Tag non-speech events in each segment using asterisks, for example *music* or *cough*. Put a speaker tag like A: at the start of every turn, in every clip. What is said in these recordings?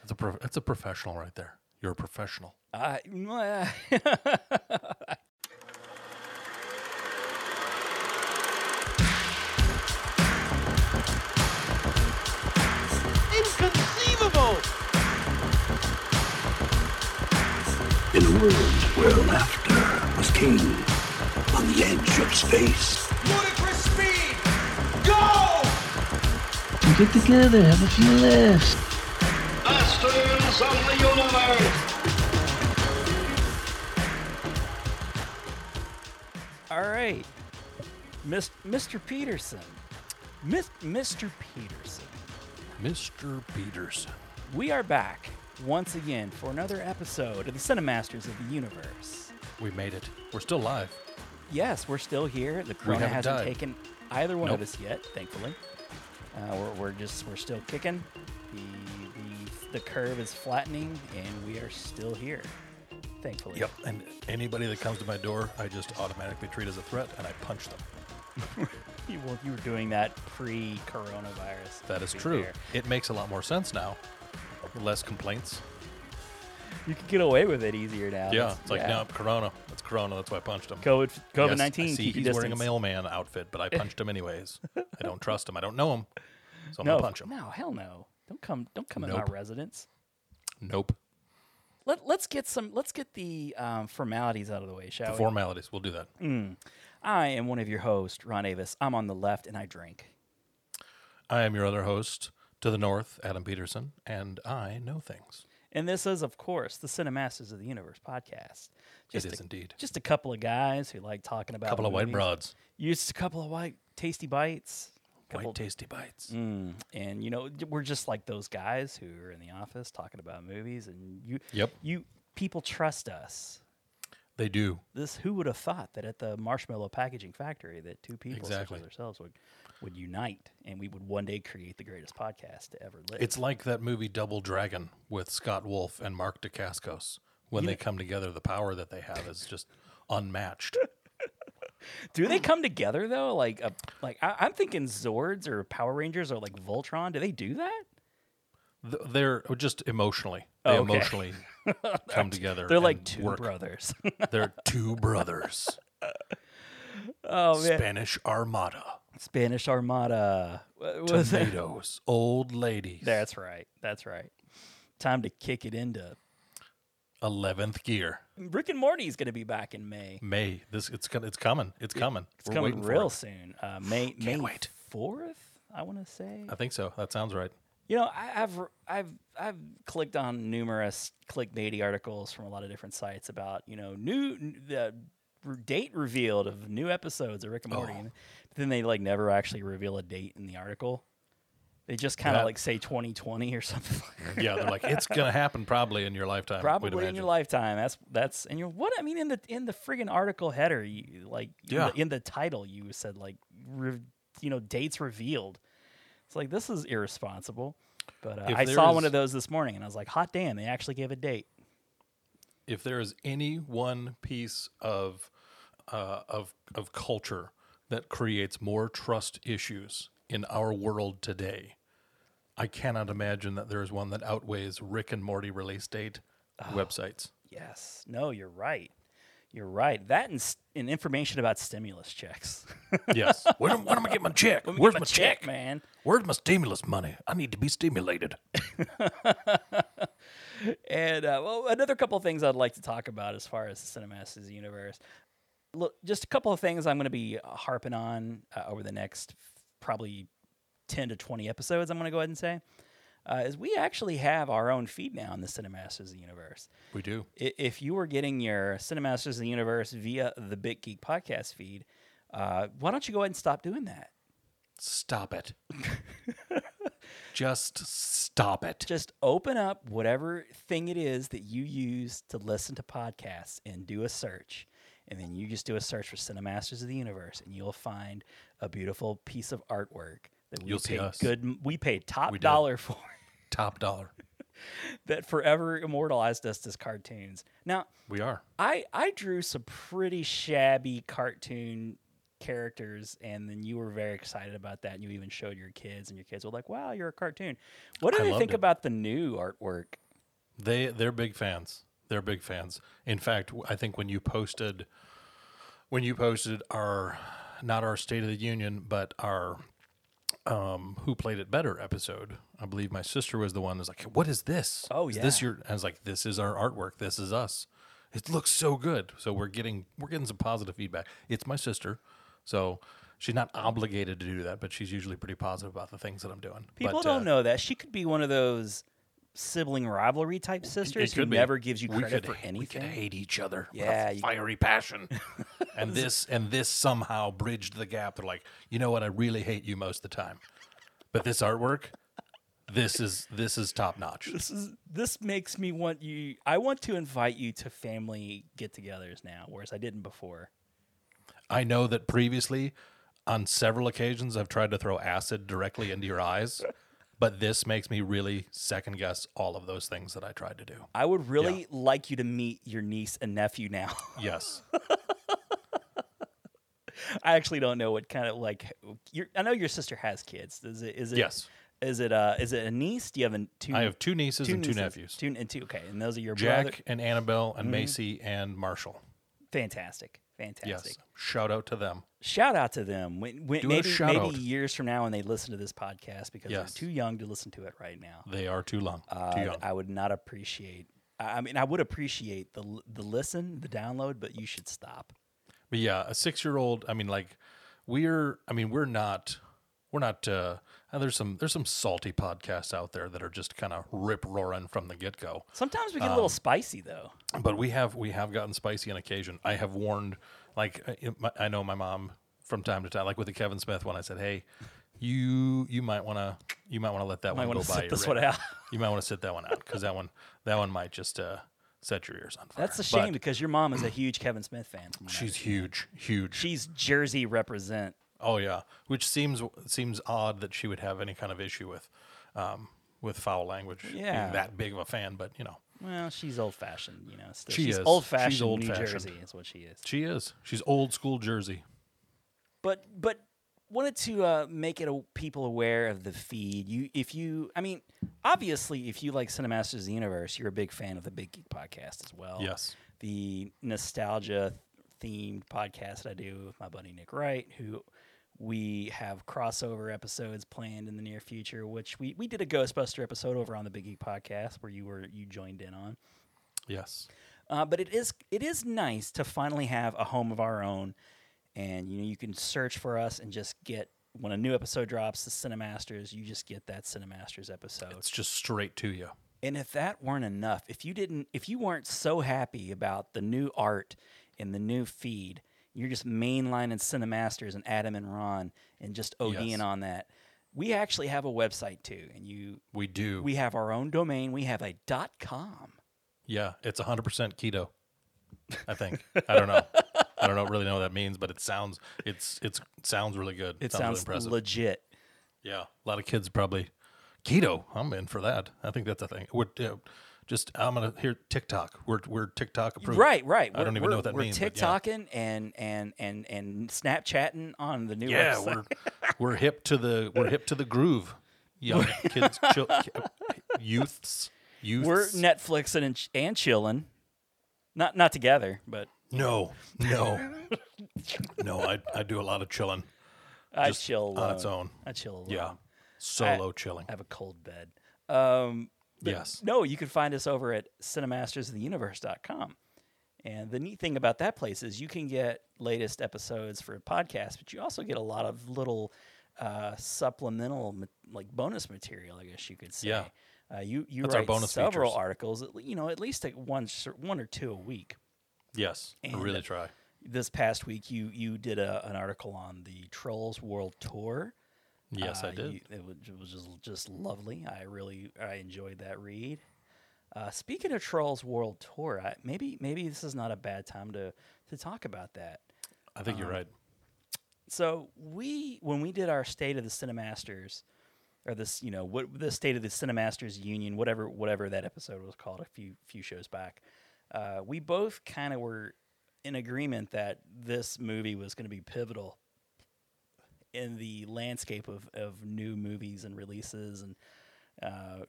A: That's a pro- that's a professional right there. You're a professional.
B: I,
C: Inconceivable!
D: In a world where laughter was king, on the edge of space,
C: Ludicrous speed! Go!
E: Get together, have a few laughs.
D: masters of the universe.
B: *laughs* all right, Mis- Mr. Peterson, Mis- Mr. Peterson,
A: Mr. Peterson.
B: we are back once again for another episode of the Cinemasters of the Universe.
A: We made it. We're still live.
B: Yes, we're still here. The corona
A: haven't
B: hasn't
A: died.
B: taken either one of
A: Nope.
B: us yet, thankfully. Uh, we're, we're just we're still kicking. The, the the curve is flattening, and we are still here, thankfully.
A: Yep. And anybody that comes to my door, I just automatically treat as a threat and I punch them.
B: You, well, you were doing that pre-coronavirus.
A: That
B: to
A: is
B: be
A: true.
B: fair.
A: It makes a lot more sense now. Less complaints.
B: You can get away with it easier now.
A: yeah.
B: That's-
A: It's like, no, Corona. That's Corona. That's why I punched him.
B: COVID
A: Yes,
B: COVID nineteen.
A: I see he's wearing a mailman outfit, but I punched him anyways. I don't trust him. I don't know him. So I'm
B: No,
A: gonna punch him.
B: no, hell no. Don't come. Don't come in my
A: Nope.
B: residence.
A: Nope.
B: Let, let's get some. Let's get the um, formalities out of the way, shall we?
A: Formalities. We'll do that.
B: Mm. I am one of your hosts, Ron Avis. I'm on the left, and I drink.
A: I am your other host to the north, Adam Peterson, and I know things.
B: And this is, of course, the Cinemasters of the Universe podcast. Just
A: is
B: a,
A: indeed.
B: Just a couple of guys who like talking about
A: A couple of white
B: movies.
A: broads.
B: Just a couple of white tasty bites. Couple- Mm.
A: White tasty bites.
B: and you know d- we're just like those guys who are in the office talking about movies and you
A: Yep.
B: you people trust us
A: They do.
B: this who would have thought that at the marshmallow packaging factory that two people
A: Exactly.
B: such as ourselves would would unite and we would one day create the greatest podcast to ever live
A: It's like that movie Double Dragon with Scott Wolf and Mark DeCascos. When they come together, the power that they have is just unmatched.
B: do they come together though like a, like I, i'm thinking zords or power rangers or like voltron do they do that
A: Th- They're just emotionally. They
B: Oh, okay.
A: emotionally
B: *laughs*
A: come together.
B: they're like
A: and
B: two
A: work. *laughs*
B: brothers *laughs*
A: They're two brothers.
B: oh man
A: Spanish Armada.
B: spanish armada *laughs* What was that?
A: Tomatoes. Old ladies.
B: *laughs* that's right that's right time to kick it into
A: 11th gear.
B: Rick and Morty is going to be back in May.
A: May. This it's gonna it's coming. It's coming.
B: It's coming
A: waiting for
B: real
A: it.
B: soon. Uh,
A: *sighs*
B: May May
A: wait. Uh,
B: fourth, I want to say.
A: I think so. That sounds right.
B: You know, I, I've I've I've clicked on numerous clickbaity articles from a lot of different sites about you know new n- the r- date revealed of new episodes of Rick and Morty,
A: Oh.
B: and then they like never actually reveal a date in the article. They just kind of
A: That-
B: like say 2020 or something. *laughs* like
A: Yeah, they're like it's gonna happen probably in your lifetime. we'd
B: Probably in
A: imagine.
B: your lifetime. That's that's and you're what I mean in the in the friggin' article header, you, like
A: Yeah.
B: in, the, in the title, you said like re, you know dates revealed. It's like this is irresponsible. But uh,
A: If
B: I saw one
A: there's-
B: of those this morning, and I was like, hot damn, they actually gave a date.
A: If there is any one piece of uh, of of culture that creates more trust issues in our world today, I cannot imagine that there is one that outweighs Rick and Morty release date
B: Ah. *laughs*
A: websites.
B: Yes. No, you're right. You're right. That and, s- and information about stimulus checks. *laughs*
A: Yes. when, am- when am I getting my check?
B: Get
A: Where's
B: my
A: my check?
B: man?
A: Where's my stimulus money? I need to be stimulated.
B: And uh, well, another couple of things I'd like to talk about as far as the Cinemasters universe. Look, just a couple of things I'm going to be harping on uh, over the next probably 10 to 20 episodes, I'm going to go ahead and say, uh, is we actually have our own feed now in the Cinemasters of the universe.
A: We do.
B: I- If you were getting your Cinemasters of the universe via the Bit Geek podcast feed, uh, why don't you go ahead and stop doing that?
A: Stop
B: *laughs*
A: it. Just stop it.
B: just open up whatever thing it is that you use to listen to podcasts and do a search. And then you just do a search for Cinemasters of the Universe, and you'll find a beautiful piece of artwork that we
A: You'll see
B: paid
A: us.
B: good. We paid top
A: We did.
B: dollar *laughs* for
A: Top dollar.
B: that forever immortalized us as cartoons. Now,
A: We are.
B: I I drew some pretty shabby cartoon characters, and then you were very excited about that, and you even showed your kids, and your kids were like, "Wow, you're a cartoon." What do
A: I
B: they
A: loved
B: think
A: it.
B: about the new artwork?
A: They they're big fans. They're big fans. In fact, w- I think when you posted when you posted our not our state of the union, but our um, who played it better episode. I believe my sister was the one that's like, "What is this?
B: Oh,
A: is this
B: yeah.
A: your?" I was like, "This is our artwork. This is us. It looks so good." So we're getting we're getting some positive feedback. It's my sister, so she's not obligated to do that, but she's usually pretty positive about the things that I'm doing.
B: People
A: But,
B: don't
A: uh,
B: know that she could be one of those sibling rivalry type sisters who
A: could be.
B: never gives you
A: We
B: credit
A: could-
B: for anything.
A: We could hate each other.
B: Yeah,
A: with
B: you-
A: a fiery passion. *laughs* and this and this somehow bridged the gap. They're like, you know what? I really hate you most of the time, but this artwork, this is this is top notch.
B: this is this makes me want you I want to invite you to family get-togethers now, whereas I didn't before.
A: I know that previously, on several occasions, I've tried to throw acid directly into your eyes. But this makes me really second guess all of those things that I tried to do.
B: I would really like you to meet your niece and nephew now. *laughs*
A: Yes.
B: I actually don't know what kind of like your I know your sister has kids. Is it is it
A: Yes.
B: Is it uh is it a niece? Do you have a two
A: I have two nieces and two Mm-hmm.
B: nieces?
A: nephews
B: Two and two okay, and those are your
A: Jack
B: brother.
A: and Annabelle and Macy and Marshall.
B: Fantastic. Fantastic.
A: Yes. Shout out to them.
B: shout out to them when, when
A: Do a
B: maybe,
A: shout
B: maybe
A: out.
B: years from now when they listen to this podcast because
A: Yes.
B: they're too young to listen to it right now
A: They are too long.
B: uh,
A: too young.
B: i would not appreciate i I mean i would appreciate the l- the listen the download but you should stop
A: but yeah, a six year old, I mean, like we're I mean, we're not we're not uh and there's some there's some salty podcasts out there that are just kind of rip roaring from the get go.
B: sometimes we get
A: Um,
B: a little spicy though
A: but we have we have gotten spicy on occasion. I have warned, like I- my- I know my mom from time to time, like with the Kevin Smith one. I said, hey, you you might want to you might want to let that
B: Might
A: one go
B: wanna
A: by.
B: sit
A: you
B: this
A: right
B: one
A: now.
B: out.
A: *laughs* You might want to sit that one out because that one that one might just uh, set your ears on fire.
B: that's a shame
A: But
B: because your mom is a huge kevin smith fan from what I-
A: she's huge, huge.
B: she's jersey represent
A: Oh yeah, which seems seems odd that she would have any kind of issue with, um, with foul language. being
B: Yeah.
A: that big of a fan, but you know
B: well she's old-fashioned you know still.
A: She
B: she's
A: is. She's
B: old-fashioned new
A: old-fashioned.
B: jersey is what she is
A: she is. She's old school Jersey.
B: but but wanted to uh, make it a, people aware of the feed. You, if you, I mean, obviously, if you like Cinemasters of the Universe, you're a big fan of the Big Geek Podcast as well.
A: Yes.
B: the nostalgia themed podcast that I do with my buddy Nick Wright, who we have crossover episodes planned in the near future. Which we we did a Ghostbuster episode over on the Big Geek Podcast where you were you joined in on.
A: Yes.
B: Uh, but it is it is nice to finally have a home of our own, and you know you can search for us and just get when a new episode drops, the Cinemasters. You just get that Cinemasters episode.
A: It's just straight to you.
B: and if that weren't enough, if you didn't, if you weren't so happy about the new art and the new feed, you're just mainlining Cinemasters and Adam and Ron and just ODing
A: Yes.
B: on that. We actually have a website too, and you
A: We do.
B: we have our own domain. We have a dot com.
A: yeah, it's 100% keto. I think. I don't know. I don't know, really know what that means, but it sounds it's it's it sounds really good.
B: It
A: really
B: sounds
A: impressive.
B: legit.
A: yeah, a lot of kids probably keto. I'm in for that. I think that's a thing. We're uh, just I'm gonna hear TikTok. We're we're TikTok approved.
B: Right, right.
A: I don't even know what that
B: we're
A: means. but yeah.
B: TikToking and and and and Snapchatting on the new
A: Yeah,
B: website.
A: we're we're hip to the we're hip to the groove. Young kids, chil- youths, youths.
B: *laughs* We're Netflixing and ch- and chilling, not not together, but
A: no,
B: *laughs*
A: no, no. I I do a lot of chilling
B: I
A: Just
B: chill alone.
A: on its own.
B: I chill alone.
A: Uh, Yeah, solo chilling.
B: I have a cold bed. Um, but
A: Yes.
B: No, you can find us over at cinemastersoftheuniverse.com. And the neat thing about that place is you can get latest episodes for podcasts, but you also get a lot of little uh, supplemental, ma- like bonus material, I guess you could say.
A: Yeah.
B: Uh, you you
A: That's our
B: write
A: bonus
B: several
A: features.
B: articles, at le- you know, at least like one s- one or two a week.
A: Yes, I
B: And-
A: really try.
B: This past week, you you did a, an article on the Trolls World Tour.
A: Yes, I
B: Uh,
A: did.
B: you- it, was, it was just just lovely. I really I enjoyed that read. Uh, speaking of Trolls World Tour, I, maybe maybe this is not a bad time to to talk about that.
A: I think
B: um,
A: you're right.
B: So we when we did our State of the Cinemasters, or this you know what the State of the Cinemasters Union, whatever whatever that episode was called a few few shows back, uh, we both kind of were in agreement that this movie was going to be pivotal in the landscape of, of new movies and releases and uh,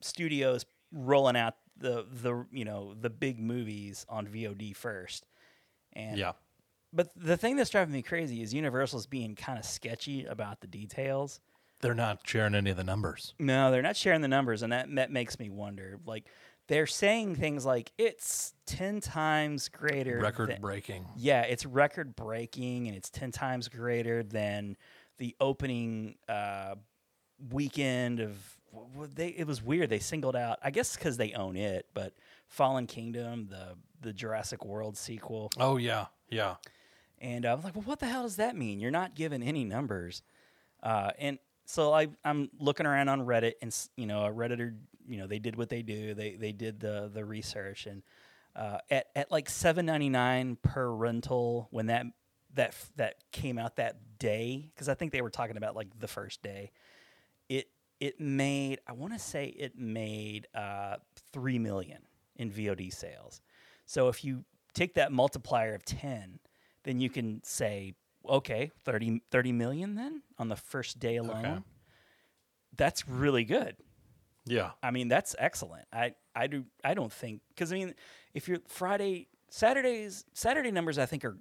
B: studios rolling out the the you know the big movies on VOD first. And
A: Yeah.
B: but the thing that's driving me crazy is Universal's being kind of sketchy about the details.
A: They're not sharing any of the numbers.
B: No, they're not sharing the numbers, and that, that makes me wonder. Like, they're saying things like it's ten times greater.
A: Record
B: than-
A: breaking.
B: yeah, it's record breaking, and it's ten times greater than the opening uh, weekend of. wh- wh- They it was weird. They singled out, I guess, because they own it, but Fallen Kingdom, the the Jurassic World sequel,
A: Oh yeah, yeah.
B: and uh, I was like, well, what the hell does that mean? You're not given any numbers. Uh, and so I, I'm looking around on Reddit, and s- you know, a redditor, you know, they did what they do. They they did the the research, and uh, at at like 7.99 per rental when that that f- that came out that day, because I think they were talking about like the first day. It it made I want to say it made uh, three million in VOD sales. So if you take that multiplier of ten, then you can say, okay, 30, 30 million then on the first day alone. That's really good.
A: Yeah.
B: I mean, that's excellent. I, I do I don't think because I mean, if you're Friday Saturdays Saturday numbers I think are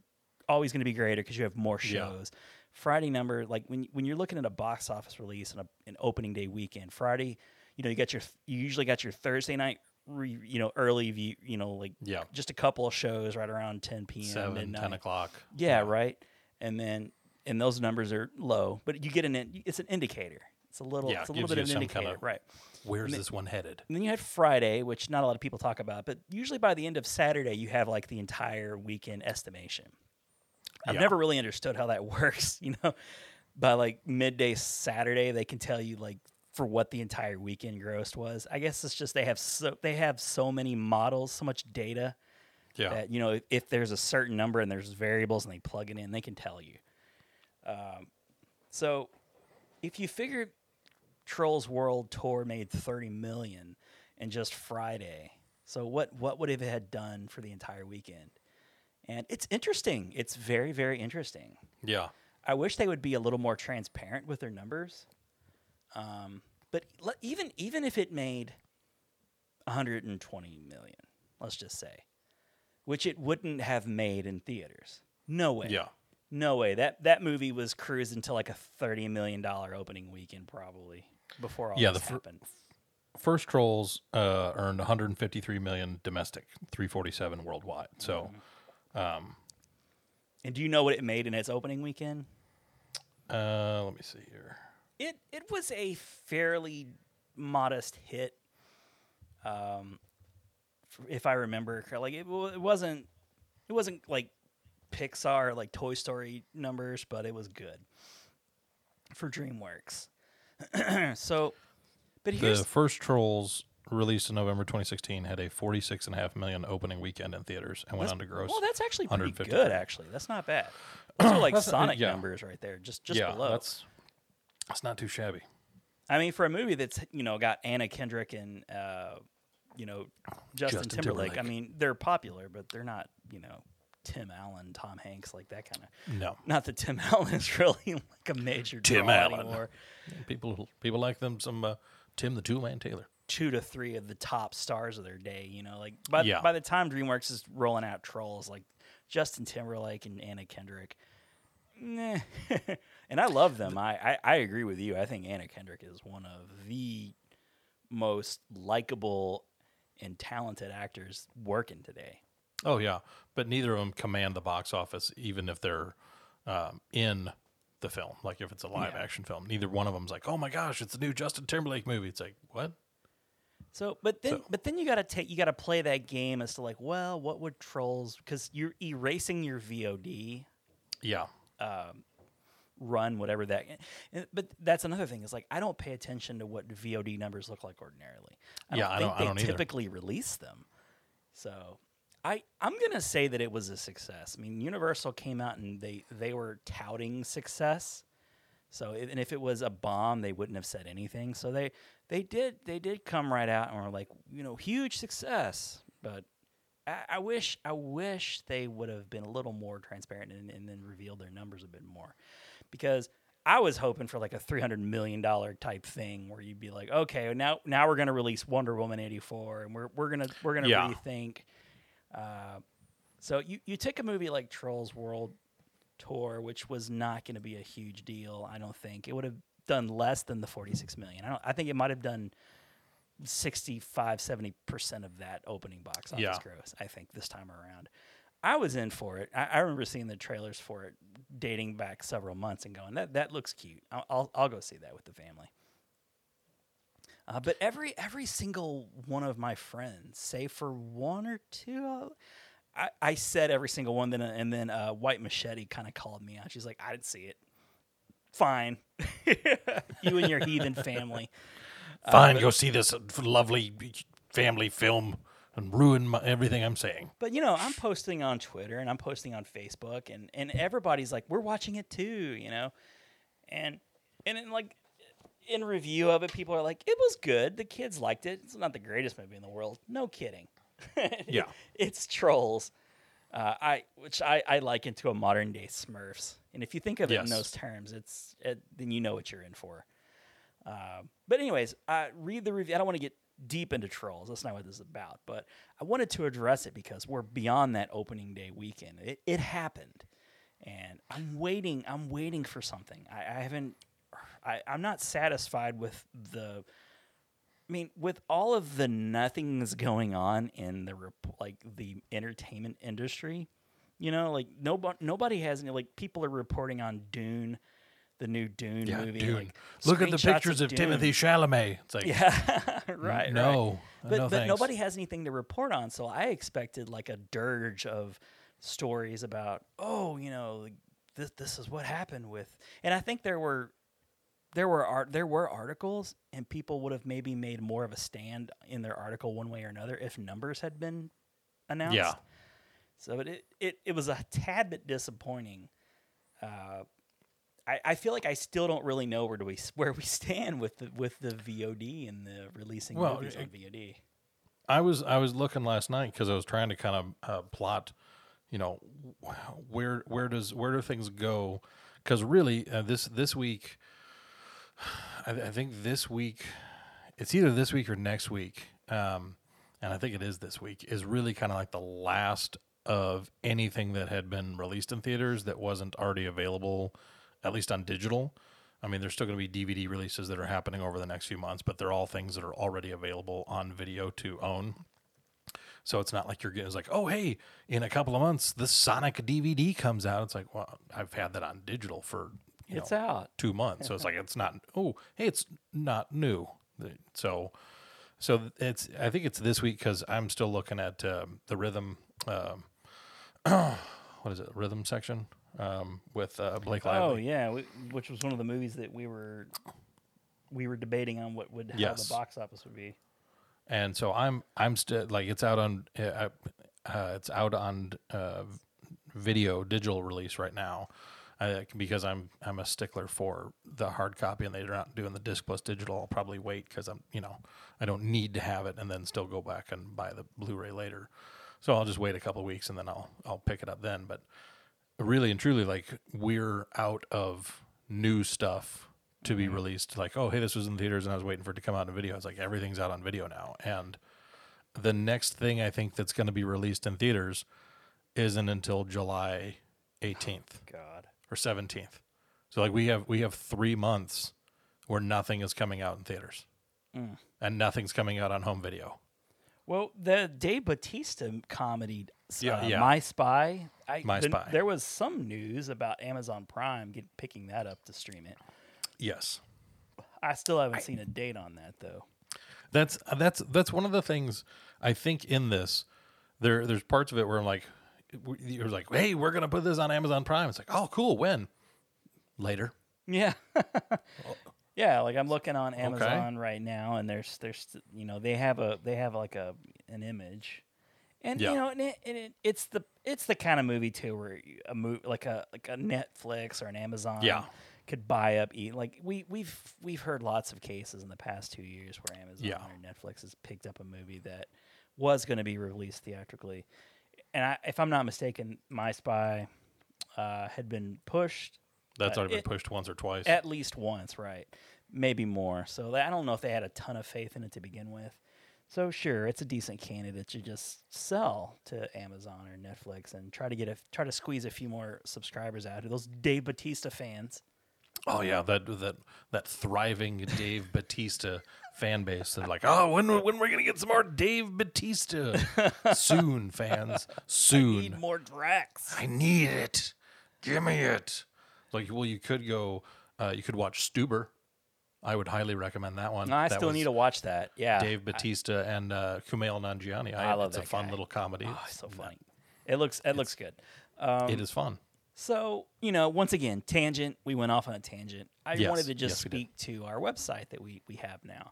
B: always going to be greater because you have more
A: Yeah.
B: shows. Friday number like when when you're looking at a box office release and a, an opening day weekend Friday, you know you got your you usually got your Thursday night re, you know early view you know like
A: Yeah.
B: just a couple of shows right around 10 p.m.
A: Seven,
B: midnight.
A: ten o'clock.
B: Yeah, right. And then and those numbers are low, but you get an in, it's an indicator. It's a little
A: Yeah,
B: it's a little
A: gives
B: bit
A: you
B: of an
A: some
B: indicator,
A: kinda-
B: right?
A: Where's this one headed?
B: And then you had Friday, which not a lot of people talk about, but usually by the end of Saturday you have like the entire weekend estimation. I've
A: Yeah.
B: never really understood how that *laughs* works, you know. By like midday Saturday, they can tell you like for what the entire weekend grossed was. I guess it's just they have so they have so many models, so much data
A: Yeah.
B: that you know if, if there's a certain number and there's variables and they plug it in they can tell you um, so if you figure trolls world tour made 30 million in just friday so what what would it have had done for the entire weekend and it's interesting it's very very interesting
A: yeah.
B: I wish they would be a little more transparent with their numbers. Um, but le- even even if it made 120 million, let's just say, which it wouldn't have made in theaters. No way.
A: Yeah.
B: No way. That that movie was cruising to like a 30 million dollar opening weekend probably before all
A: Yeah,
B: this
A: the fir-
B: happened.
A: First Trolls uh, earned 153 million domestic, 347 worldwide. So
B: and do you know what it made in its opening weekend?
A: uh, let me see here.
B: it it was a fairly modest hit. Um, f- if I remember, correct- like it, wa- it wasn't it wasn't like Pixar like Toy Story numbers, but it was good for DreamWorks. *clears throat* so, but here's
A: The first Trolls released in November 2016 had a 46.5 million opening weekend in theaters and went on to gross.
B: well, that's actually pretty
A: 153.
B: good. Actually, that's not bad. Those are
A: *clears throat*
B: like
A: That's-
B: Sonic
A: yeah.
B: numbers right there, just just
A: yeah,
B: below.
A: that's that's not too shabby.
B: I mean, for a movie that's you know got Anna Kendrick and uh, you know Justin,
A: Justin
B: Timberlake, I
A: Timberlake.
B: mean they're popular, but they're not you know Tim Allen, Tom Hanks, like that kind of.
A: No,
B: Not that Tim *laughs* Allen is really like a major
A: Tim
B: draw
A: Allen.
B: anymore.
A: people people like them some uh, Tim the Two Man Taylor.
B: Two to three of the top stars of their day, you know, like by
A: Yeah.
B: by the time DreamWorks is rolling out trolls like Justin Timberlake and Anna Kendrick. Nah. *laughs* and I love them. I, I, I agree with you. I think Anna Kendrick is one of the most likable and talented actors working today.
A: Oh yeah, but neither of them command the box office, even if they're um, in the film. Like if it's a live action film, neither one of them's like, "Oh my gosh, it's the new Justin Timberlake movie." It's like, what?
B: So, but then, but then you gotta take, you gotta play that game as to like, well, what would trolls? Because you're erasing your VOD
A: Yeah,
B: run whatever that and- but that's another thing is like i don't pay attention to what vod numbers look like ordinarily i
A: Yeah,
B: don't
A: I
B: think
A: don't- I
B: they
A: don't either.
B: typically release them so i i'm gonna say that it was a success i mean universal came out and they they were touting success so i- and if it was a bomb they wouldn't have said anything so they they did they did come right out and were like you know huge success but I, I wish I wish they would have been a little more transparent and, and then revealed their numbers a bit more, because I was hoping for like a three hundred million dollar type thing where you'd be like, okay, now now we're gonna release Wonder Woman eighty four, and we're we're gonna we're gonna
A: Yeah.
B: rethink. Uh, so you you took a movie like Trolls World Tour, which was not gonna be a huge deal. I don't think it would have done less than the forty six million. I don't. I think it might have done. 65 70 percent of that opening box office
A: Yeah.
B: gross i think this time around i was in for it I, I remember seeing the trailers for it dating back several months and going that that looks cute i'll i'll, I'll go see that with the family uh, but every every single one of my friends save for one or two uh, I, I said every single one then and then uh, white machete kind of called me out she's like i didn't see it fine *laughs* you and your heathen family
A: Fine, go see this lovely family film and ruin my, everything I'm saying.
B: But you know, I'm posting on Twitter and I'm posting on Facebook and and everybody's like, we're watching it too, you know, and and in like in review of it, people are like, it was good. The kids liked it. It's not the greatest movie in the world. No kidding. *laughs*
A: Yeah.
B: it's trolls. Uh, I which I I liken to a modern day Smurfs. And if you think of it in
A: Yes.
B: those terms, it's it, then you know what you're in for. Uh, but anyways, I read the review. I don't want to get deep into trolls. That's not what this is about. But I wanted to address it because we're beyond that opening day weekend. It, it happened, and I'm waiting. I'm waiting for something. I, I haven't. I, I'm not satisfied with the. I mean, with all of the nothings going on in the rep- like the entertainment industry, you know, like nobody nobody has any like people are reporting on Dune, the new Dune
A: Yeah,
B: movie.
A: Dune.
B: like,
A: Look at the
B: screenshots
A: pictures of,
B: Dune.
A: Timothy Chalamet. It's like,
B: *laughs* Yeah, right. right.
A: no,
B: but
A: no
B: but
A: thanks.
B: nobody has anything to report on, so I expected like a dirge of stories about oh, you know, this this is what happened with, and I think there were there were art there were articles, and people would have maybe made more of a stand in their article one way or another if numbers had been announced.
A: Yeah.
B: So it it it was a tad bit disappointing. Uh, I, I feel like I still don't really know where do we where we stand with the with the VOD and the releasing
A: Well,
B: movies
A: it-
B: on VOD.
A: I was I was looking last night because I was trying to kind of uh, plot, you know, wh- where where does where do things go? Because really, uh, this this week, *sighs* I, I think this week, it's either this week or next week, um, and I think it is this week is really kind of like the last of anything that had been released in theaters that wasn't already available, at least on digital. I mean, there's still going to be DVD releases that are happening over the next few months, but they're all things that are already available on video to own. So it's not like you're getting it's like, oh hey, in a couple of months the Sonic DVD comes out. It's like, well, I've had that on digital for you
B: It's
A: know,
B: out.
A: two months. So it's like it's not. Oh, hey, it's not new. The- So, so it's. I think it's this week because I'm still looking at um, the rhythm. Um, *clears throat* what is it? Rhythm section um, with uh, Blake
B: Oh
A: Lively.
B: yeah, we, which was one of the movies that we were we were debating on what would how
A: Yes.
B: the box office would be.
A: and so I'm I'm still like it's out on uh, uh, it's out on uh, video digital release right now uh, because I'm I'm a stickler for the hard copy and they're not doing the disc plus digital. I'll probably wait because I'm you know I don't need to have it and then still go back and buy the Blu-ray later. So I'll just wait a couple weeks and then I'll I'll pick it up then. But really and truly like we're out of new stuff to be released like oh hey this was in theaters and i was waiting for it to come out in video it's like everything's out on video now and the next thing i think that's going to be released in theaters isn't until july 18th
B: God.
A: or 17th so like we have we have three months where nothing is coming out in theaters and nothing's coming out on home video
B: Well, the Dave Batista comedy,
A: Yeah,
B: yeah,
A: yeah.
B: My Spy. I,
A: My
B: the-
A: Spy.
B: There was some news about Amazon Prime get, picking that up to stream it.
A: yes
B: I still haven't seen a date on that though.
A: That's uh, that's that's one of the things I think in this there there's parts of it where I'm like w- you're like hey we're gonna put this on Amazon Prime it's like oh cool when later
B: Yeah.
A: Oh.
B: yeah, like I'm looking on Amazon right now and there's there's you know, they have a they have like a an image. And
A: Yeah.
B: you know, and, it, and it, it's the it's the kind of movie too where you- a movie like a like a Netflix or an Amazon
A: Yeah.
B: could buy up eat like we we've we've heard lots of cases in the past 2 years where Amazon
A: Yeah.
B: or Netflix has picked up a movie that was going to be released theatrically. And I, if I'm not mistaken, My Spy uh, had been pushed
A: That's
B: Uh,
A: already been
B: it-
A: pushed once or twice.
B: at least once, right? Maybe more. So that, I don't know if they had a ton of faith in it to begin with. So sure, it's a decent candidate to just sell to Amazon or Netflix and try to get a try to squeeze a few more subscribers out of those Dave Batista fans.
A: oh yeah, that that that thriving Dave Batista fan base. They're like, oh, when when we're gonna get some more Dave
B: *laughs*
A: Batista? Soon, fans. Soon.
B: Need more Drax.
A: *laughs* I need it. Give me it. Like, well, you could go. Uh, you could watch Stuber. I would highly recommend that one.
B: No, I
A: That
B: still
A: was
B: need to watch that. Yeah,
A: Dave Batista and uh, Kumail Nanjiani.
B: I love
A: it's a
B: that
A: fun
B: guy.
A: little comedy.
B: Oh, it's so funny. It looks it looks good. Um,
A: it is fun.
B: So, you know, once again, tangent. We went off on a tangent. I
A: Yes,
B: wanted to just
A: yes, we did.
B: speak to our website that we, we have now.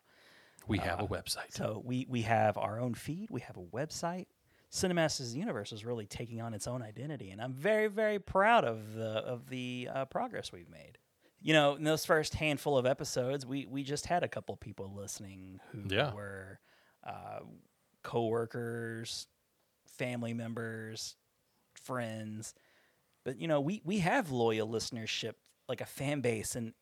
A: We have a website.
B: So we, we have our own feed, we have a website. Cinemasters of the Universe is really taking on its own identity, and I'm very, very proud of the of the uh, progress we've made. You know, in those first handful of episodes, we we just had a couple people listening who
A: Yeah.
B: were uh, coworkers, family members, friends. But you know, we we have loyal listenership, like a fan base in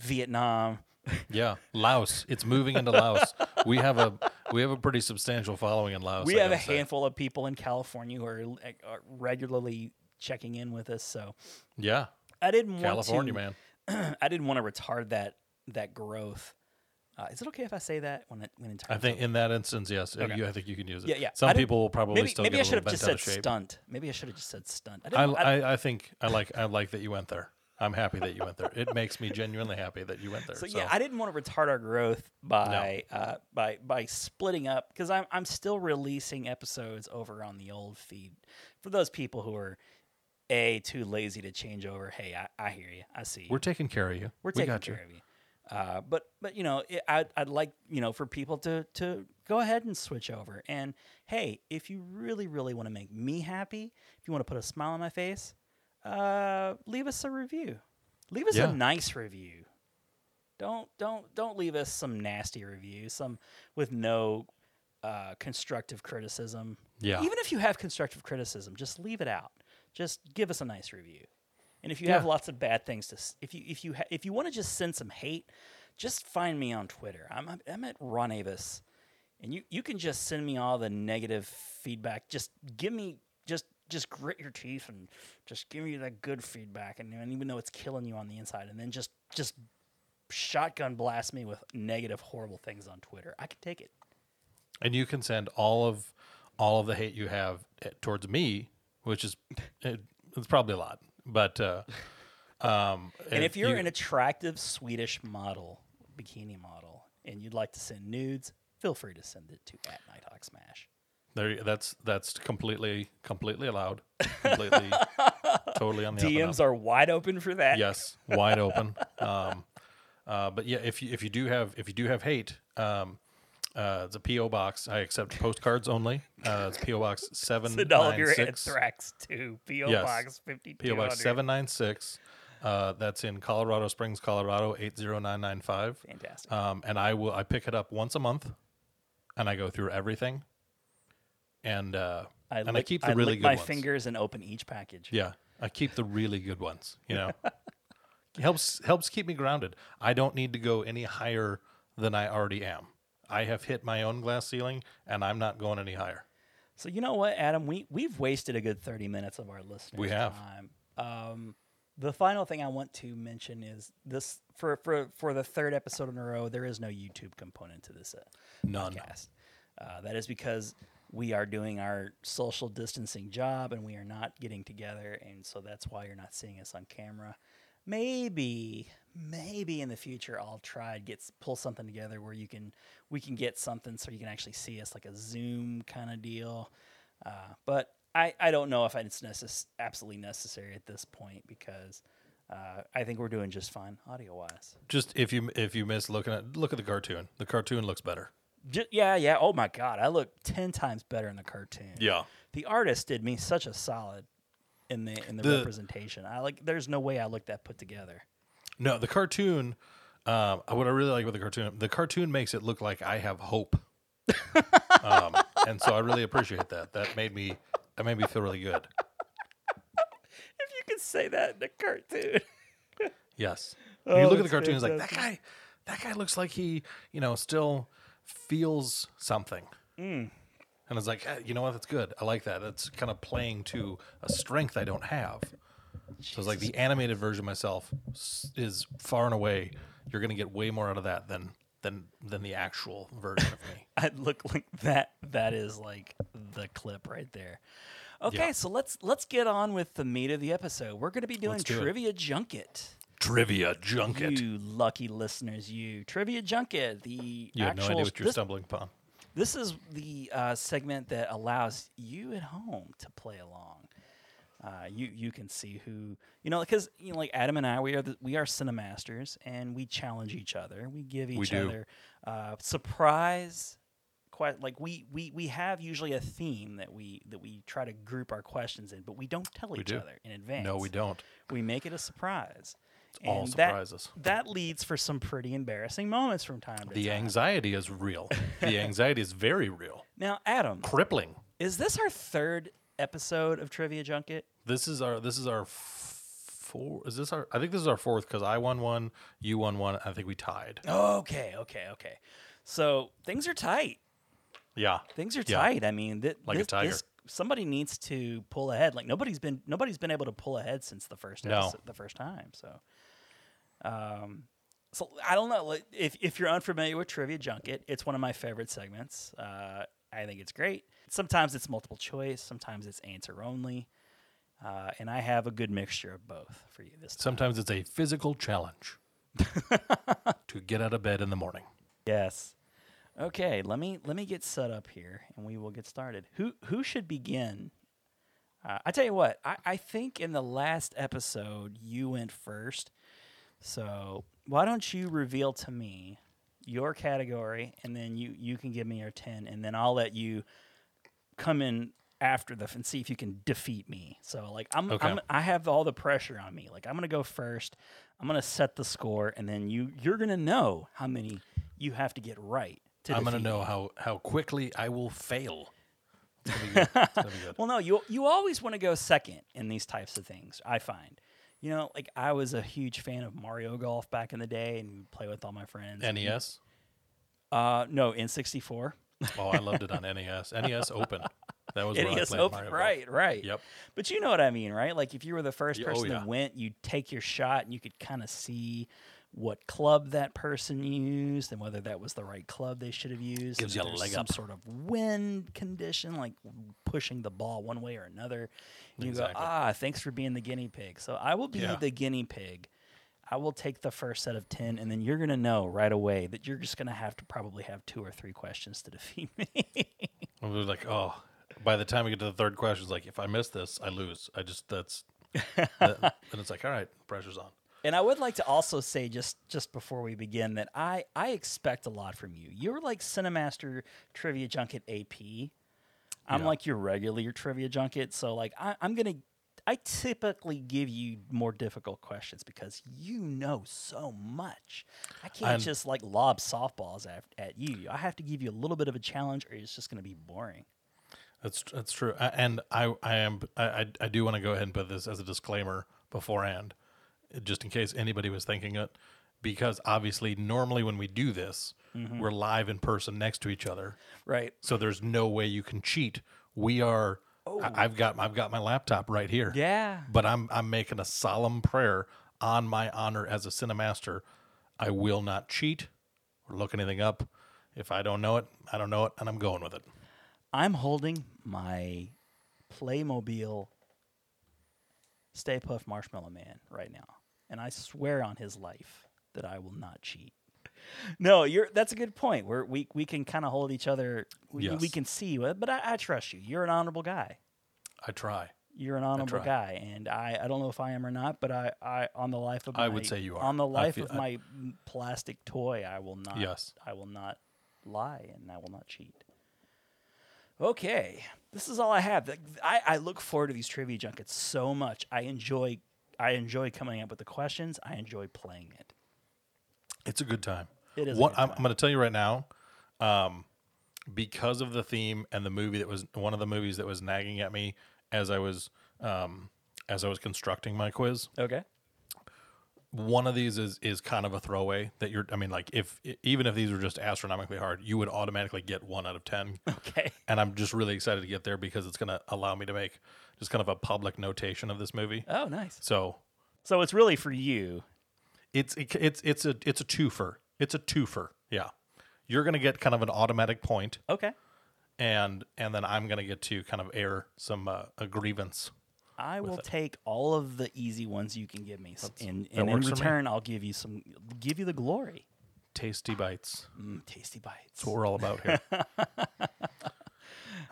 B: Vietnam.
A: *laughs* Yeah, Laos. It's moving into
B: *laughs*
A: Laos. We have a we have a pretty substantial following in Laos.
B: we
A: I
B: have a
A: gotta say.
B: handful of people in California who are, like, are regularly checking in with us. So
A: Yeah,
B: I didn't
A: California
B: want
A: man.
B: to, *clears throat* I didn't want to retard that that growth. Uh, is it okay if I say that when it, when in
A: I
B: terms
A: think
B: of,
A: in that instance, yes.
B: Okay.
A: You, I think you can use it.
B: yeah yeah I
A: Some
B: didn't-
A: people will probably
B: maybe,
A: still
B: maybe
A: get
B: I
A: a
B: should
A: little bent
B: have just
A: out
B: said
A: of shape.
B: stunt maybe I should have just said stunt I
A: I,
B: didn't, I-
A: I, I think I like I like that you went there. I'm happy that you went there. It makes me genuinely happy that you went there.
B: so yeah I didn't want to retard our growth by uh, by by splitting up because I'm I'm still releasing episodes over on the old feed for those people who are a too lazy to change over hey I, I hear you I see you.
A: we're taking care of you.
B: we're taking
A: got you.
B: care of you. Uh, but but you know, it, I'd, I'd like you know for people to to go ahead and switch over. And hey, if you really really want to make me happy, if you want to put a smile on my face, uh, leave us a review. Leave us
A: Yeah.
B: a nice review. Don't don't don't leave us some nasty review, some with no uh, constructive criticism.
A: Yeah.
B: Even if you have constructive criticism, just leave it out. Just give us a nice review. And if you have
A: Yeah.
B: lots of bad things to, s- if you if you ha- if you want to just send some hate, just find me on Twitter. I'm at- I'm at Ron Avis, and you you can just send me all the negative feedback. Just give me just just grit your teeth and just give me that good feedback. And, and even though it's killing you on the inside, and then just just shotgun blast me with negative horrible things on Twitter. I can take it.
A: And you can send all of all of the hate you have at, towards me, which is it, it's probably a lot, but uh, *laughs* um,
B: And if you're
A: you-
B: an attractive Swedish model, bikini model, and you'd like to send nudes, feel free to send it to at Nighthawk Smash.
A: there, that's that's completely completely allowed,
B: *laughs*
A: completely totally on the up and up.
B: DMs are wide open for that.
A: yes, wide open. Um, uh, but yeah, if you if you do have if you do have hate, um, uh, it's a PO box. I accept postcards only. Uh, it's PO
B: *laughs*
A: box seven
B: The Doll of
A: nine
B: Your
A: six.
B: Anthrax 2, P.O.
A: Yes.
B: Box 5200.
A: PO box seven nine six. Uh, that's in Colorado Springs, Colorado eight zero nine nine five.
B: Fantastic.
A: Um, and I will I pick it up once a month, and I go through everything. And uh,
B: I,
A: and I
B: lick-
A: keep the really
B: lick
A: good
B: my
A: ones.
B: fingers and open each package.
A: Yeah, I keep the really good ones. You know, helps helps keep me grounded. I don't need to go any higher than I already am. I have hit my own glass ceiling, and I'm not going any higher.
B: So you know what, Adam? We we've wasted a good thirty minutes of our listeners'
A: We have.
B: time. Um, the final thing I want to mention is this for for for the third episode in a row. There is no YouTube component to this uh,
A: None.
B: podcast. Uh, that is because we are doing our social distancing job and we are not getting together, and so that's why you're not seeing us on camera. Maybe, maybe in the future I'll try and get s- pull something together where you can we can get something so you can actually see us like a Zoom kind of deal. Uh, but I, I don't know if it's necess- absolutely necessary at this point because uh, I think we're doing just fine audio wise.
A: Just if you if you miss looking at look at the cartoon. The cartoon looks better.
B: Just, yeah, yeah. Oh my God, I look ten times better in the cartoon.
A: Yeah.
B: the artist did me such a solid in the in the,
A: The-
B: representation. I like. There's no way I look that put together.
A: No, the cartoon. Um, what I really like about the cartoon, the cartoon makes it look like I have hope, um, and so I really appreciate that. That made me that made me feel really good.
B: If you could say that in a cartoon,
A: Yes. When you look at the
B: that's
A: cartoon, it's like that guy. That guy looks like he, you know, still feels something. And it's like, "Ah, you know what? That's good. I like that. That's kind of playing to a strength I don't have. So it's like the animated version of myself s- is far and away. You're going to get way more out of that than than than the actual version of
B: *laughs*
A: me.
B: I look like that. That is like the clip right there. Okay, so let's let's get on with the meat of the episode. We're going to be doing
A: Let's do it.
B: trivia junket.
A: Trivia junket. You,
B: You lucky listeners, you trivia junket. The
A: had no
B: actual
A: idea what you're
B: this,
A: stumbling upon.
B: this is the uh, segment that allows you at home to play along. Uh, you you can see who you know because you know like Adam and I we are the, we are cinemasters and we challenge each other. We give each
A: do.
B: other uh, surprise. Quite like we, we we have usually a theme that we that we try to group our questions in, but we don't tell each
A: do.
B: other in advance.
A: No, we don't.
B: We make it a surprise.
A: all
B: that-
A: surprises.
B: That, leads for some pretty embarrassing moments from time to
A: The
B: time.
A: anxiety is real. The anxiety is very real.
B: Now, Adam,
A: Crippling.
B: is this our third episode of Trivia Junket?
A: This is our this is our f- four. Is this our? I think this is our fourth because I won one, you won one. I think we tied.
B: Okay, okay, okay. So things are tight.
A: Yeah,
B: Things are
A: Yeah.
B: tight. I mean, th-
A: Like a
B: this,
A: tiger.
B: this- somebody needs to pull ahead. Like nobody's been nobody's been able to pull ahead since the first
A: No.
B: episode, the first time. So, um, so I don't know like, if if you're unfamiliar with Trivia Junket, it's one of my favorite segments. Uh, I think it's great. Sometimes it's multiple choice. Sometimes it's answer only. Uh, and I have a good mixture of both for you this time.
A: Sometimes it's a physical challenge
B: *laughs*
A: to get out of bed in the morning.
B: Yes. Okay, let me let me get set up here, and we will get started. Who who should begin? Uh, I tell you what, I, I think in the last episode you went first, so why don't you reveal to me your category, and then you you can give me your ten, and then I'll let you come in after the f- and see if you can defeat me. So like I'm,
A: Okay.
B: I'm I have all the pressure on me. Like I'm gonna go first. I'm gonna set the score, and then you you're gonna know how many you have to get right. To
A: I'm gonna
B: defeat
A: know
B: me.
A: how how quickly I will fail. It's gonna be
B: *laughs*
A: good. It's gonna be good.
B: Well, no, you you always want to go second in these types of things. I find. You know, like I was a huge fan of Mario Golf back in the day, and would play with all my friends.
A: NES.
B: uh, no, in '64,
A: Oh, I loved it on NES. NES E Open. That was where I
B: NES
A: played
B: E Open,
A: Mario Golf.
B: right, right.
A: Yep.
B: But you know what I mean, right? Like if you were the first
A: Yeah, oh,
B: person
A: yeah.
B: that went, you'd take your shot and you could kind of see what club that person used and whether that was the right club they should have used.
A: Gives
B: and
A: you a leg
B: if there's some
A: up.
B: sort of wind condition, like pushing the ball one way or another. And you
A: Exactly.
B: go, ah, thanks for being the guinea pig. So I will be
A: Yeah.
B: the guinea pig. I will take the first set of 10, and then you're going to know right away that you're just going to have to probably have two or three questions to defeat *laughs* me.
A: And we're like, oh, by the time we get to the third question, it's like, if I miss this, I lose. I just, that's, that,
B: *laughs*
A: and it's like, all right, pressure's on.
B: And I would like to also say just just before we begin that I I expect a lot from you. You're like Cinemaster Trivia Junket AP. I'm
A: Yeah.
B: like your regular Trivia Junket, so like I, I'm gonna I typically give you more difficult questions because you know so much. I can't
A: I'm-
B: just like lob softballs at, at you. I have to give you a little bit of a challenge, or it's just gonna be boring.
A: That's that's true. I, and I I am I I, I do want to go ahead and put this as a disclaimer beforehand, just in case anybody was thinking it, because obviously normally when we do this, we're live in person next to each other,
B: Right.
A: so there's no way you can cheat. We are. I, I've got I've got my laptop right here.
B: Yeah.
A: But I'm I'm making a solemn prayer on my honor as a cinemaster. I will not cheat or look anything up. If I don't know it, I don't know it, and I'm going with it.
B: I'm holding my Playmobil Stay Puff Marshmallow Man right now, and I swear on his life that I will not cheat. No, you're. That's a good point. We're, we we can kind of hold each other. We, we
A: Yes.
B: can see, but I, I trust you. You're an honorable guy.
A: I try.
B: You're an honorable
A: try.
B: guy, and I, I don't know if I am or not, but I, I on the life of
A: I
B: my,
A: would say you are.
B: on the
A: I
B: life
A: feel-
B: of
A: I-
B: my plastic toy. I will not.
A: Yes.
B: I will not lie, and I will not cheat. Okay, this is all I have. Like, I, I look forward to these trivia junkets so much. I enjoy I enjoy coming up with the questions. I enjoy playing it.
A: It's a good time.
B: It is a
A: What
B: good
A: I'm, I'm going to tell you right now, um, because of the theme and the movie that was one of the movies that was nagging at *laughs* me as I was um, as I was constructing my quiz
B: Okay.
A: one of these is is kind of a throwaway that you're. I mean, like if e, even if these were just astronomically hard, you would automatically get one out of ten.
B: *laughs* Okay.
A: and I'm just really excited to get there because it's going to allow me to make just kind of a public notation of this movie.
B: Oh, nice.
A: So
B: So it's really for you.
A: it's it, it's it's a it's a twofer. It's a twofer. Yeah, you're going to get kind of an automatic point,
B: Okay.
A: and and then I'm going to get to kind of air some uh, a grievance.
B: I will take all of the easy ones you can give me, s- and, and in
A: works for me.
B: return, I'll give you some, give you the glory.
A: Tasty bites.
B: Mm, tasty bites.
A: What we're all about here. all
B: *laughs* Just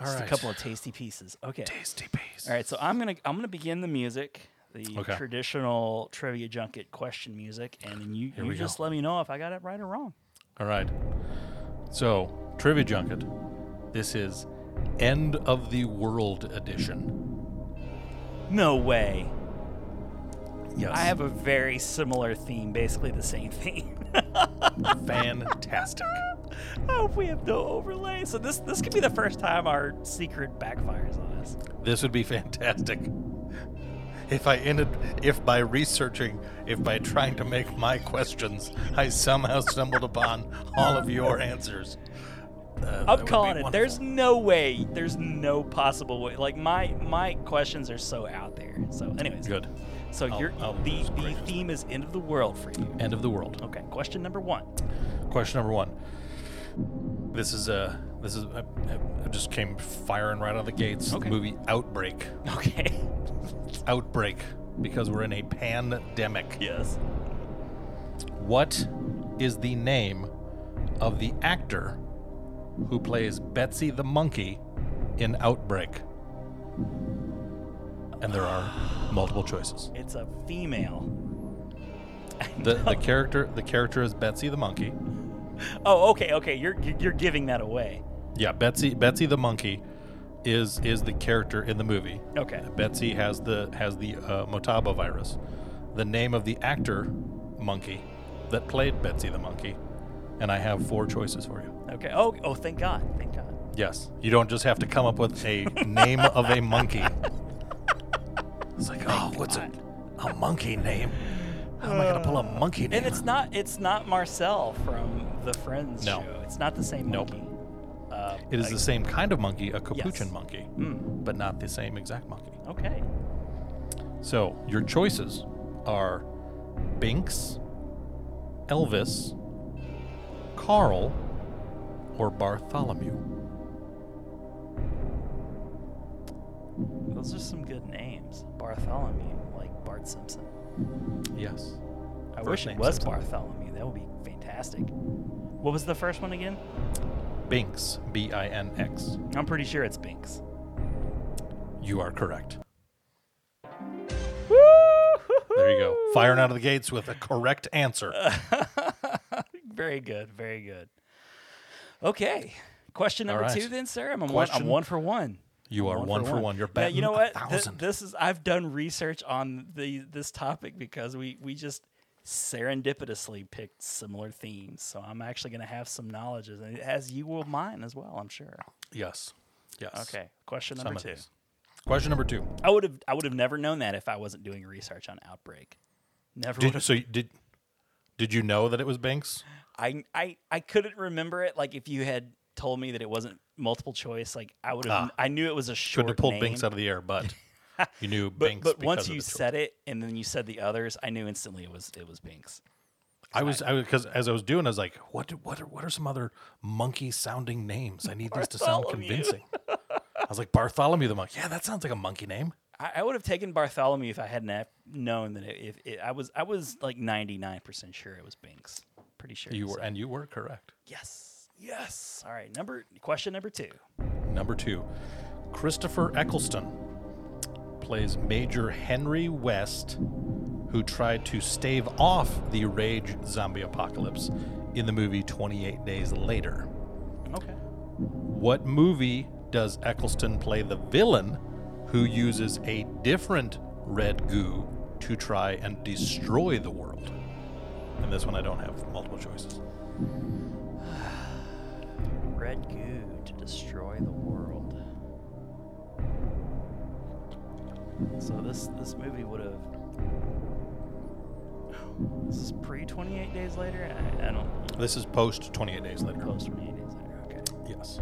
A: right.
B: a couple of tasty pieces. Okay.
A: tasty bites.
B: All right. So I'm gonna I'm gonna begin the music, the
A: Okay.
B: traditional trivia junket question music, and then you, you
A: we
B: just
A: go.
B: let me know if I got it right or wrong.
A: All right. So, Trivia Junket. This is End of the World Edition.
B: No way.
A: Yes.
B: I have a very similar theme, basically the same *laughs* theme. *laughs*
A: fantastic.
B: oh, we have no overlay. So this this could be the first time our secret backfires on us.
A: this would be fantastic. If I ended, if by researching, if by trying to make my questions, I somehow stumbled upon all of your answers. uh, that would
B: I'm
A: be
B: calling it.
A: wonderful.
B: There's no way. There's no possible way. Like my my questions are so out there. So, anyways,
A: good.
B: So
A: I'll-
B: your
A: I'll
B: the,
A: just
B: the
A: correct it.
B: theme is end of the world for you.
A: End of the world.
B: Okay, question number one. *laughs*
A: Question number one. This is uh, this is I, I- I just came firing right out of the gates.
B: Okay.
A: The movie Outbreak.
B: Okay.
A: Outbreak because we're in a pandemic.
B: yes.
A: What is the name of the actor who plays Betsy the monkey in Outbreak? And there are multiple choices.
B: It's a female.
A: The the character the character is Betsy the monkey.
B: Oh, okay, okay. You're you're you're giving that away.
A: Yeah, Betsy Betsy the monkey is is the character in the movie.
B: Okay.
A: Betsy has the has the uh, Motaba virus. The name of the actor, monkey, that played Betsy the monkey, and I have four choices for you.
B: Okay. Oh, oh, thank God. Thank God.
A: Yes, you don't just have to come up with a name of a monkey. It's like, oh, what's a, a monkey name? How am I gonna pull a monkey name?
B: And it's not it's not Marcel from the Friends
A: No.
B: show. It's not the same
A: Nope.
B: monkey.
A: It is the same kind of monkey, a capuchin
B: Yes. Mm.
A: monkey, but not the same exact monkey.
B: Hmm. Okay.
A: So your choices are Binks, Elvis, Carl, or Bartholomew.
B: Those are some good names. Bartholomew, like Bart Simpson.
A: Yes.
B: I
A: First
B: wish it
A: name
B: was
A: Simpson.
B: Bartholomew. That would be fantastic. What was the first one again?
A: Binks, B I N X.
B: I'm pretty sure it's Binks.
A: You are correct. There you go. Firing out of the gates with a correct answer.
B: Uh, Very good. Very good. Okay. Question
A: All
B: number
A: right.
B: two, then, sir. I'm, a one, I'm
A: Question-
B: one for one.
A: You are one for one. You're
B: Yeah,
A: batting
B: you know
A: a
B: what? Th-
A: thousand.
B: this is I've done research on the this topic because we we just serendipitously picked similar themes. So I'm actually going to have some knowledge as- as you will mine as well. I'm sure.
A: yes. Yes.
B: Okay. Question
A: Some
B: number
A: of
B: two.
A: these. Question number two.
B: I would have I would have never known that if I wasn't doing research on outbreak. Never would
A: Did,
B: have.
A: so you- did did you know that it was Binks?
B: I, I I couldn't remember it. Like if you had told me that it wasn't multiple choice, like I would have.
A: Ah.
B: I knew it was a short.
A: Couldn't have pulled
B: name,
A: Binks out of the air,
B: *laughs*
A: but you knew
B: But,
A: Binks.
B: but
A: because
B: once
A: of
B: you
A: the choice.
B: said it and then you said the others, I knew instantly it was it was Binks.
A: I was, I was, because as I was doing, I was like, what, do- what, are, what are some other monkey-sounding names? I need these to sound
B: Bartholomew.
A: convincing. I was like, Bartholomew the monkey. Yeah, that sounds like a monkey name.
B: I, I would have taken Bartholomew if I hadn't have known that it, if it, I was I was like ninety nine percent sure it was Binks. Pretty sure
A: You
B: so-
A: were, and you were correct.
B: Yes. Yes. All right. Number question number two.
A: Number two, Christopher Eccleston plays Major Henry West, who tried to stave off the rage zombie apocalypse in the movie 28 Days Later.
B: Okay.
A: What movie does Eccleston play the villain who uses a different red goo to try and destroy the world? And this one I don't have multiple choices.
B: Red goo to destroy the world. So this this movie would have. This is pre 28 days later? I, I don't
A: This is post 28 days later.
B: post 28 days later. Okay.
A: Yes.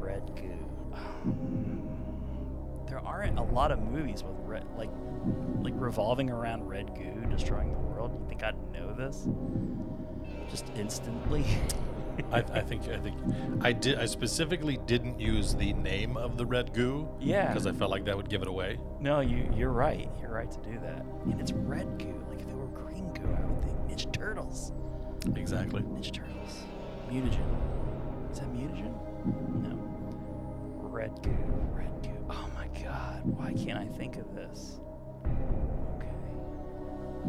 B: Red goo. There aren't a lot of movies with red, like, like revolving around red goo destroying the world. You think I'd know this? Just instantly.
A: I, I think I think I did. I specifically didn't use the name of the red goo.
B: *laughs* Yeah.
A: Because I felt like that would give it away.
B: no, you you're right. You're right to do that. And it's red goo. Like if it were green goo, I would think Ninja Turtles.
A: Exactly.
B: Ninja Turtles. Mutagen. Is that mutagen? No. Red goo. Red goo. Oh my god. Why can't I think of this? Okay.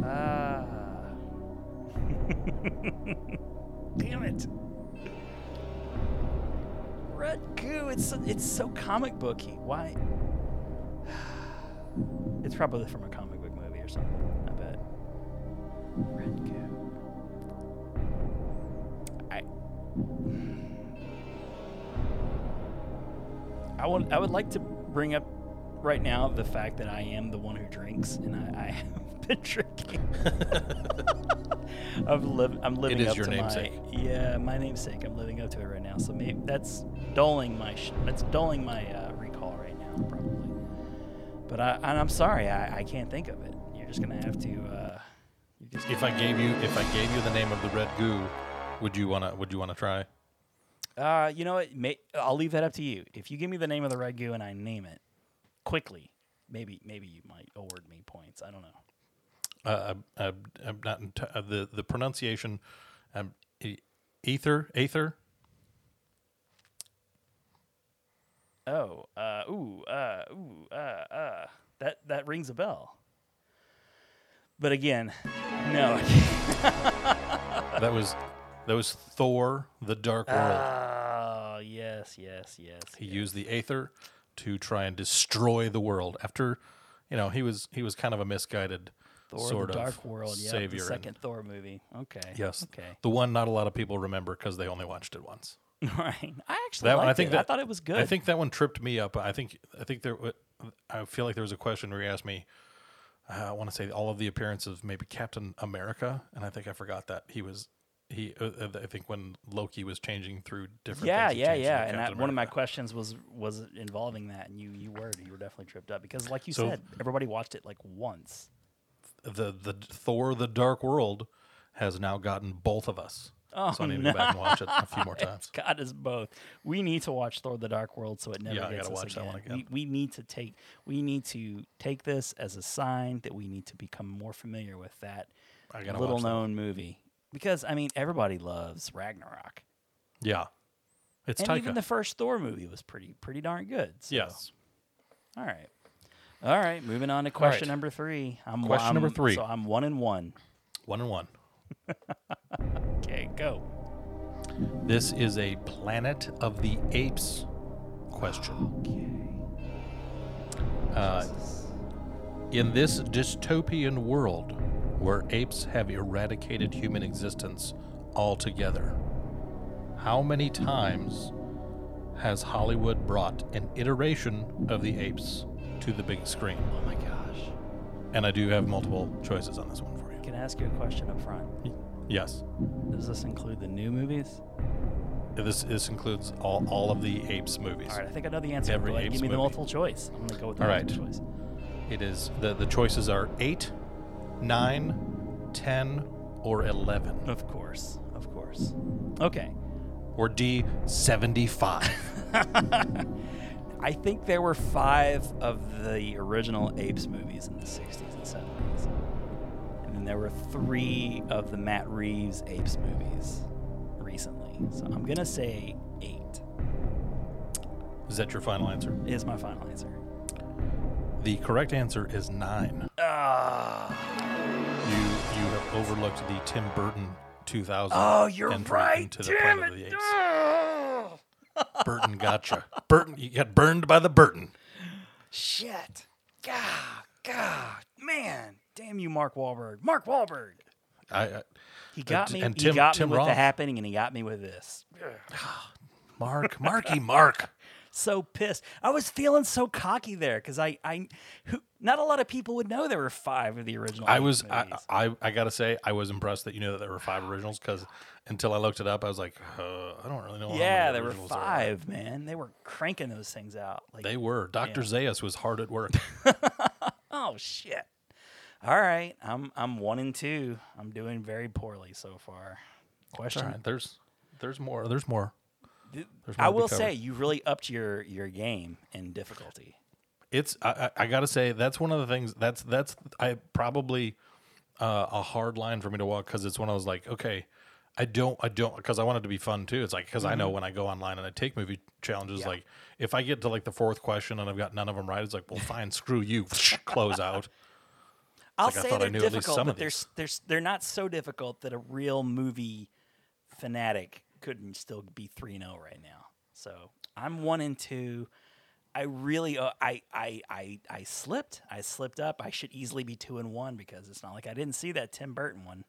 B: Ah. *laughs* Damn it. Red goo. It's so, it's so comic booky. Why? *sighs* It's probably from a comic book movie or something. I bet. Red goo. I I would I would like to bring up right now the fact that I am the one who drinks and I, *laughs* I have been
A: *laughs*
B: drinking. I've liv- I'm living
A: is
B: up
A: your
B: to
A: namesake.
B: my yeah my namesake. I'm living up to it right now. So maybe that's dulling my sh- that's dulling my uh, recall right now probably. But I and I'm sorry I, I can't think of it. You're just gonna have to. Uh, you're just
A: If I gave you if I gave you the name of the red goo, would you wanna would you wanna try?
B: Uh, you know what? May, I'll leave that up to you. If you give me the name of the red goo and I name it quickly, maybe maybe you might award me points. I don't know.
A: Uh, I, I, I'm not enti- uh, the the pronunciation. Um, e- ether ether.
B: Oh, uh, ooh, uh, ooh, uh, uh. That that rings a bell. But again, no. *laughs*
A: That was that was Thor the Dark
B: Ah.
A: World.
B: oh yes, yes, yes.
A: He used the aether to try and destroy the world. After, you know, he was he was kind of a misguided
B: Thor:
A: sort
B: The
A: of
B: Dark World. Yeah,
A: savior.
B: the
A: and-
B: second Thor movie. Okay.
A: yes,
B: Okay. *laughs*
A: the one not a lot of people remember because they only watched it once.
B: All right. I actually
A: That one,
B: liked
A: I think
B: it. I
A: that-
B: thought it was good.
A: I think that one tripped me up. I think I think there. wa- I feel like there was a question where he asked me. Uh, I want to say all of the appearances of maybe Captain America, and I think I forgot that he was he. Uh, uh, I think when Loki was changing through different.
B: yeah,
A: things, he
B: yeah,
A: changed into
B: yeah. And
A: Captain
B: that, one of my
A: America.
B: questions was was involving that, and you you were you were definitely tripped up because, like you
A: So-
B: said, everybody watched it like once.
A: the the Thor: The Dark World has now gotten both of us. Oh, so I need to go back and watch it a few
B: *laughs*
A: more times.
B: God is both. We need to watch Thor: The Dark World so it never
A: Yeah, I
B: gets
A: gotta
B: us
A: watch that
B: again.
A: one again.
B: We, we need to take we need to take this as a sign that we need to become more familiar with that
A: I gotta
B: little
A: watch that
B: known movie because I mean everybody loves Ragnarok,
A: Yeah, it's
B: and even
A: Taika.
B: the first Thor movie was pretty pretty darn good. So.
A: yes,
B: All right. All right. Moving on to question
A: right.
B: number three. I'm,
A: Question
B: I'm-
A: number three.
B: So I'm one and one.
A: one and one.
B: Okay, go.
A: This is a Planet of the Apes question. Uh, in this dystopian world where apes have eradicated human existence altogether, how many times has Hollywood brought an iteration of the apes to the big screen?
B: Oh my gosh.
A: And I do have multiple choices on this one for you.
B: Can I ask you a question up front?
A: Yes.
B: Does this include the new movies?
A: This, this includes all, all of the apes movies.
B: All right, I think I know the answer.
A: Every
B: Go ahead,
A: Apes
B: give me the
A: movie.
B: multiple choice. I'm gonna go with the
A: All right.
B: multiple choice.
A: It is the the choices are eight, nine, ten, or eleven,
B: Of course, of course. Okay.
A: or D seventy five.
B: *laughs* I think there were five of the original Apes movies in the 60s and 70s. And then there were three of the Matt Reeves Apes movies recently. So I'm going to say eight
A: *laughs* is that your final answer?
B: is my final answer.
A: The correct answer is nine. Ah. You you have overlooked the Tim Burton two thousand.
B: Oh, you're
A: entry
B: right.
A: Into the
B: Damn
A: Planet of
B: it. Ah.
A: the Apes. Burton gotcha. *laughs* Burton, you got burned by the Burton.
B: Shit. God, God, man. Damn you, Mark Wahlberg. Mark Wahlberg.
A: I, I
B: He got
A: t-
B: me.
A: and
B: he
A: Tim-
B: got
A: Tim
B: me with
A: Roth.
B: the happening, and he got me with this. *laughs*
A: Mark Marky Mark.
B: so pissed. I was feeling so cocky there because I, I, who, not a lot of people would know there were five of the original.
A: I
B: Elvis
A: was I,
B: movies.
A: I I gotta say I was impressed that you knew that there were five originals because until I looked it up I was like uh, I don't really know. how
B: yeah,
A: many
B: there were
A: originals are.
B: five, man. They were cranking those things out. Like,
A: They were. Doctor Zayas was hard at
B: *laughs*
A: work.
B: oh shit. All right, I'm I'm one and two. I'm doing very poorly so far.
A: All
B: Question.
A: right, there's there's more. There's more. There's more
B: I
A: to be
B: will
A: covered.
B: say you really upped your your game in difficulty.
A: it's I, I I gotta say that's one of the things that's that's I probably uh, a hard line for me to walk because it's when I was like okay I don't I don't because I want it to be fun too it's like because I know
B: Mm-hmm.
A: when I go online and I take movie challenges like if I get to like the fourth question and I've got none of them right it's like well fine screw you *laughs* close out
B: I'll
A: like I
B: say
A: thought I
B: they're
A: knew at least
B: difficult,
A: some
B: but
A: of
B: they're,
A: these.
B: s- they're s- they're not so difficult that a real movie fanatic couldn't still be three and zero right now. So I'm one and two. I really uh, I, I I I slipped. I slipped up. I should easily be two and one because it's not like I didn't see that Tim Burton one.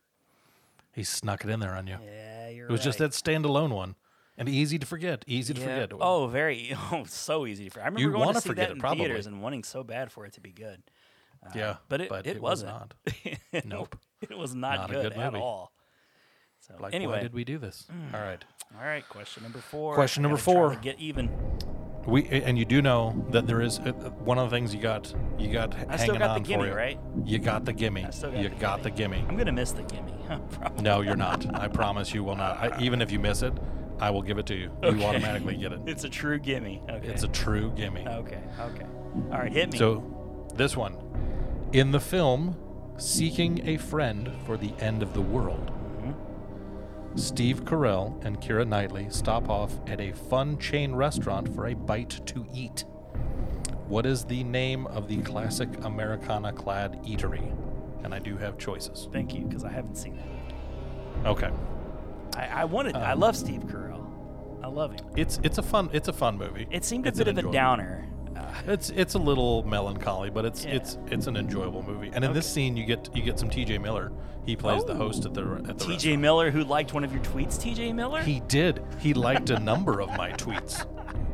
A: he snuck it in there on you
B: Yeah, you're.
A: it was just that standalone one and easy to forget easy to forget
B: Oh, very. *laughs* Oh, so easy for. I remember
A: You
B: going
A: wanna
B: to see
A: forget
B: that
A: it,
B: in
A: probably.
B: theaters and wanting so bad for it to be good. *laughs*
A: yeah
B: but it- it
A: was
B: wasn't.
A: not
B: *laughs* nope, it was not,
A: Not a
B: good,
A: good
B: at
A: movie.
B: all. So
A: like
B: anyway,
A: why did we do this
B: Mm.
A: all right.
B: All right, question number four.
A: Question
B: I
A: number
B: gotta try
A: four.
B: to get even.
A: We and you do know that there is uh, uh, one of the things you got you got h-
B: I
A: hanging
B: still got the
A: on
B: gimme,
A: for you.
B: right?
A: You got the gimme.
B: I still got
A: you
B: the
A: got the gimme.
B: I'm gonna miss the gimme. *laughs* Probably.
A: No, you're not. I promise you will not. I, even if you miss it, I will give it to you. You
B: Okay.
A: automatically get it.
B: *laughs* It's a true gimme. Okay.
A: It's a true gimme.
B: okay. Okay. All right, hit me.
A: So, this one in the film "Seeking a Friend for the End of the World."
B: Mm-hmm.
A: Steve Carell and Kira Knightley stop off at a fun chain restaurant for a bite to eat. What is the name of the classic Americana clad eatery? And I do have choices.
B: Thank you, because I haven't seen that. movie.
A: Okay.
B: I, I wanted.
A: Um,
B: I love Steve Carell. I love him.
A: It's it's a fun it's a fun movie.
B: It seemed a
A: It's
B: bit
A: an
B: of a
A: enjoyable-
B: downer. Uh,
A: It's it's a little melancholy, but it's
B: Yeah.
A: it's it's an enjoyable movie. And in this scene you get you get some TJ Miller. He plays
B: Oh.
A: the host at the re- at the
B: T.J. Miller, who liked one of your tweets. T.J. Miller,
A: He did. He liked
B: *laughs*
A: a number of my tweets.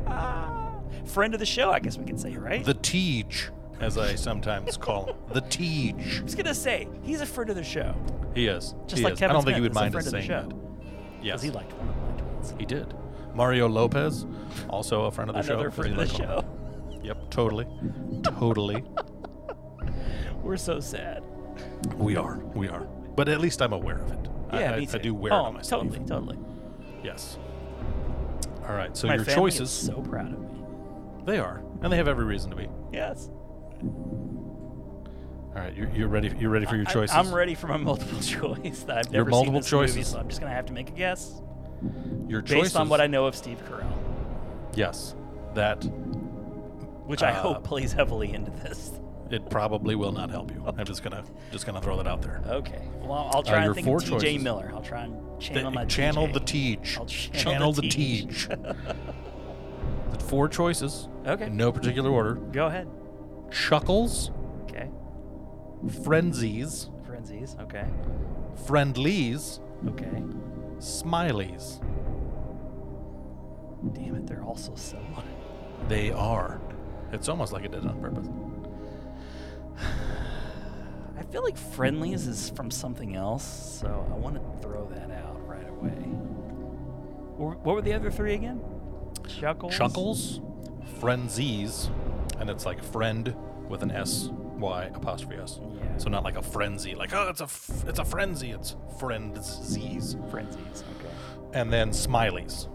B: Ah. friend of the show. I guess we can say right.
A: The Teej, as I sometimes call him. The Teej.
B: I was gonna say he's a friend of the show.
A: He is.
B: Just
A: he
B: like
A: is.
B: Kevin
A: I don't think he
B: Smith
A: would
B: is a
A: mind us
B: friend of the
A: saying
B: show.
A: that.
B: 'Cause
A: Yes,
B: he liked one of my tweets.
A: he did. Mario Lopez, also a friend of the show.
B: Another
A: 'cause he
B: friend of the
A: liked him.
B: show.
A: Yep, totally,
B: *laughs*
A: totally.
B: We're so sad.
A: we are, we are. But at least I'm aware of it. I-
B: Yeah,
A: I,
B: me too.
A: I do wear it
B: oh,
A: on my sleeve.
B: totally, totally.
A: Yes. All right. So
B: my
A: your
B: family
A: choices,
B: is so proud of me.
A: they are, and they have every reason to be.
B: Yes.
A: All right, you're, you're ready. You're ready for your
B: I-
A: choices.
B: I'm
A: *laughs*
B: ready for my multiple choice. That I've never
A: Your multiple
B: seen this movie,
A: choices.
B: so I'm just gonna have to make a guess
A: Your
B: based
A: choices.
B: on what I know of Steve Carell,
A: Yes, that
B: which I
A: Uh,
B: hope plays heavily into this.
A: it probably will not help you. I'm just gonna just gonna throw that out there.
B: Okay. Well, I'll, I'll try
A: uh, your
B: and think
A: four
B: of T.J.
A: choices.
B: Miller. I'll try and
A: Th-
B: channel my
A: channel
B: TJ.
A: the teach.
B: I'll channel the
A: the teach.
B: *laughs*
A: Four choices.
B: Okay.
A: In no particular order.
B: Go ahead.
A: Chuckles,
B: Okay.
A: frenzies,
B: Frenzies. Okay.
A: friendlies,
B: Okay.
A: smileys.
B: Damn it, they're all so similar.
A: They are. It's almost like it did it on purpose.
B: I feel like Friendlies is from something else, so I want to throw that out right away. Wh- What were the other three again? Chuckles.
A: Chuckles, frenzies, and it's like friend with an S Y apostrophe S.
B: Yeah.
A: So not like a frenzy, like oh, it's a f- it's a frenzy. It's frenzies,
B: Frenzies. Okay.
A: and then smileys.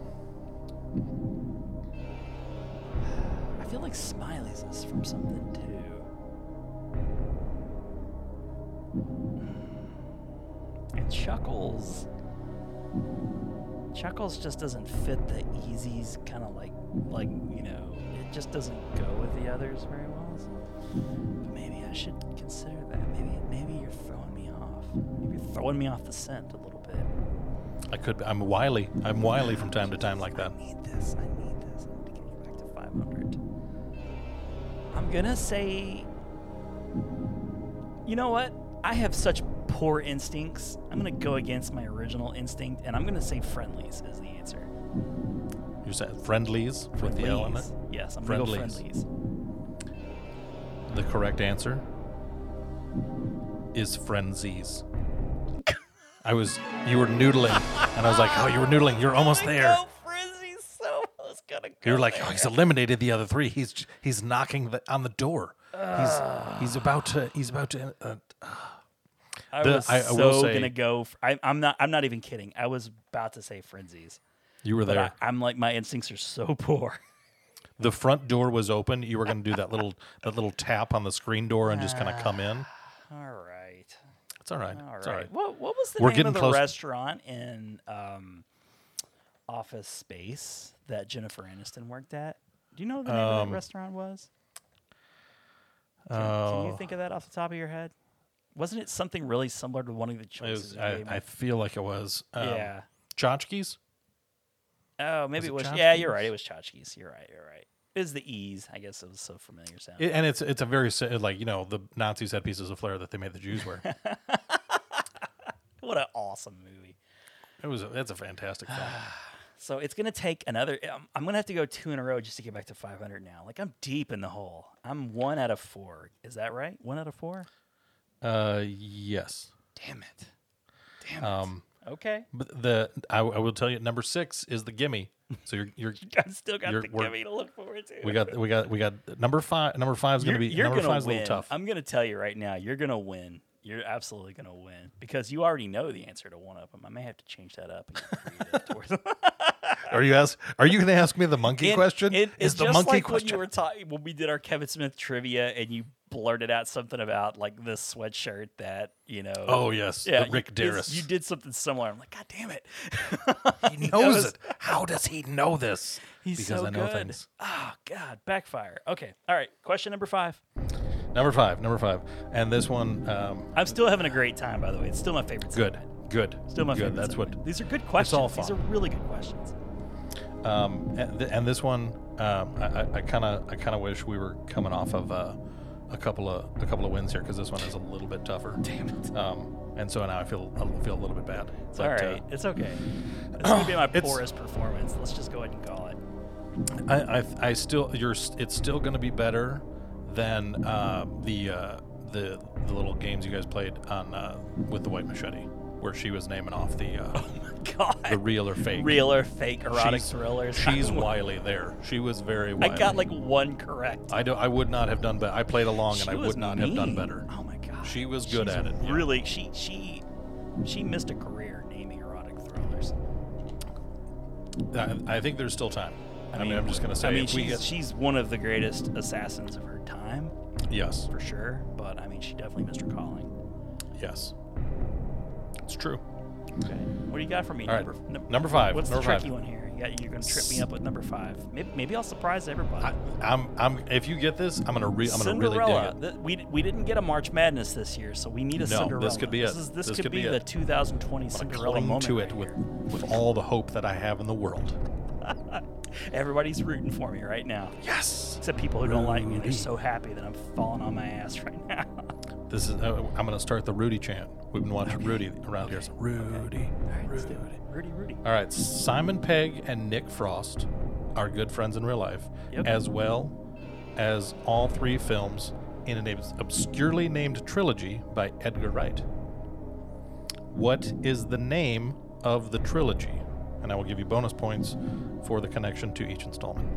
B: I feel like Smiley's is from something too. And Chuckles. Chuckles just doesn't fit the easy's kind of like, like you know, it just doesn't go with the others very well. So but maybe I should consider that. Maybe, maybe you're throwing me off. Maybe you're throwing me off the scent a little bit.
A: I could. I'm wily. I'm wily from time to time like that.
B: I need this. I need this. I need to get back to 500. I'm gonna say. You know what? I have such poor instincts. I'm gonna go against my original instinct, and I'm gonna say friendlies is the answer.
A: You said friendlies with the L in it.
B: Friendlies. Yes, I'm going to go
A: Friendlies.
B: friendlies.
A: The correct answer is
B: *laughs*
A: frenzies. I was, you were noodling, and I was like, oh, you were noodling. You're almost there.
B: Oh, Frizzy's so almost gonna go.
A: You're like, oh, he's eliminated the other three. He's he's knocking the, on the door. He's he's about to he's about to. Uh,
B: I
A: the-
B: was
A: I- I
B: so
A: will say-
B: gonna go. f- I, am not. I'm not even kidding. I was about to say frenzies,
A: you were
B: but
A: there.
B: I, I'm like my instincts are so *laughs* poor.
A: the front door was open. You were going to do that little that little tap on the screen door and just kind of come in.
B: All right.
A: It's all right.
B: All right.
A: it's all right.
B: What What was the
A: We're
B: name
A: getting
B: of the
A: close.
B: restaurant in um, Office Space that Jennifer Aniston worked at? Do you know what the name
A: Um,
B: of that restaurant was? Can,
A: Oh,
B: can you think of that off the top of your head? Wasn't it something really similar to one of the
A: It
B: choices?
A: was,
B: you
A: I,
B: gave me?
A: I feel like it was. Um,
B: yeah.
A: Tchotchkes?
B: Oh, maybe it
A: was
B: was.
A: it
B: yeah, you're right.
A: Tchotchkes?
B: It was Tchotchkes. You're right. You're right. It was the E's. I guess it was so familiar sound.
A: It- and it's it's a very si- like you know the Nazis had pieces of flair that they made the Jews wear.
B: what an awesome movie.
A: it was a, that's a fantastic film.
B: So it's gonna take another. um, I'm, I'm gonna have to go two in a row just to get back to 500 now. Like I'm deep in the hole. I'm one out of four. Is that right? One out of four.
A: Uh, yes. Um,
B: Damn it. Damn it. okay. *laughs*
A: But the I, I will tell you number six is the gimme. So you're you're
B: I still got
A: you're-
B: the
A: we're-
B: gimme to look forward to.
A: we got we got we got number five. Number five is going to
B: You're,
A: be
B: you're
A: number
B: gonna
A: five is a
B: win.
A: little tough.
B: I'm gonna tell you right now. You're gonna win. You're absolutely gonna win because you already know the answer to one of them. I may have to change that up. And
A: *laughs*
B: read it towards-
A: Are you ask Are you going to ask me the monkey
B: It-
A: question?
B: it-
A: is
B: it's
A: the
B: just
A: monkey
B: like
A: question?
B: when you were talking when we did our Kevin Smith trivia and you blurted out something about like this sweatshirt that you know.
A: *laughs* oh yes,
B: yeah,
A: the Rick
B: you- it's-
A: Darris.
B: You did something similar. I'm like, God damn it!
A: he knows it. How does he know this?
B: He's
A: because
B: so
A: I know
B: good.
A: things.
B: Oh God, backfire. Okay, all right. Question number five.
A: Number five, number five, and this one. Um,
B: I'm still having a great time, by the way. It's still my favorite.
A: good,
B: segment.
A: good,
B: Still my
A: good.
B: favorite.
A: That's what
B: segment. These are good questions.
A: all
B: These are
A: fun.
B: really good questions.
A: Um, and, th- and this one, um, I kind of, I kind of wish we were coming off of uh, a couple of a couple of wins here because this one is a little bit tougher. Damn it. Um, and so now I feel I feel a little bit bad.
B: It's
A: But,
B: all
A: uh,
B: right. it's okay. It's gonna be
A: *clears throat*
B: my
A: It's-
B: poorest performance. Let's just go ahead and call it. *laughs*
A: I, I, I still, you're, s- it's still going to be better than uh, the uh, the the little games you guys played on uh, with the white machete, where she was naming off the
B: *laughs*
A: uh,
B: God.
A: the real or fake.
B: Oh real or fake erotic
A: She's-
B: thrillers. *laughs*
A: She's wily there. She was very
B: I
A: wily.
B: got like one correct.
A: I, do, I would not have done better. I played along
B: She
A: and I
B: was
A: would not have done
B: mean.
A: better.
B: Oh my god.
A: She was good
B: She's
A: at it, yeah.
B: Really, she she she missed a career naming erotic thrillers.
A: I, I think there's still time. I, mean, I'm just going to say
B: I mean,
A: if we
B: she's,
A: get-
B: she's one of the greatest assassins of her time,
A: yes,
B: for sure. But I mean, she definitely missed her calling.
A: yes. It's true.
B: Okay. What do you got for me?
A: All right.
B: Number, num-
A: Number five,
B: What's
A: number
B: the
A: five.
B: tricky one here? You got, you're going to trip me up with number five. Maybe, maybe I'll surprise everybody.
A: I, I'm I'm if you get this, I'm going to re- I'm going to really dig
B: Cinderella.
A: it.
B: Th- we, we didn't get a March Madness this year, so we need
A: No,
B: a
A: this
B: Cinderella.
A: could be
B: This,
A: it.
B: is, this,
A: This
B: could,
A: could
B: be,
A: be
B: the
A: it.
B: 2020
A: I'm gonna
B: Cinderella
A: cling
B: moment.
A: to
B: right
A: it with
B: here.
A: with all the hope that I have in the world.
B: Everybody's rooting for me right now,
A: Yes.
B: except people who don't like me. They're
A: Rudy.
B: so happy that I'm falling on my ass right now. *laughs*
A: This is uh, I'm going to start the Rudy chant. We've been watching Rudy around here. So Rudy. Rudy.
B: Rudy, Rudy.
A: All right, Simon Pegg and Nick Frost are good friends in real life,
B: Yep.
A: as well as all three films in an obs- obscurely named trilogy by Edgar Wright. What is the name of the trilogy? And I will give you bonus points for the connection to each installment.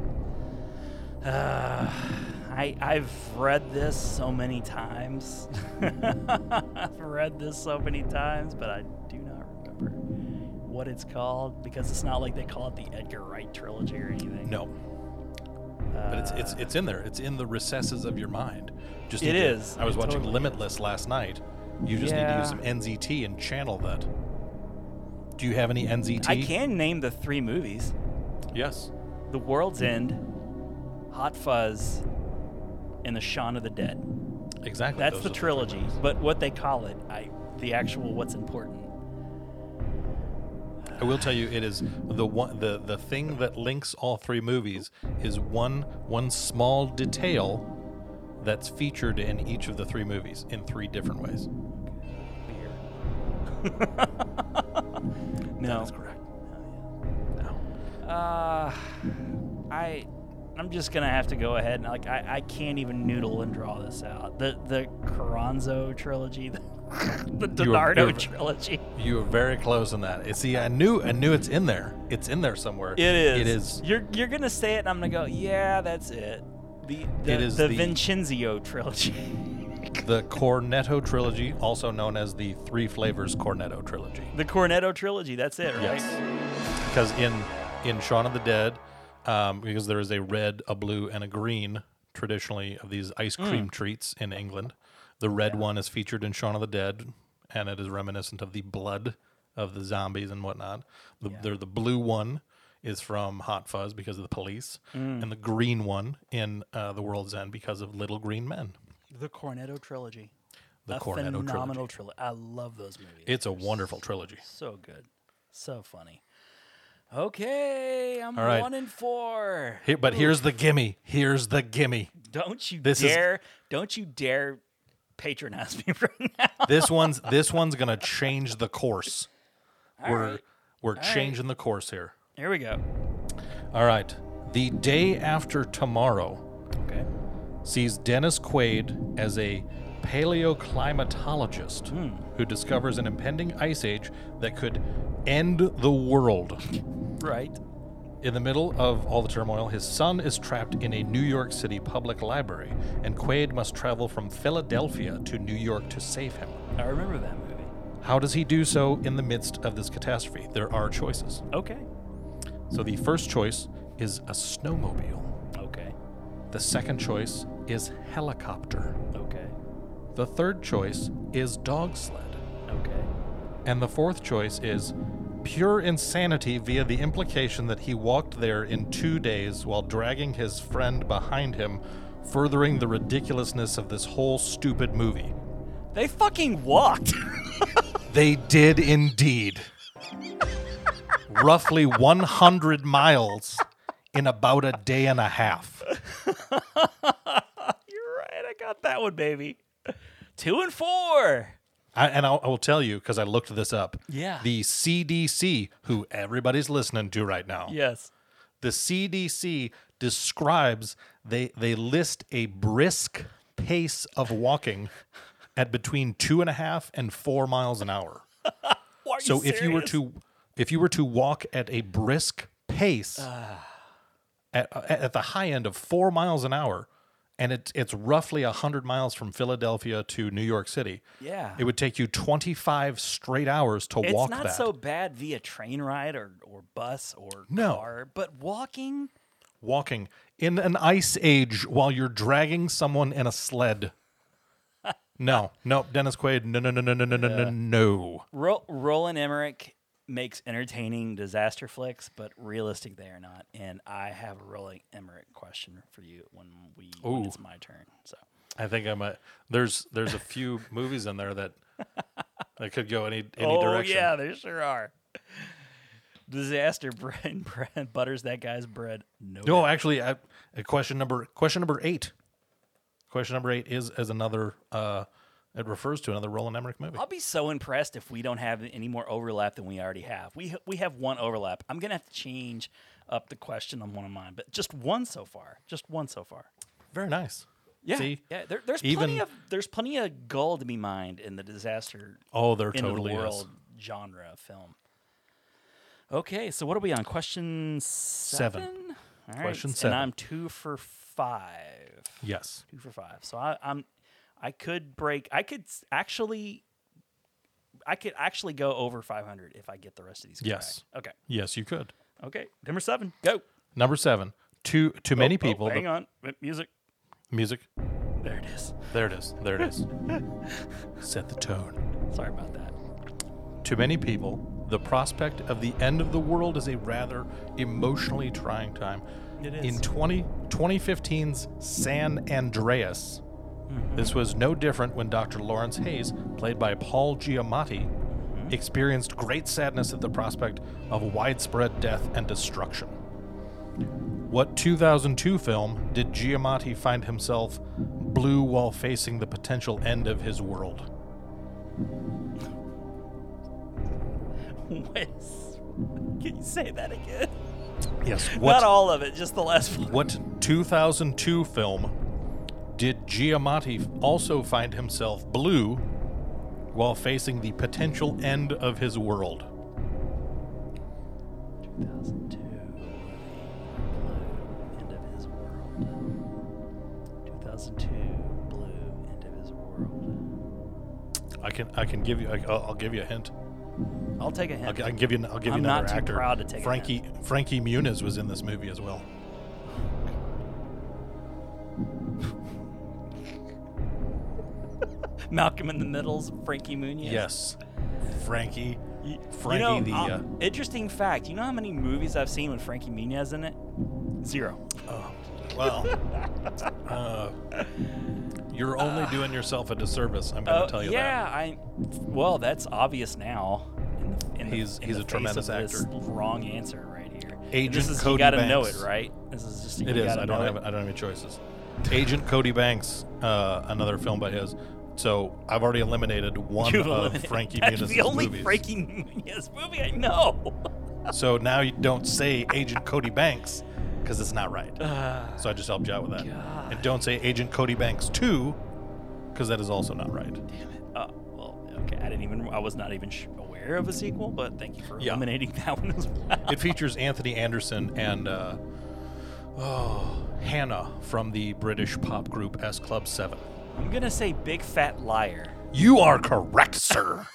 B: Uh, I I've read this so many times. *laughs* I've read this so many times, but I do not remember what it's called because it's not like they call it the Edgar Wright trilogy or anything. Uh,
A: No, but it's it's it's in there. It's in the recesses of your mind. Just
B: It
A: need to-
B: is.
A: I was
B: It
A: watching
B: totally
A: Limitless last night. You just need to
B: Yeah.
A: use some NZT and channel that. Do you have any NZT?
B: I can name the three movies:
A: Yes.
B: The World's End, Hot Fuzz, and The Shaun of the Dead.
A: Exactly.
B: That's
A: those
B: the
A: are
B: trilogy,
A: trilogies.
B: but what they call it, I the actual what's important.
A: I will tell you, it is the one the the thing that links all three movies is one one small detail that's featured in each of the three movies in three different ways.
B: Beer. no.
A: correct.
B: Oh, yeah.
A: No.
B: Uh, I, I'm just gonna have to go ahead and like I, I can't even noodle and draw this out. The the Carranzo trilogy, *laughs* the, the
A: You were-
B: Donardo
A: you were-
B: trilogy.
A: You were very close on that. See, I knew, I knew it's in there. It's in there somewhere.
B: It is.
A: It is.
B: You're you're gonna say it, and I'm gonna go. Yeah, that's it. The the,
A: It is
B: the,
A: the-
B: Vincenzio trilogy. *laughs*
A: The Cornetto trilogy, also known as the Three Flavors Cornetto trilogy,
B: The Cornetto trilogy. That's it, right?
A: because in in Shaun of the Dead, um, because there is a red, a blue, and a green traditionally of these ice cream treats in England. The red one is featured in Shaun of the Dead, and it is reminiscent of the blood of the zombies and whatnot. The, the, the blue one is from Hot Fuzz because of the police, and the green one in uh, The World's End because of Little Green Men.
B: The Cornetto trilogy.
A: The
B: A
A: Cornetto trilogy.
B: phenomenal trilogy. I love those movies.
A: It's a wonderful trilogy.
B: So good. So funny. Okay, I'm
A: All right.
B: one in four.
A: Here, but here's the gimme. Here's the gimme.
B: Don't you
A: This is-
B: dare! Don't you dare patronize me *laughs* right now.
A: This one's this one's gonna change the course. we're
B: right.
A: we're changing the course here.
B: Here we go.
A: All right. The day after tomorrow
B: Okay.
A: sees Dennis Quaid as a paleoclimatologist
B: Hmm.
A: who discovers an impending ice age that could end the world.
B: Right.
A: In the middle of all the turmoil, his son is trapped in a New York City public library, and Quaid must travel from Philadelphia to New York to save him.
B: I remember that movie.
A: How does he do so in the midst of this catastrophe? There are choices.
B: Okay.
A: So the first choice is a snowmobile.
B: Okay.
A: The second choice is helicopter.
B: Okay.
A: The third choice is dog sled.
B: Okay.
A: And the fourth choice is pure insanity via the implication that he walked there in two days while dragging his friend behind him, furthering the ridiculousness of this whole stupid movie.
B: They fucking walked. *laughs*
A: They did indeed. Roughly 100 miles in about a day and a half.
B: You're right. I got that one, baby. Two and four.
A: I, and I'll, I will tell you because I looked this up.
B: Yeah.
A: The CDC, who everybody's listening to right now,
B: Yes.
A: the CDC describes they they list a brisk pace of walking at between two and a half and four miles an hour.
B: Why are
A: So if you were
B: serious?
A: to if you were to walk at a brisk pace
B: Ah.
A: at, at at the high end of four miles an hour, and it, it's roughly hundred miles from Philadelphia to New York City.
B: Yeah.
A: it would take you twenty five straight hours to
B: it's
A: walk
B: not
A: that.
B: so bad via train ride or, or bus or
A: No.
B: car, but walking.
A: walking in an ice age while you're dragging someone in a
B: *laughs*
A: sled. No, no, Dennis Quaid. No, no, no, no, no, no, no, no, no.
B: Ro- Roland Emmerich makes entertaining disaster flicks, but realistic they are not. And I have a Roland Emmerich question for you when we when
A: Ooh.
B: it's my turn. So
A: I think I'm a. There's there's a
B: *laughs*
A: few movies in there that that could go any any
B: oh
A: direction.
B: yeah, there sure are. Disaster bread, *laughs* bread butters that guy's bread. No,
A: No, actually, I, uh, question number question number eight. Question number eight is as another. uh It refers to another Roland Emmerich movie.
B: I'll be so impressed if we don't have any more overlap than we already have. We we have one overlap. I'm gonna have to change up the question on one of mine, but just one so far. Just one so far.
A: Very nice.
B: Yeah,
A: See?
B: yeah. There, there's
A: even-
B: plenty of there's plenty of gold to be mined in the disaster
A: Oh, there
B: end
A: totally
B: of the
A: is.
B: world genre of film. Okay, so what are we on? Question seven. All right,
A: Question
B: and
A: seven.
B: I'm two for five.
A: Yes.
B: Two for five. So I, I'm, I could break. I could s- actually, I could actually go over 500 if I get the rest of these.
A: Yes.
B: correct.
A: Yes, you could.
B: Okay. Okay. Number seven. Go.
A: Number seven. Too too many
B: Oh, oh,
A: people. the
B: hang on. M- Music.
A: Music.
B: There it is.
A: There it is. There it
B: *laughs*
A: is. Set the tone.
B: Sorry about that.
A: To many people, the prospect of the end of the world is a rather emotionally trying time.
B: It
A: In 20, 2015's San Andreas,
B: Mm-hmm.
A: this was no different when Dr. Lawrence Hayes, played by Paul Giamatti,
B: Mm-hmm.
A: experienced great sadness at the prospect of widespread death and destruction. What 2002 film did Giamatti find himself blue while facing the potential end of his world?
B: *laughs* Wait. Can you say that again?
A: Yes. What
B: Not all of it, just the last one.
A: what 2002 film did Giamatti also find himself blue while facing the potential end of his world?
B: 2002. Blue, end of his world. 2002. Blue, end of his world.
A: I can I can give you I, I'll I'll give you a hint.
B: I'll take a hint.
A: I'll, gi- I can give you I'll give you
B: I'm
A: another
B: not too
A: actor.
B: proud to take a
A: Frankie Frankie Muniz was in this movie as well.
B: Malcolm in the Middle's Frankie Muniz.
A: Yes. Frankie.
B: Y- you
A: Frankie
B: know,
A: the,
B: uh,
A: uh,
B: interesting fact. You know how many movies I've seen with Frankie Muniz in it? Zero.
A: oh,
B: *laughs*
A: Well, uh, you're only doing yourself a disservice. I'm going to
B: Oh,
A: tell you
B: yeah,
A: that.
B: I. Well, that's obvious now. In the, in the-
A: He's-
B: in
A: he's
B: the
A: a
B: face
A: tremendous
B: of this
A: actor.
B: Wrong answer right here. And
A: Agent
B: this is,
A: Cody
B: You gotta know it,
A: Banks.
B: right? This is just. You
A: It is.
B: gotta
A: I don't
B: know
A: have.
B: *laughs* it.
A: I don't have any choices. Agent Cody Banks, uh, another film by his. So I've already eliminated one
B: You've
A: of
B: eliminated-
A: Frankie
B: *laughs* That's
A: Muniz's
B: the only
A: movies.
B: Frankie Muniz movie I know. *laughs*
A: So now you don't say Agent Cody Banks because it's not right.
B: Uh,
A: so I just helped you out with that. And don't say Agent Cody Banks two because that is also not right.
B: Uh, well, okay. I didn't even. I was not even sh- aware of a sequel, but thank you for
A: Yeah.
B: eliminating that one as well. *laughs*
A: it features Anthony Anderson and uh, oh, Hannah from the British pop group S Club 7.
B: I'm gonna say big fat liar.
A: You are correct, sir.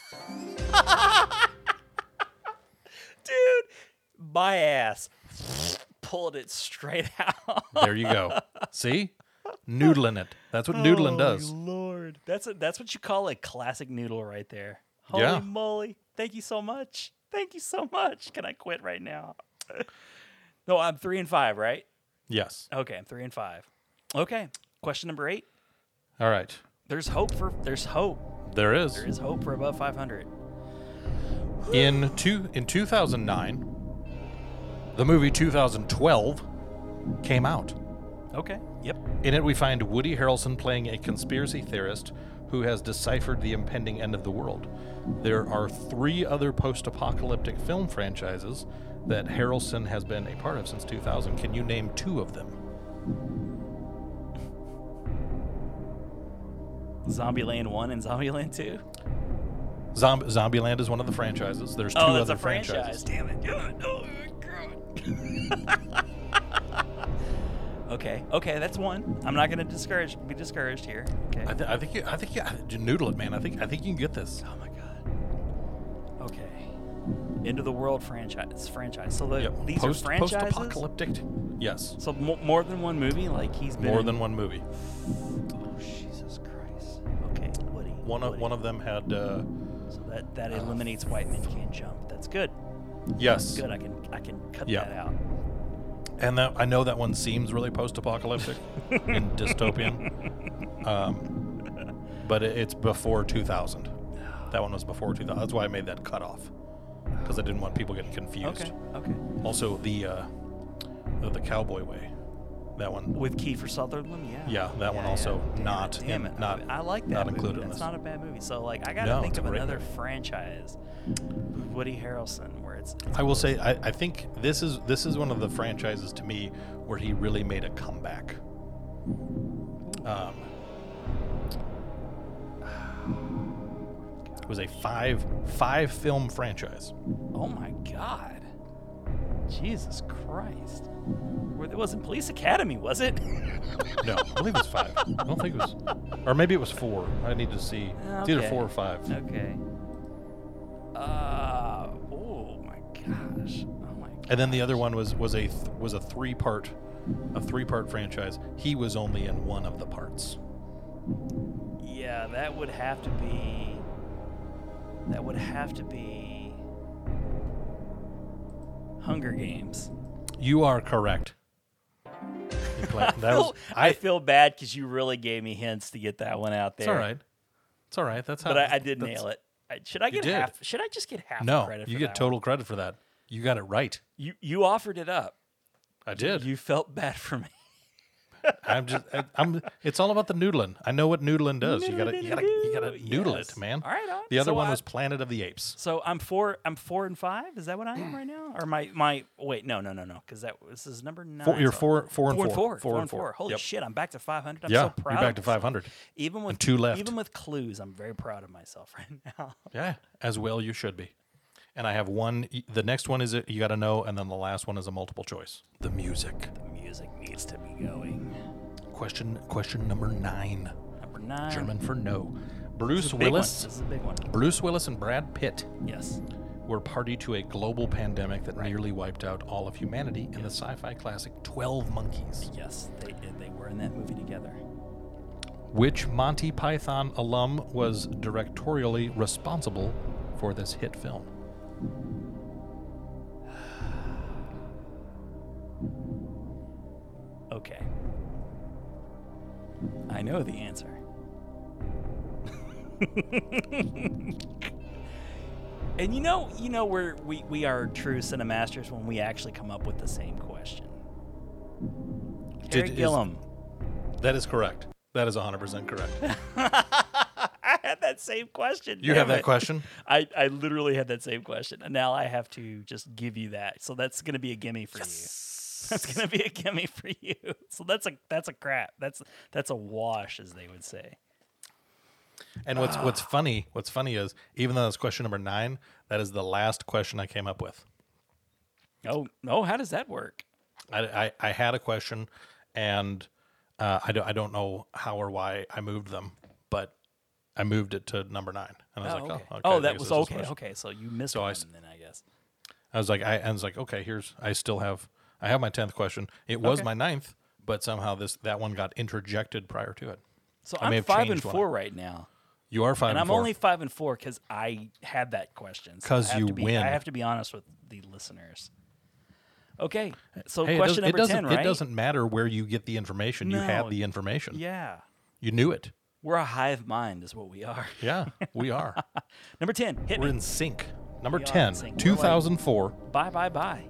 B: dude, my ass *laughs* pulled it straight *laughs* out.
A: there you go. See? Noodling it. That's what
B: Oh,
A: noodling does.
B: Lord, that's a, that's what you call a classic noodle right there. Holy
A: Yeah.
B: moly! Thank you so much. Thank you so much. Can I quit right now? *laughs* no, I'm three and five, right?
A: Yes.
B: Okay, I'm three and five. Okay, question number eight.
A: All right.
B: There's hope for there's hope.
A: There is.
B: There is hope for above 500.
A: In two in 2009, the movie 2012 came out.
B: Okay. Yep.
A: In it, we find Woody Harrelson playing a conspiracy theorist who has deciphered the impending end of the world. There are three other post apocalyptic film franchises that Harrelson has been a part of since 2000. Can you name two of them?
B: Zombieland one and Zombieland two.
A: Zomb- Zombieland is one of the franchises. There's two
B: Oh, that's
A: other
B: a
A: franchises.
B: franchise. Damn it. *laughs* Yeah, no, God. okay. Okay, that's one. I'm not going to discourage be discouraged here. Okay.
A: I, th- I think you, I think you, I- you noodle it, man. I think I think you can get this.
B: oh my god. Okay. Into the World franchise franchise. So the,
A: Yep.
B: these
A: Post
B: are franchises.
A: apocalyptic. Yes,
B: So mo- more than one movie like he's been
A: more
B: in-
A: than one movie.
B: Oh, Jesus Christ. Okay. Woody.
A: One of
B: Woody.
A: one of them had uh,
B: So that that eliminates white men can't jump. That's good.
A: yes.
B: Good. I can I can cut
A: Yeah.
B: that out.
A: And that I know that one seems really
B: *laughs*
A: post-apocalyptic and dystopian, um, but it, it's before 2000. That one was before 2000. That's why I made that cutoff because I didn't want people getting confused.
B: Okay. Okay.
A: Also, the, uh, the the cowboy way, that one.
B: With Kiefer Sutherland, yeah.
A: Yeah, that one also
B: Damn
A: not
B: it, damn
A: in-
B: it.
A: not-
B: I like that.
A: not
B: movie.
A: included in this.
B: That's not a bad movie. So like, I gotta
A: No,
B: think
A: it's
B: of
A: a great
B: another
A: movie.
B: franchise, with Woody Harrelson, where it's. it's
A: I will say I, I think this is this is one of the franchises to me where he really made a comeback. Um, it was a five five film franchise.
B: oh my god, Jesus Christ! Where it wasn't Police Academy, was it? *laughs*
A: No, I believe it was five. I don't think it was, or maybe it was four. I need to see. It's either
B: Okay.
A: four or five.
B: okay. Uh. Oh my gosh. Oh my.
A: And then the other one was was a th- was a three part, a three part franchise. He was only in one of the parts.
B: Yeah, that would have to be. That would have to be. Hunger Games.
A: You are correct. He played- that was-
B: I, feel bad because you really gave me hints to get that one out there.
A: It's all right. It's all right. That's how.
B: but I, I did
A: that's-
B: nail it. I, should I get
A: did.
B: half? Should I just get half?
A: No,
B: credit
A: you
B: for
A: get
B: that
A: total
B: One?
A: credit for that. You got it right.
B: You you offered it up.
A: I did.
B: You felt bad for me. *laughs*
A: I'm just, I, am It's all about the noodling. I know what noodling does. You gotta, you gotta, you gotta noodle
B: Yes.
A: it, man.
B: All right, all right.
A: The other
B: So
A: one
B: I-
A: was Planet of the Apes.
B: So I'm four. I'm four and five. Is that what I am right now? Or my my wait? No, no, no, no. Because that this is number nine.
A: Four, you're
B: so-
A: four, four and
B: Four
A: four,
B: and four.
A: Four and
B: Holy
A: Yep.
B: shit! I'm back to 500. I'm
A: Yeah,
B: so proud.
A: you're back
B: of
A: to
B: myself.
A: 500.
B: Even with
A: two left.
B: Even with clues, I'm very proud of myself *laughs* right now.
A: Yeah, as well you should be. And I have one. The next one is a, you got to know, and then the last one is a multiple choice. The music.
B: The music needs to be going.
A: Question. Question number nine.
B: Number nine.
A: German for no. Bruce
B: Big one.
A: Willis.
B: This is a big one.
A: Bruce Willis and Brad Pitt
B: Yes.
A: were party to a global pandemic that nearly wiped out all of humanity in the sci-fi classic Twelve Monkeys.
B: Yes. They eh, they were in that movie together.
A: Which Monty Python alum was directorially responsible for this hit film?
B: Okay. I know the answer. *laughs* and you know, you know, we're we, we are true cinemasters when we actually come up with the same question. Terry
A: Did- is-
B: Gillum.
A: That is correct. That is 100% *laughs* correct.
B: *laughs* I had that same question.
A: You
B: damn
A: have that
B: it.
A: question?
B: I, I literally had that same question, and now I have to just give you that. So that's gonna be a gimme for you. *laughs* That's gonna be a gimme for you. So that's a that's a crap. That's that's a wash, as they would say.
A: And what's what's funny? What's funny is even though it's question number nine, that is the last question I came up with.
B: Oh no, how does that work?
A: I I, I had a question, and uh, I don't I don't know how or why I moved them, but I moved it to number nine, and I was
B: Oh,
A: like,
B: okay.
A: oh, okay,
B: Oh,
A: I
B: that
A: guess
B: was
A: this is
B: okay.
A: question.
B: Okay, so you missed
A: So I
B: one
A: s-
B: then, I guess.
A: I was like, I, I was like, okay, here's I still have I have my tenth question. It was my ninth, but somehow this that one got interjected prior to it.
B: So
A: I may
B: I'm
A: have
B: five and
A: changed one.
B: four right now,
A: You are five,
B: and
A: and,
B: I'm
A: four.
B: only five and four because I had that question. So I
A: 'Cause
B: have
A: you
B: to be,
A: win.
B: I have to be honest with the listeners. Okay, so
A: Hey, it
B: question
A: does- it
B: number
A: doesn't,
B: ten, right?
A: It doesn't matter where you get the information. You
B: No.
A: had the information.
B: Yeah,
A: You knew it.
B: we're a hive mind, is what we are. *laughs*
A: Yeah, we are.
B: Number ten, hit
A: We're
B: me.
A: in sync. Number
B: We are in
A: 10,
B: sync. We're like-
A: 2004.
B: Bye, bye, bye.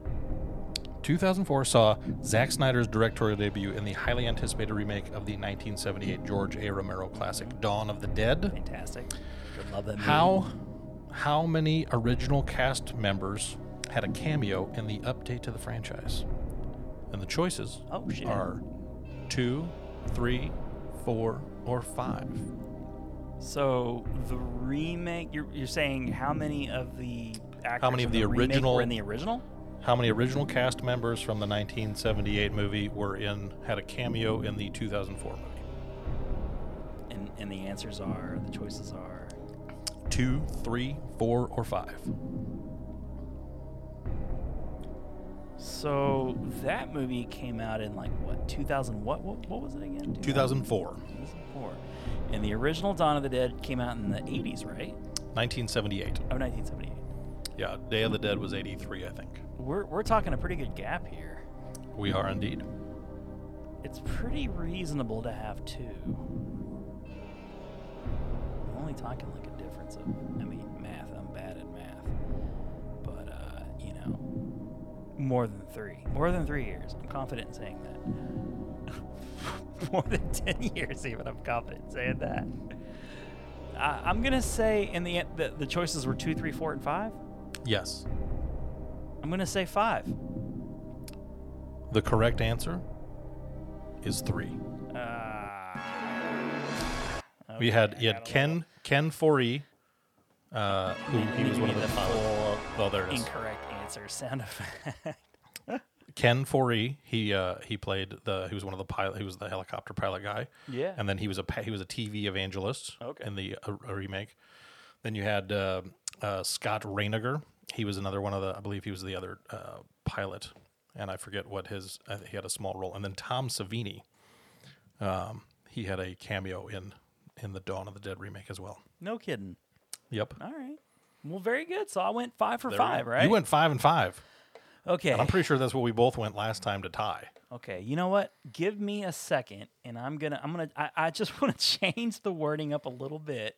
A: 2004 saw Zack Snyder's directorial debut in the highly anticipated remake of the 1978 George A. Romero classic Dawn of the Dead.
B: Fantastic. Would love that. Movie.
A: How how many original cast members had a cameo in the update to the franchise? And the choices
B: Oh, shit.
A: are two, three, four, or five.
B: So the remake, you're, you're saying how many of the actors
A: many of
B: in
A: the
B: remake
A: original-
B: were in the original?
A: How many original cast members from the 1978 movie were in had a cameo in the 2004 movie?
B: And and the answers are the choices are
A: Two, three, four, or five.
B: So that movie came out in like what 2000? What what, what was it again?
A: 2004,
B: 2004. And the original Dawn of the Dead came out in the 80s, right?
A: 1978.
B: Oh, 1978.
A: Yeah, Day of the Dead was 83, I think.
B: We're we're talking a pretty good gap here.
A: We are indeed.
B: It's pretty reasonable to have two. We're only talking like a difference of, I mean, math. I'm bad at math, but uh, you know, more than three, more than three years. I'm confident in saying that. *laughs* more than ten years, even. I'm confident in saying that. I, I'm gonna say in the, end- the the choices were two, three, four, and five.
A: Yes.
B: I'm gonna say five.
A: The correct answer is three.
B: Uh,
A: we had you had
B: I got a
A: Ken Ken Foree, uh, who he was one of the four. Well, there it is.
B: incorrect answer sound effect.
A: Ken Foree. He uh, he played the. He was one of the pilot. He was the helicopter pilot guy.
B: Yeah.
A: And then he was a pa- he was a TV evangelist.
B: Okay.
A: In the uh, remake, then you had uh, uh, Scott Reiniger. He was another one of the. I believe he was the other uh, pilot, and I forget what his. I think he had a small role, and then Tom Savini. Um, he had a cameo in in the Dawn of the Dead remake as well.
B: No kidding.
A: Yep.
B: All right. Well, very good. So I went five for
A: There we
B: five,
A: go.
B: right?
A: You went five and five.
B: Okay.
A: And I'm pretty sure that's what we both went last time to tie.
B: Okay. You know what? Give me a second, and I'm gonna. I'm gonna. I, I just *laughs* want to change the wording up a little bit.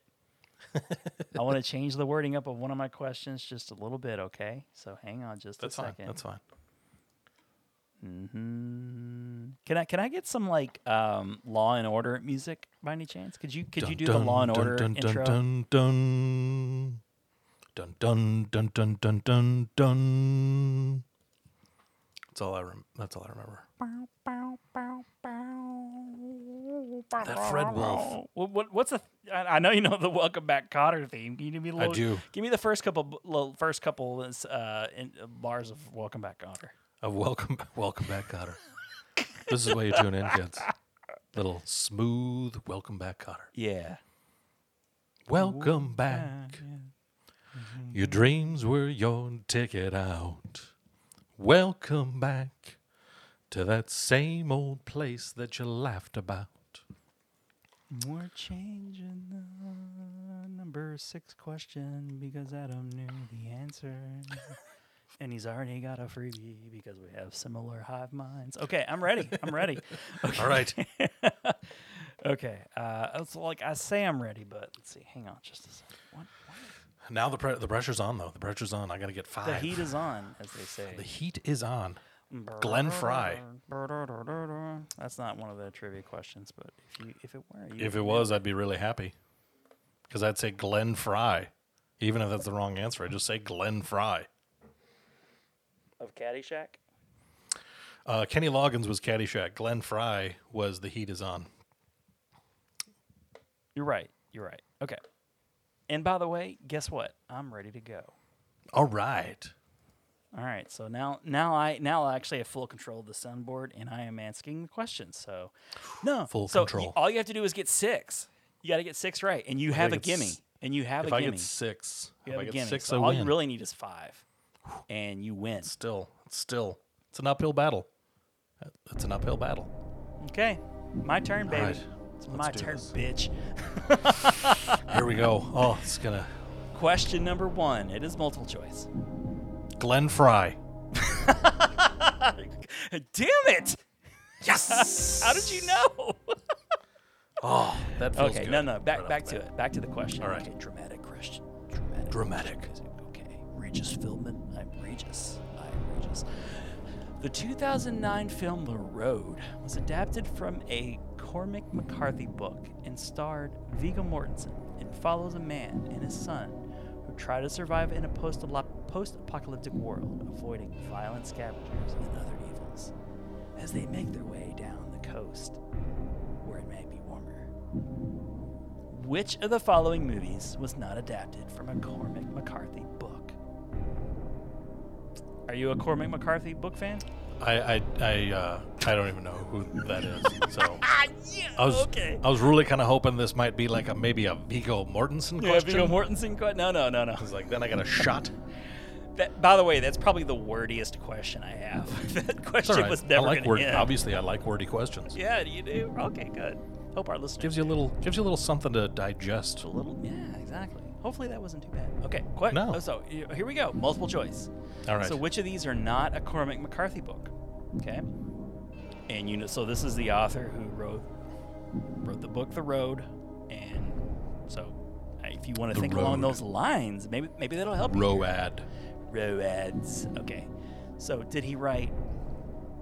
A: *laughs*
B: I want to change the wording up of one of my questions just a little bit. Okay. So hang on just
A: That's
B: a
A: fine.
B: second.
A: That's fine.
B: Mm. Can I can I get some like um, Law and Order music by any chance? Could you could
A: Dun,
B: you do the
A: dun,
B: Law and
A: dun,
B: Order
A: dun, dun,
B: intro?
A: Dun dun dun dun dun dun dun dun dun. That's all I rem- that's all I remember. That Fred Wolf.
B: What, what what's the? I I know you know the Welcome Back Cotter theme. Can you give me? A little,
A: do.
B: Give me the first couple b- little, first couple uh, in, uh, bars of Welcome Back Cotter.
A: Of welcome welcome back Cotter. this is why you tune in, kids. Little smooth welcome back Cotter.
B: Yeah.
A: Welcome back. Your dreams were your ticket out. Welcome back to that same old place that you laughed about.
B: More change in the number six question because Adam knew the answer. *laughs* And he's already got a freebie because we have similar hive minds. Okay, I'm ready.
A: *laughs*
B: I'm ready.
A: All
B: *laughs*
A: right.
B: Okay, uh, it's like I say I'm ready, but let's see. Hang on, just a second. What?
A: Now the pre- the pressure's on though. The pressure's on. I got to get five.
B: The heat is on, as they say.
A: The heat is on. Glenn Fry.
B: That's not one of the trivia questions, but if you if it were, you
A: If it was, I'd be really happy. Cuz I'd say Glenn Fry. Even if that's the wrong answer, I just say Glenn Fry.
B: of Caddyshack.
A: Uh, Kenny Loggins was Caddyshack. Glenn Fry was The Heat Is On.
B: You're right. You're right. Okay. And by the way, guess what? I'm ready to go.
A: All right.
B: All right. So now now I now I actually have full control of the soundboard and I am asking the questions.
A: *sighs*
B: So no
A: Full
B: so you-
A: control.
B: all you have to do is get six. You got to get six right, and you have a
A: I get
B: gimme,
A: s-
B: and you have
A: If
B: a
A: I
B: gimme.
A: get six,
B: you
A: if
B: have
A: I
B: a
A: get
B: gimme.
A: six,
B: so
A: I
B: all
A: win.
B: you really need is five, and you win.
A: still, still, it's an uphill battle. It's an uphill battle.
B: Okay, my turn, baby.
A: right.
B: It's
A: Let's
B: my
A: do
B: turn,
A: this.
B: bitch.
A: Here we go. Oh, it's gonna.
B: Question number one. It is multiple choice. *laughs*
A: Glenn Fry.
B: Damn it! Yes. How did you know? *laughs*
A: Oh, that feels
B: Okay,
A: good.
B: no, no, back
A: Right off
B: back
A: the
B: to
A: bat.
B: it. Back to the question.
A: All right.
B: Okay, dramatic question. Dramatic.
A: Dramatic.
B: question. Okay, Regis Philbin. I'm Regis. I'm Regis. The 2009 film The Road was adapted from a Cormac McCarthy book and starred Viggo Mortensen and follows a man and his son who try to survive in a post-alop- post-apocalyptic world, avoiding violent scavengers and other evils. As they make their way down the coast, where it may be warmer. Which of the following movies was not adapted from a Cormac McCarthy book? Are you a Cormac McCarthy book fan?
A: I, I, I, uh, I don't even know who that is.
B: *laughs*
A: So. I was, I was really kind of hoping this might be like a maybe a Vigo Mortensen
B: Yeah,
A: question.
B: Viggo Mortensen. que- No, no, no, no.
A: It's like then I got a
B: *laughs*
A: shot.
B: That, by the way, that's probably the wordiest question I have. *laughs* that
A: It's all
B: question
A: right.
B: was
A: I
B: never
A: like
B: going
A: word.
B: to end.
A: Obviously, I like wordy questions.
B: Yeah, you do. Okay, good. Hope our listeners
A: Gives you a little, gives you a little something to digest.
B: A little, yeah, exactly. Hopefully that wasn't too bad. Okay, quick.
A: No.
B: Oh, So y- here we go. Multiple choice.
A: All right.
B: So which of these are not a Cormac McCarthy book? Okay. And you know, so this is the author who wrote wrote the book The Road, and so uh, if you want to
A: The
B: think along
A: Road.
B: those lines, maybe maybe that'll help. you.
A: Road.
B: Roads. Okay. So did he write,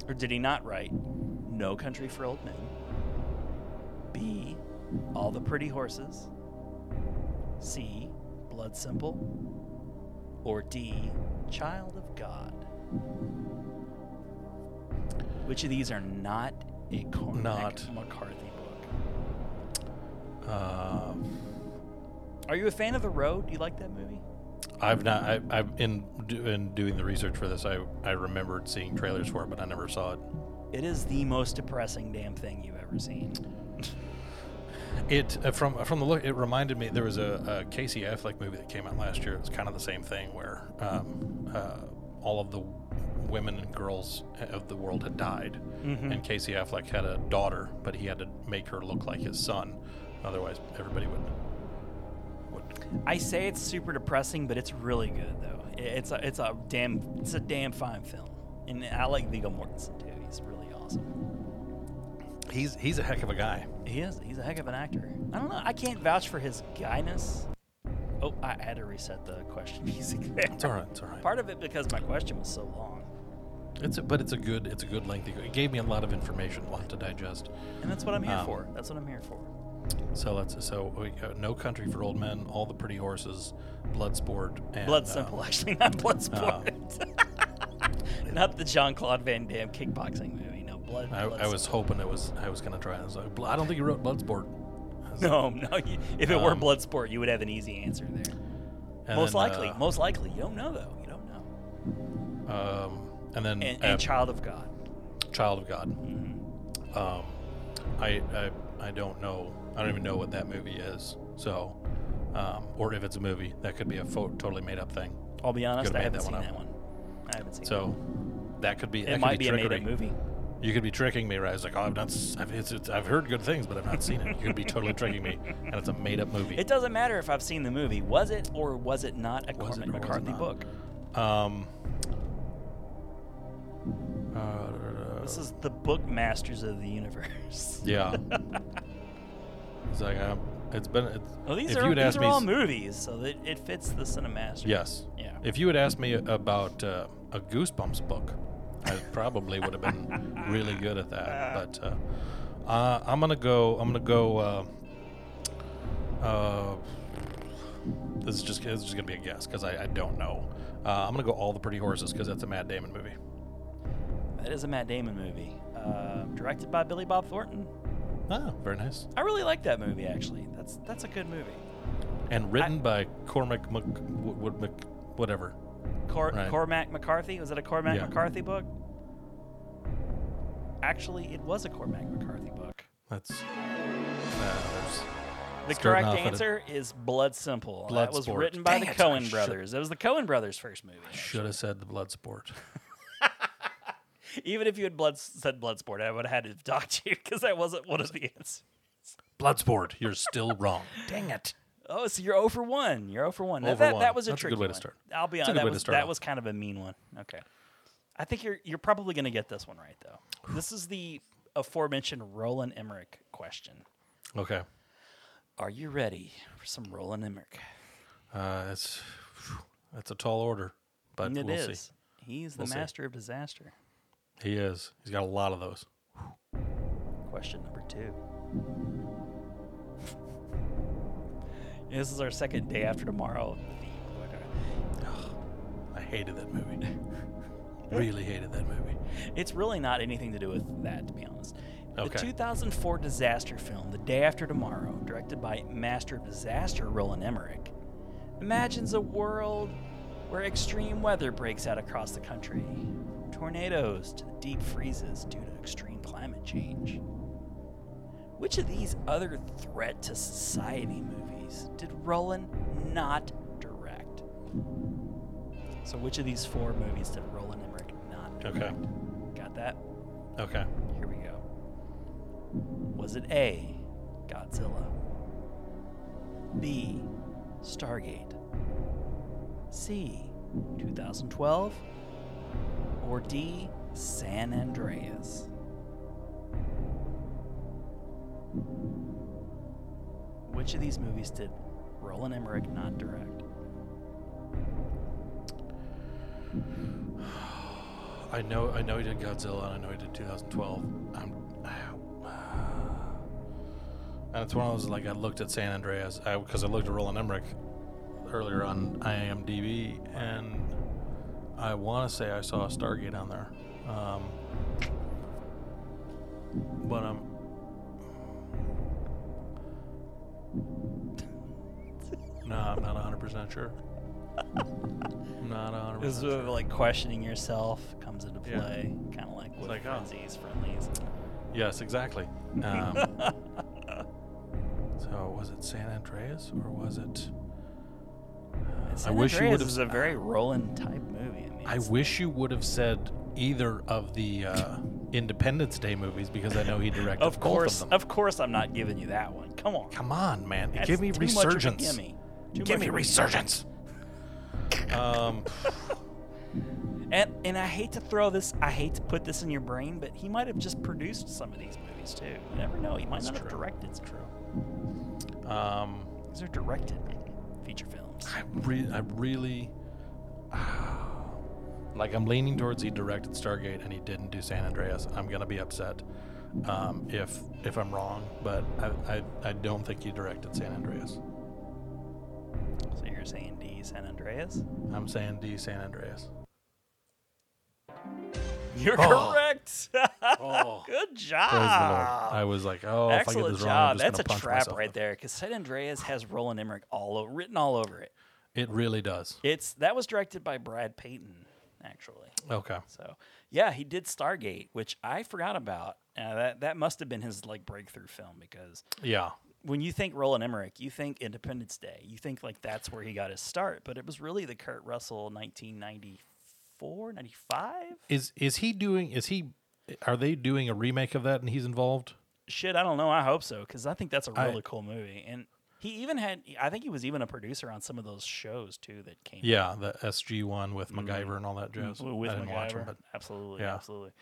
B: or did he not write, No Country for Old Men? B. All the Pretty Horses. C. Blood Simple. Or D. Child of God. Which of these are not a Cormac
A: Not.
B: McCarthy book?
A: Uh,
B: Are you a fan of The Road? Do you like that movie?
A: I've not. I, I've in do, in doing the research for this. I I remembered seeing trailers for it, but I never saw it.
B: It is the most depressing damn thing you've ever seen.
A: It uh, from from the look, it reminded me there was a, a Casey Affleck movie that came out last year. It was kind of the same thing where um, uh, all of the women and girls of the world had died, and Casey Affleck had a daughter, but he had to make her look like his son, otherwise everybody would would
B: I say it's super depressing, but it's really good though. I- It's a, it's a damn it's a damn fine film, and I like Viggo Mortensen too. He's really awesome.
A: he's he's a heck of a guy.
B: He is. He's a heck of an actor. I don't know. I can't vouch for his guyness. Oh, I had to reset the question *laughs* music there.
A: It's all right. It's all right.
B: Part of it because my question was so long.
A: It's a, but it's a good it's a good lengthy. It gave me a lot of information, a lot to digest.
B: And that's what I'm here
A: Um,
B: for. That's what I'm here for.
A: So that's so we got No Country for Old Men, All the Pretty Horses, Bloodsport, and
B: Blood
A: uh,
B: Simple, actually, not
A: Oh.
B: Bloodsport. *laughs* not the Jean Claude Van Damme kickboxing movie. No, Blood.
A: I,
B: Blood
A: I was hoping it was I was gonna try. it. I was like, "Bl- I don't think you wrote Bloodsport.
B: Simple. *laughs* No, no. You, if it were
A: Um,
B: Bloodsport, you would have an easy answer there.
A: And
B: most
A: then,
B: likely.
A: uh,
B: most likely. You don't know though. You don't know.
A: um, and then
B: And,
A: uh,
B: and Child mm-hmm. of God.
A: Child of God. Um, I, I I don't know. I don't even know what that movie is. So, um, or if it's a movie, that could be a fo- totally made up thing.
B: I'll be honest.
A: Could've
B: I
A: made
B: haven't
A: that
B: seen
A: one
B: that
A: up.
B: one. I haven't seen.
A: So, that could be.
B: it,
A: that
B: it
A: could
B: might be a
A: trickery.
B: made-up movie.
A: You could be tricking me, right? It's like, oh, I've not, s- I've, it's, it's, I've heard good things, but I've not seen it. You could be totally tricking me, and it's a made-up movie.
B: It doesn't matter if I've seen the movie. Was it or was it not a
A: Was it
B: Cormac
A: or was it
B: McCarthy
A: not?
B: book?
A: um, uh,
B: This is the book Masters of the Universe.
A: yeah. it's like, um, it's been. It's,
B: *laughs* Well, these
A: if
B: are
A: you had
B: these
A: asked
B: are
A: me,
B: all
A: s-
B: movies, so that it fits the Cinemaster.
A: Yes.
B: Yeah.
A: If you had asked me about uh, a Goosebumps book, I probably would have been really good at that. But uh, uh, I'm gonna go. I'm gonna go. Uh, uh, this is just this is just gonna be a guess because I, I don't know. Uh, I'm gonna go all the pretty horses because that's a Matt Damon movie.
B: That is a Matt Damon movie, uh, directed by Billy Bob Thornton.
A: Ah, very nice.
B: I really like that movie actually. That's that's a good movie.
A: And written by Cormac Mc, Wood Mc, whatever.
B: Cor-
A: Right.
B: Cormac McCarthy was it a Cormac
A: Yeah.
B: McCarthy book? Actually, it was a Cormac McCarthy book.
A: That's. Uh, there's-
B: The
A: Starting
B: correct
A: off at a-
B: answer is Blood Simple. that was
A: Bloodsport.
B: written by
A: Dang
B: the
A: it, I
B: Cohen
A: should-
B: brothers. It was the Cohen brothers' first movie.
A: should have said the blood sport.
B: Even if you had blood said Bloodsport, I would have had to talk to you because that wasn't one of the answers.
A: Bloodsport. You're still wrong. Dang it.
B: Oh, so you're 0 for 1. You're 0 for 1. Now,
A: 0 for
B: that,
A: 1.
B: that was a
A: That's a good
B: tricky
A: way to
B: one.
A: start.
B: I'll be
A: That's a good
B: honest. That,
A: way to
B: was,
A: start
B: that
A: off.
B: was kind of a mean one. Okay. I think you're you're probably going to get this one right, though. This is the aforementioned Roland Emmerich question.
A: Okay.
B: Are you ready for some Roland Emmerich?
A: Uh, it's that's a tall order, but
B: And it
A: we'll
B: is. He's the
A: We'll see.
B: master of disaster.
A: see. He is. He's got a lot of those.
B: Question number two. *laughs* this is our second day after tomorrow.
A: I hated that movie. *laughs* really hated that movie.
B: It's really not anything to do with that, to be honest. The
A: Okay.
B: 2004 disaster film, The Day After Tomorrow, directed by master of disaster Roland Emmerich, imagines a world where extreme weather breaks out across the country, from tornadoes to the deep freezes due to extreme climate change. Which of these other threat to society movies did Roland not direct? So, which of these four movies did Roland Emmerich not direct?
A: Okay.
B: Got that?
A: Okay.
B: Here we go. Was it A, Godzilla? B, Stargate? C, 2012? Or D, San Andreas? Which of these movies did Roland Emmerich not direct?
A: I know. I know he did Godzilla, and I know he did 2012. I'm. *sighs* And it's one of those like I looked at San Andreas because I, looked at Roland Emmerich earlier on IMDb, and I want to say I saw Stargate on there, um, but um, *laughs* I'm. No, I'm not 100% sure. Not 100%.
B: This is uh,
A: sure.
B: where, like questioning yourself comes into
A: Yeah.
B: play, kind of like with
A: like, oh.
B: frenzies, friendlies.
A: Yes, exactly.
B: *laughs*
A: Um, so was it San Andreas or was it?
B: San
A: wish you
B: Andreas
A: would've
B: is
A: s-
B: a very Roland type movie. I mean,
A: I
B: it's-
A: wish you would have said either of the
B: *laughs*
A: uh, Independence Day movies because I know he directed
B: of course,
A: both of them.
B: of course, I'm not giving you that one. Come on,
A: Come on, man!
B: That's
A: give me
B: too much of a
A: resurgence.
B: gimme. Too
A: Give
B: much
A: me
B: of a *laughs*
A: resurgence. um,
B: gimme. And and I hate to throw this, I hate to put this in your brain, but he might have just produced some of these movies too. You never know. He might
A: That's
B: not have
A: true.
B: directed. It's true.
A: um,
B: These are directed feature films.
A: I, re- I really. ah. Like I'm leaning towards he directed Stargate and he didn't do San Andreas. I'm gonna be upset um, if if I'm wrong, but I, I I don't think he directed San Andreas.
B: So you're saying D San
A: *laughs*
B: Andreas?
A: I'm saying D San Andreas.
B: You're
A: Oh.
B: correct. *laughs*
A: Oh,
B: Good
A: praise the Lord.
B: job.
A: I was like, oh, if I get
B: Ah. Excellent
A: this
B: job.
A: wrong, I'm just
B: That's
A: gonna
B: a
A: punch
B: trap
A: myself.
B: right there because San Andreas has Roland Emmerich all o- written all over it.
A: It really does.
B: It's that was directed by Brad Payton, actually.
A: Okay.
B: So yeah, he did Stargate, which I forgot about. Uh, that that must have been his like breakthrough film because
A: Yeah.
B: when you think Roland Emmerich, you think Independence Day, you think like that's where he got his start, but it was really the Kurt Russell 1994, 95.
A: Is is he doing? Is he? Are they doing a remake of that and he's involved?
B: Shit, I don't know. I hope so because I think that's a
A: I-
B: really cool movie. And he even had, I think he was even a producer on some of those shows too that came.
A: Yeah, the SG one with MacGyver and all that jazz.
B: Mm-hmm. w- with
A: I didn't
B: MacGyver.
A: watch him, but
B: absolutely,
A: yeah.
B: absolutely.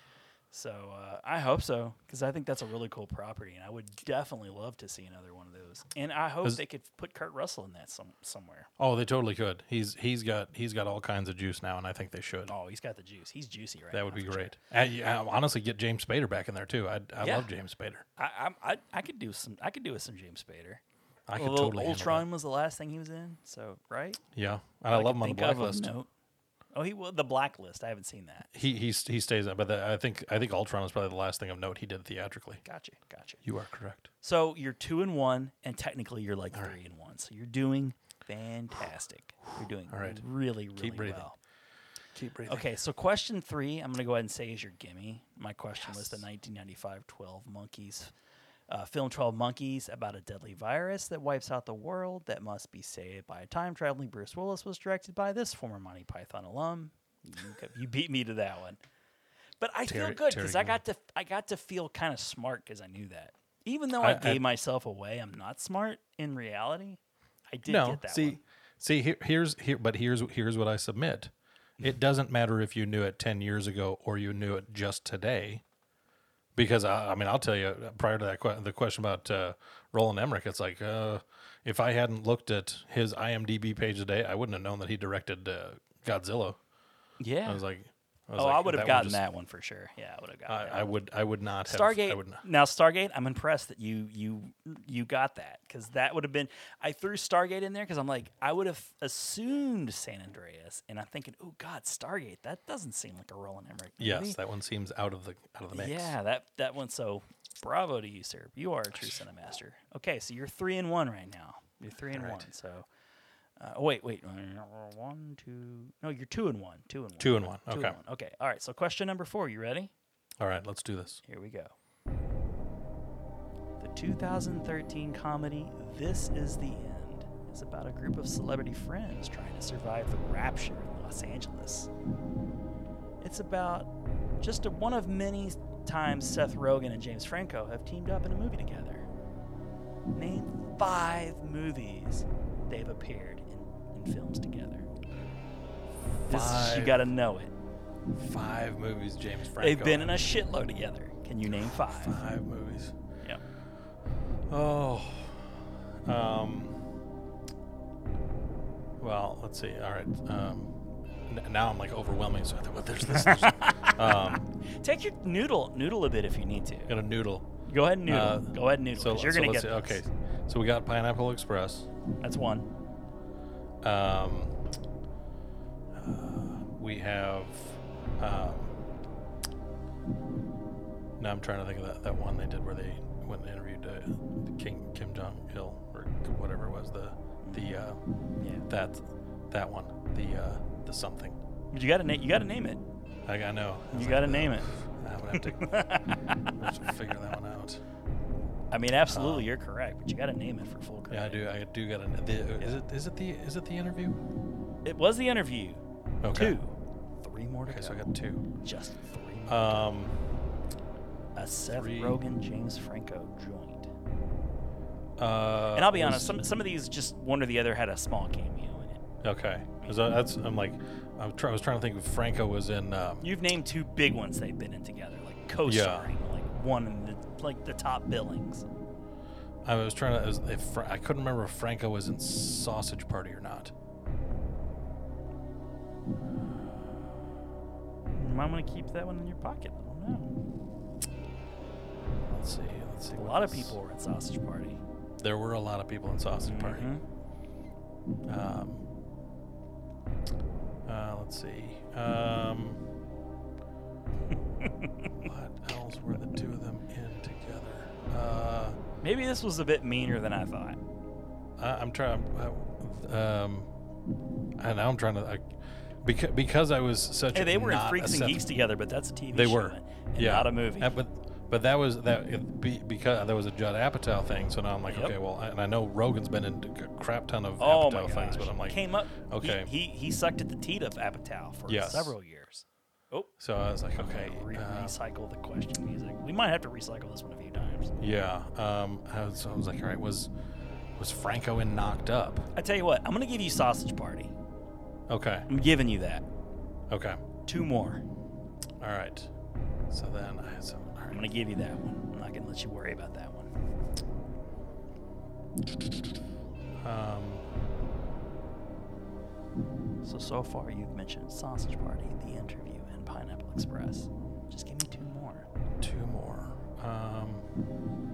B: So uh, I hope so because I think that's a really cool property, and I would definitely love to see another one of those. And I hope
A: Is-
B: they could put Kurt Russell in that some somewhere.
A: oh, they totally could. He's he's got he's got all kinds of juice now, and I think they should.
B: Oh, he's got the juice. He's juicy right
A: That
B: now,
A: would be
B: for sure.
A: great. And, yeah, honestly, get James Spader back in there too. I, I
B: Yeah.
A: love James Spader.
B: I, I'm- I I could do some. I could do with some James Spader.
A: I could
B: Although
A: totally handle that.
B: Ultron was the last thing he was in, so right.
A: Yeah, and I,
B: All
A: love
B: could
A: him on the
B: think of
A: blacklist.
B: note. Oh, he was the blacklist. I haven't seen that.
A: He he he stays in, but the, I think I think Ultron was probably the last thing of note he did theatrically.
B: Gotcha, gotcha.
A: You are correct.
B: So you're two and one, and technically you're like three and one. So you're doing fantastic. You're doing
A: right.
B: really, really
A: breathing.
B: well.
A: Keep breathing.
B: Okay, so question three, I'm going to go ahead and say is your gimme. My question was the 1995 12 Monkeys, uh, film 12 Monkeys about a deadly virus that wipes out the world that must be saved by a time traveling Bruce Willis was directed by this former Monty Python alum. You, got- you beat me to that one. But I
A: Terry-
B: feel good because
A: Terry
B: I got to I got to feel kind of smart because I knew that. Even though I,
A: I- I-
B: gave myself away, I'm not smart in reality. I did
A: no,
B: get that
A: see,
B: one.
A: see, here, here's here, but here's here's what I submit. It doesn't matter if you knew it ten years ago or you knew it just today, because I, I mean, I'll tell you. uh, Prior to that, que- the question about uh, Roland Emmerich, it's like uh, if I hadn't looked at his IMDb page today, I wouldn't have known that he directed uh, Godzilla.
B: Yeah.
A: I was like, I was
B: oh,
A: like,
B: I would have
A: one
B: gotten
A: just-
B: that one for sure. Yeah, I would have gotten that.
A: I, I would, I would not have. I
B: Stargate.
A: would not.
B: now Stargate, I'm impressed that you you you got that because that would have been. I threw Stargate in there because I'm like I would have assumed San Andreas, and I'm thinking, oh God, Stargate. That doesn't seem like a Roland Emmerich movie.
A: Yes, that one seems out of the out of the mix.
B: yeah, that that one. So bravo to you, sir. You are a true cinemaster. Okay, so you're three and one right now. You're three and one. So. Uh, oh, wait, wait. One, two. No, you're two and one. Two and one.
A: Two and one,
B: Two
A: okay.
B: and one. Okay. All right. So, question number four. You ready?
A: All right, let's do this.
B: Here we go. The 2013 comedy This Is the End is about a group of celebrity friends trying to survive the rapture in Los Angeles. It's about just a one of many times Seth Rogen and James Franco have teamed up in a movie together. Name five movies they've appeared in, in films together. This is, you
A: Five.
B: gotta know it.
A: Five movies, James Franco.
B: They've been in a shitload together. Can you name five?
A: five movies.
B: Yep.
A: Oh. Um. Well, let's see. All right. Um. N- now I'm like overwhelming. So I thought, well, there's this. There's,
B: *laughs*
A: um.
B: Take your noodle noodle a bit if you need to.
A: Gonna noodle.
B: Go ahead and noodle.
A: Uh,
B: Go ahead and noodle.
A: So
B: 'cause you're
A: so
B: gonna
A: let's
B: get
A: see.
B: this.
A: Okay. So we got Pineapple Express.
B: That's one.
A: Um. uh, we have. Um, now I'm trying to think of that, that one they did where they when they interviewed uh, King Kim Jong Il or whatever it was the the. Uh,
B: Yeah.
A: That that one. The uh the something.
B: You gotta name. You gotta name it.
A: I I know. I was like,
B: You gotta
A: "Ugh,
B: name it.
A: I would have
B: *laughs*
A: to, I have to figure that one out. Uh,
B: I mean, absolutely, you're correct, but you gotta name it for full credit.
A: Yeah, I do. I do gotta. kn- The, is it is it the is it the interview?
B: It was the interview.
A: Okay.
B: Two, three more to
A: Okay,
B: go.
A: so I got two.
B: Just three. more.
A: Um,
B: a Seth
A: three.
B: Rogen, James Franco joint.
A: uh,
B: And I'll be
A: was-
B: honest, some some of these just one or the other had a small cameo in it.
A: Okay, so that's I'm like, I'm try, I was trying to think. if Franco was in. Um,
B: You've named two big ones they've been in together, like co-starring, like one in the like the top billings.
A: I was trying to. It was, if Fra- I couldn't remember if Franco was in Sausage Party or not.
B: might want to keep that one in your pocket. I don't know.
A: Let's see. Let's see.
B: A lot of people were at Sausage Party.
A: There were a lot of people in Sausage Party.
B: *laughs* Mhm.
A: Um, uh, let's see. Um, what else were the two of them in together? Uh,
B: Maybe this was a bit meaner than I thought.
A: I, I'm trying. Uh, um, and now I'm trying to. I, because, because I was such.
B: Hey, they were in
A: not a
B: Freaks and
A: Seth-
B: Geeks together, but that's a TV
A: They
B: show
A: were.
B: and
A: yeah,
B: not a movie.
A: Uh, but but that was that it, be, because that was a Judd Apatow thing. So now I'm like,
B: Yep.
A: okay, well, and I know Rogan's been in a crap ton of
B: oh
A: Apatow
B: my gosh.
A: things, but I'm like,
B: came up.
A: okay.
B: He, he he sucked at the teat of Apatow for
A: Yes.
B: several years. Oh,
A: so I was like, okay,
B: okay. Re-
A: uh,
B: recycle the question music. We might have to recycle this one a few times.
A: Yeah. Um. I was, so I was like, all right, was was Franco in knocked up?
B: I tell you what, I'm gonna give you Sausage Party.
A: Okay.
B: I'm giving you that.
A: Okay.
B: Two more.
A: All right. So then I so all
B: I'm
A: right.
B: gonna give you that one. I'm not gonna let you worry about that one.
A: Um.
B: So so far you've mentioned Sausage Party, The Interview, and Pineapple Express. Just give me two more.
A: Two more. Um.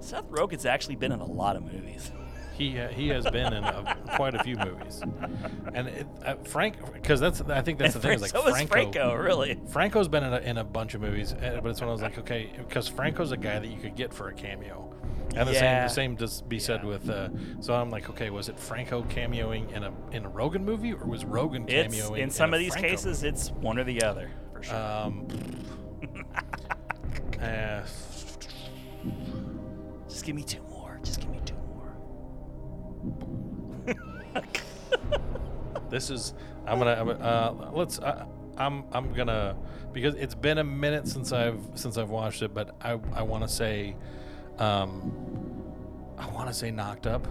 B: Seth Rogen's actually been in a lot of movies.
A: He uh, he has been in a, quite a few movies, and it, uh, Frank because that's I think
B: *laughs*
A: that's the thing is like
B: so is
A: Franco.
B: Franco, really.
A: Franco's been in a, in a bunch of movies, uh, but it's when I was like, okay, because Franco's a guy that you could get for a cameo, and the
B: Yeah.
A: same the same does be said
B: Yeah.
A: with. Uh, so I'm like, okay, was it Franco cameoing in a in a Rogan movie, or was Rogan cameoing
B: It's in some
A: a
B: of these
A: Franco
B: cases, it's one or the other for
A: movie?
B: sure. *laughs*
A: Um, uh,
B: Just give me two more. Just give me
A: *laughs*
B: two more.
A: this is I'm gonna I'm gonna, uh, let's uh, I'm I'm gonna because it's been a minute since I've since I've watched it, but I I want to say, um, I want to say knocked up.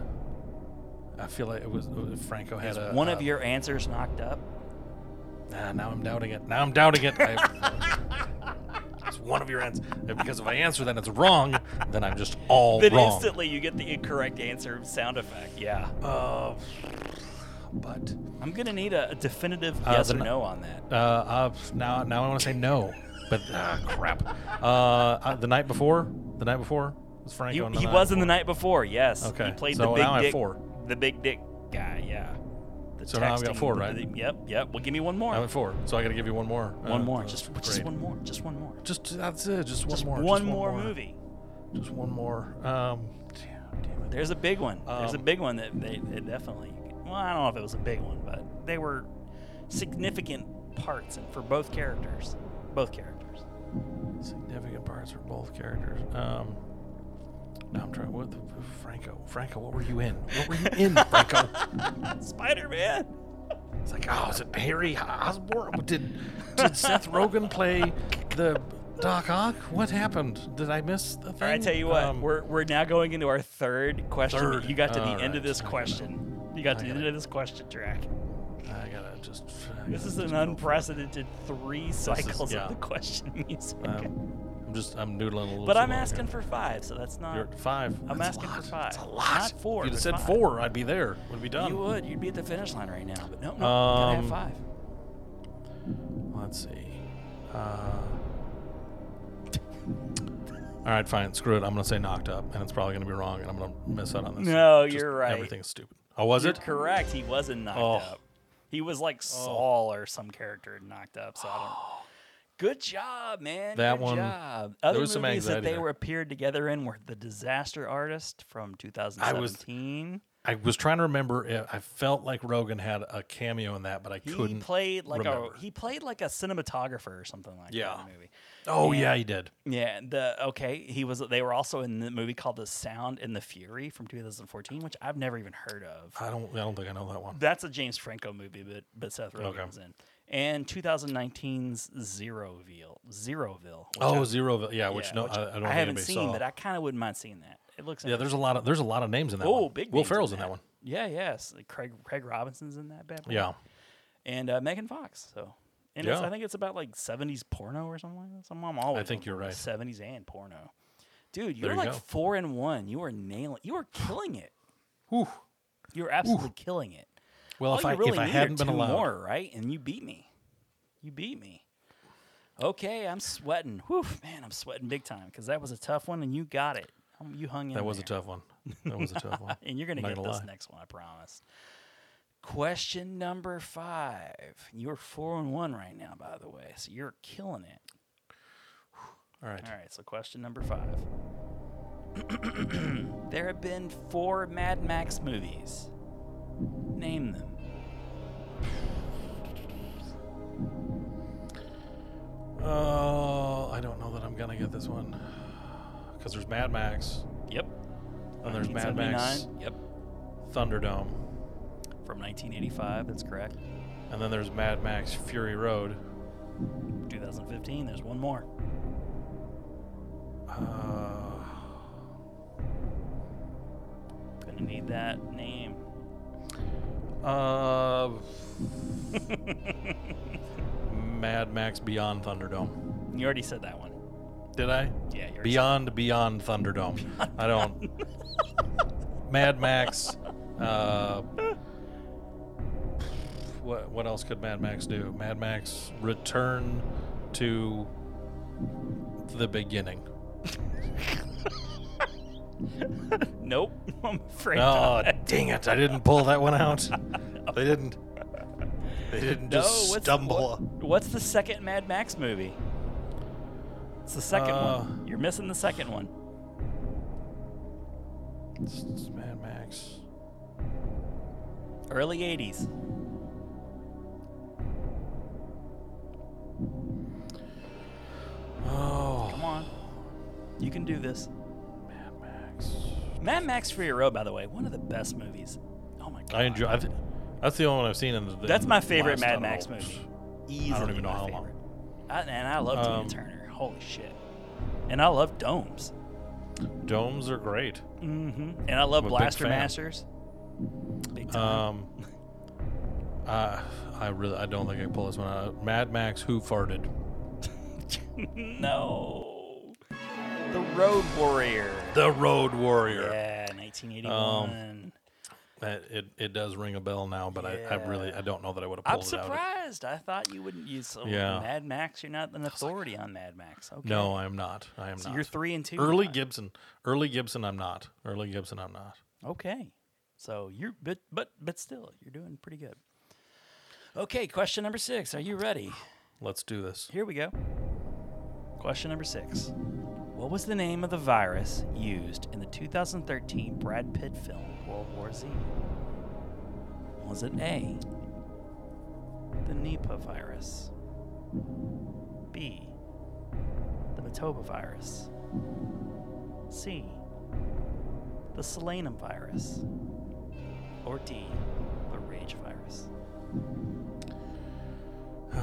A: I feel like it was Franco had
B: *laughs* Is
A: a
B: one of
A: uh,
B: your answers knocked up?
A: Nah, now I'm doubting it. Now I'm doubting it. I, *laughs* it's one of your ends because if I answer that it's wrong, then I'm just all
B: Then
A: wrong.
B: instantly you get the incorrect answer sound effect. Yeah.
A: Uh, but
B: I'm gonna need a, a definitive
A: Uh,
B: yes
A: the
B: or
A: n-
B: no on that.
A: uh, uh, now now I want to say no. But uh, crap. Uh, uh, the night before, the night before was Franco.
B: You,
A: and
B: he
A: night
B: was in the
A: before.
B: night before. Yes. He
A: Okay,
B: played
A: so
B: the big
A: now I have
B: dick.
A: four.
B: The big dick guy. Yeah. The
A: So now I've got
B: texting,
A: four,
B: the-
A: right?
B: the- yep. Yep. Well, give me one more.
A: I'm at four, so I got to give you one more.
B: one
A: Uh,
B: more.
A: uh,
B: Just just
A: great.
B: one more. Just one more.
A: Just that's it. Just one
B: Just
A: more.
B: one,
A: just
B: more, movie.
A: Just one more. Um, damn, damn it.
B: There's a big one. There's a
A: Um,
B: big one that they, they definitely. Well, I don't know if it was a big one, but they were significant parts and for both characters. Both characters. *laughs*
A: significant parts for both characters. Um, now I'm trying. What the, Franco? Franco, what were you in? What were you
B: *laughs*
A: in, Franco?
B: Spider Man.
A: it's like, oh, is it Harry Osborn? Did did Seth Rogen play the Doc Ock? What happened? Did I miss the thing?
B: All right, I tell you what,
A: Um,
B: we're, we're now going into our third question.
A: Third.
B: You got to the
A: All
B: end
A: right,
B: of this
A: I gotta-
B: question. You got to
A: I
B: the
A: gotta-
B: end of this question track.
A: I gotta just. I
B: This
A: gotta
B: is an
A: just-
B: unprecedented three
A: is-
B: cycles
A: yeah.
B: of the question *laughs* music.
A: Um, I'm just. I'm noodling a little.
B: but
A: too
B: I'm
A: long
B: asking
A: here.
B: for five, so that's not.
A: You're at five.
B: I'm
A: That's a
B: asking for
A: lot.
B: five.
A: That's a lot.
B: Not four,
A: If You'd
B: but
A: have said
B: five.
A: four. I'd be there. Would be done.
B: You would. You'd be at the finish line right now. But no, no. you gotta have
A: Um,
B: five.
A: Let's see. Uh, all right, fine. Screw it. I'm going to say knocked up, and it's probably going to be wrong, and I'm going to miss out on this.
B: No,
A: Just
B: you're right.
A: Everything's stupid. Oh, was
B: You're
A: it?
B: correct. He wasn't knocked
A: Oh.
B: up. He was like Saul or some character knocked up. So I don't.
A: *gasps*
B: Good job, man.
A: That
B: Good
A: one-
B: Job. Other
A: was some
B: movies that
A: anxiety
B: they
A: there.
B: were appeared together in were The Disaster Artist from 2017.
A: I was trying to remember. If, I felt like Rogan had a cameo in that, but I
B: he
A: couldn't.
B: played like
A: remember.
B: a he played like a cinematographer or something like that
A: Yeah.
B: in the movie.
A: oh, yeah, he did.
B: Yeah, the okay, he was they were also in the movie called The Sound and the Fury from 2014, which I've never even heard of.
A: I don't. I don't think I know that one.
B: That's a James Franco movie, but but Seth Rogen
A: Okay.
B: was in. And 2019's Zeroville, Zeroville. Which
A: Oh,
B: I-
A: zero. Yeah, which
B: yeah,
A: no,
B: which
A: I, I don't.
B: I
A: think
B: haven't
A: anybody
B: seen,
A: saw.
B: but I kind of wouldn't mind seeing that. It looks
A: yeah, there's a lot of there's a lot of names in that one.
B: oh big
A: Will
B: names
A: Ferrell's in that, one.
B: Yeah, yes, Like Craig Craig Robinson's in that bad boy.
A: Yeah.
B: and uh, Megan Fox. So, and it's,
A: Yeah.
B: I think it's about like 70s porno or something like that. Some I'm always
A: think
B: on
A: you're right.
B: 70s and porno. Dude,
A: There
B: you're
A: you
B: like
A: go.
B: four and one. You are nailing. You are killing it.
A: Whew.
B: You're absolutely killing it.
A: Well,
B: All
A: if
B: Oh, you
A: I
B: really
A: if I
B: need are
A: hadn't been
B: two
A: allowed,
B: more, right? And you beat me. You beat me. Okay, I'm sweating. Whew, man, I'm sweating big time because that was a tough one, and you got it. Um, You hung in.
A: That was a
B: there.
A: tough one. That was a tough one.
B: *laughs* and you're gonna
A: Not
B: get
A: gonna
B: this
A: lie.
B: next one, I promise. Question number five. You're four and one right now, by the way, so you're killing it.
A: All right.
B: All right, so question number five. *clears throat* there have been four Mad Max movies. Name them.
A: Oh, I don't know that I'm gonna get this one because there's Mad Max
B: Yep.
A: and there's Mad Max
B: 1979. Yep.
A: Thunderdome
B: From 1985, that's correct.
A: and then there's Mad Max Fury Road.
B: 2015, there's one more.
A: Uh,
B: Gonna need that name.
A: uh, *laughs* Mad Max Beyond Thunderdome.
B: You already said that one.
A: Did I?
B: Yeah, you're
A: Beyond Beyond Thunderdome. I don't. Mad Max. Uh, what what else could Mad Max do? Mad Max Return to the beginning.
B: Nope. *laughs* I'm afraid
A: Oh,
B: not.
A: dang it! I didn't pull that one out. They didn't. They didn't
B: No,
A: just
B: what's-
A: stumble.
B: what- what's the second Mad Max movie? It's the second
A: Uh.
B: one. You're missing the second one.
A: It's- it's Mad Max.
B: Early 80s.
A: Oh,
B: Come on. You can do this.
A: Oh, Mad Max.
B: Mad Max Fury Road, by the way, one of the best movies. Oh my god.
A: I enjoy. I th- that's the only one I've seen in the.
B: That's
A: in
B: my
A: the
B: favorite
A: last,
B: Mad
A: don't
B: Max
A: know,
B: movie. Easily
A: I don't even know
B: my
A: how
B: favorite.
A: long.
B: I, and I love Tina
A: Um,
B: Turner. Holy shit. And I love Domes.
A: Domes are
B: *laughs*
A: great.
B: Mm-hmm. And I love
A: I'm a big
B: Blaster
A: fan.
B: Masters. Big time.
A: Um, I I really I don't think I can pull this one out. Mad Max Who Farted.
B: no. The Road Warrior.
A: The Road Warrior. Um,
B: Yeah, 1981.
A: That- it it does ring a bell now, but I, I really I don't know that I would have
B: I'm
A: pulled it out.
B: surprised. I thought you wouldn't use so
A: Yeah.
B: Mad Max. You're not an authority on Mad Max. Okay.
A: No, I'm not. I am
B: So
A: not.
B: you're three and two.
A: Early
B: now.
A: Gibson. Early Gibson. I'm not. Early Gibson. I'm not.
B: Okay. So you're but but but still you're doing pretty good. Okay, question number 6. Are you ready?
A: Let's do this.
B: Here we go. Question number 6. What was the name of the virus used in the 2013 Brad Pitt film World War Z? Was it A. The Nipah virus? B. The Matoba virus? C. The Selenium virus? Or D. The Rage virus?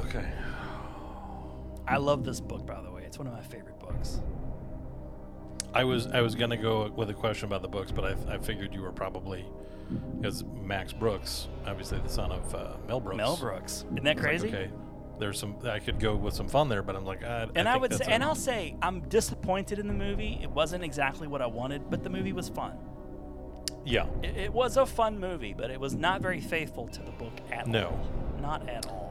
A: Okay.
B: I love this book, by the way. It's one of my favorite books.
A: I was I was gonna go with a question about the books, but I, I figured you were probably because Max Brooks, obviously the son of uh, Mel Brooks.
B: Mel Brooks. Isn't that crazy?
A: Okay, there's some I could go with some fun there, but I'm like, I,
B: And I,
A: think
B: would say,
A: that's
B: and
A: a-
B: I'll say, I'm disappointed in the movie. It wasn't exactly what I wanted, but the movie was fun.
A: yeah,
B: It, it was a fun movie, but it was not very faithful to the book at
A: No.
B: all. Not at all.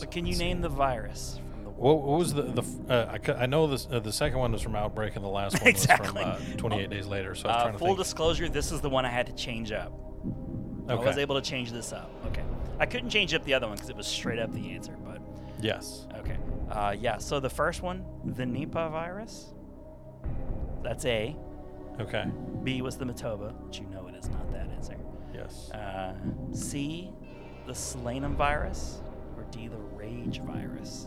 B: But can you name the virus from the
A: What, what was the the f- uh, I, cou- I know this uh, the second one was from Outbreak and the last
B: *laughs*
A: one
B: Exactly.
A: was from uh, 28 Days Later. So I was
B: Uh,
A: trying to
B: full
A: think.
B: disclosure, this is the one I had to change up. I was
A: Okay.
B: able to change this up. Okay. I couldn't change up the other one because it was straight up the answer, but
A: yes,
B: Okay. Uh, yeah. So the first one, the Nipah virus. That's A.
A: okay,
B: B was the Matoba, which you know it is not that answer.
A: yes.
B: Uh, C, the Selenium virus, or D, the Rage virus.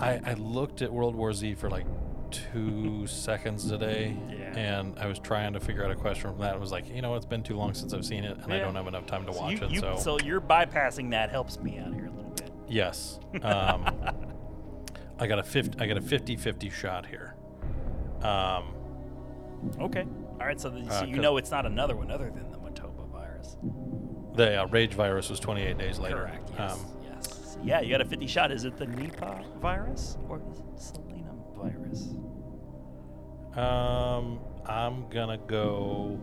A: I, I looked at World War Z for like two seconds today,
B: Yeah.
A: and I was trying to figure out a question from that. I was like, you know, it's been too long since I've seen it, and I
B: Yeah.
A: don't have enough time to
B: So
A: watch
B: you-
A: it.
B: you- so you're bypassing that helps me out here a little bit.
A: Yes. Um, I got a 50, I got a 50-50 shot here. Um,
B: *laughs* Okay. All right. So, the,
A: Uh,
B: so you
A: 'cause-
B: know it's not another one other than the Matoba virus.
A: the uh, rage virus was 28 days later.
B: Correct. Yes.
A: Um,
B: yes. Yeah. You got a 50 shot. Is it the Nipah virus or the Selenium virus?
A: um, I'm gonna go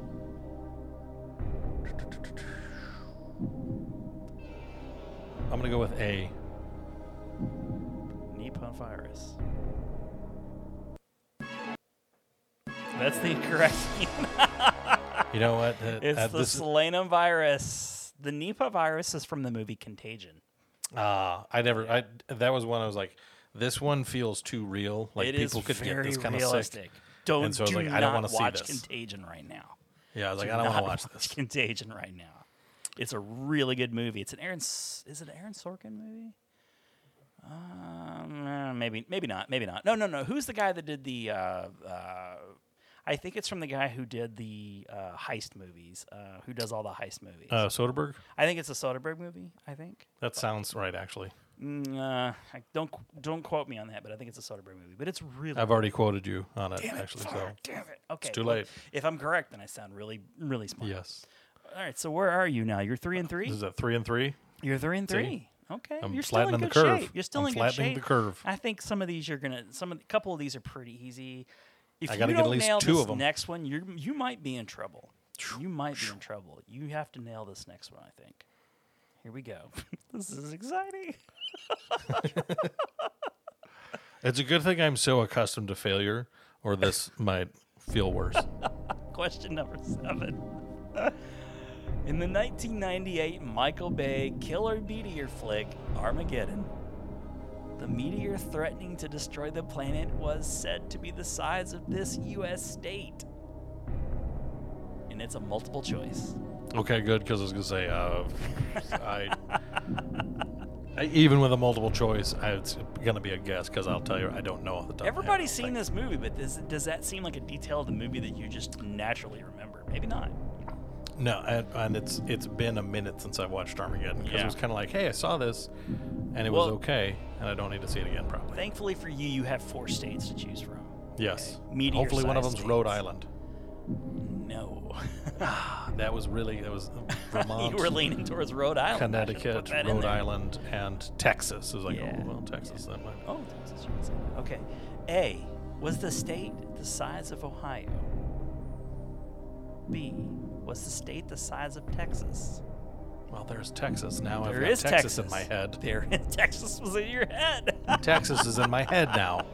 A: I'm gonna go with A.
B: Nippon virus. That's the *laughs* correct.
A: You know what? That-
B: it's
A: that-
B: the
A: Uh, this is-
B: Selenium virus. The Nipah virus is from the movie Contagion.
A: Ah, I never. I that was one I was like, this one feels too real. Like
B: it is
A: people could get
B: very
A: this kind of sick.
B: realistic. Don't
A: And so I was
B: do
A: like, I
B: not
A: don't wanna see
B: watch
A: this.
B: Contagion right now.
A: Yeah, I was like,
B: Do
A: I don't want
B: not
A: to watch
B: *laughs*
A: this.
B: Contagion right now. It's a really good movie. It's an Aaron. S- Is it an Aaron Sorkin movie? Um, uh, maybe, maybe not. Maybe not. No, no, no. Who's the guy that did the? Uh, uh, I think it's from the guy who did the uh, heist movies. Uh, who does all the heist movies?
A: Uh, Soderbergh.
B: I think it's a Soderbergh movie. I think.
A: That sounds right, actually.
B: Mm, uh, I don't don't quote me on that, but I think it's a Soderbergh movie. But it's really
A: I've already quoted you on it,
B: damn it,
A: actually.
B: fuck,
A: So
B: damn it. Okay,
A: too
B: well,
A: late.
B: If I'm correct, then I sound really really smart.
A: yes,
B: All right, so where are you now? You're three and three.
A: this is a three and three.
B: You're three and three. Okay,
A: I'm
B: you're still in
A: flattening the
B: good
A: curve.
B: shape. You're still
A: I'm
B: in good
A: flattening
B: shape.
A: the curve.
B: I think some of these you're gonna some of a couple of these are pretty easy. If
A: I
B: you
A: gotta
B: don't
A: get at least
B: nail
A: two
B: this
A: of 'em.
B: next one, you you might be in trouble. You might be in trouble. You have to nail this next one. I think. Here we go. *laughs* this is exciting.
A: It's a good thing I'm so accustomed to failure, or this might feel worse.
B: *laughs* Question number seven. In the 1998 Michael Bay killer meteor flick Armageddon, the meteor threatening to destroy the planet was said to be the size of this U.S. state. And it's a multiple choice.
A: Okay, good, because I was gonna say, uh, I, I even with a multiple choice, I, it's gonna be a guess because I'll tell you, I don't know off the top. of my head,
B: Everybody's
A: I don't
B: seen this movie, but does, does that seem like a detail of the movie that you just naturally remember? Maybe not.
A: think. No, and, and it's it's been a minute since I've watched Armageddon because
B: Yeah.
A: it was kind of like, hey, I saw this, and it was
B: Well-
A: okay, and I don't need to see it again, probably.
B: Thankfully for you, you have four states to choose from.
A: Yes.
B: Meteor
A: Hopefully, one of
B: sized
A: them's Rhode
B: things.
A: Island.
B: No.
A: *laughs*
B: *laughs*
A: That was really that was Vermont,
B: you were leaning towards Rhode Island. I should've put
A: Connecticut,
B: that in
A: Rhode
B: there.
A: Island, and Texas. It was like,
B: Yeah.
A: oh well, Texas. That might.
B: Oh, Texas. you would say that. Okay. A. Was the state the size of Ohio? B. Was the state the size of Texas?
A: Well, there's Texas now.
B: There
A: I've got
B: is
A: Texas, in my head.
B: There, *laughs* Texas was in your head. *laughs*
A: Texas is in my head now.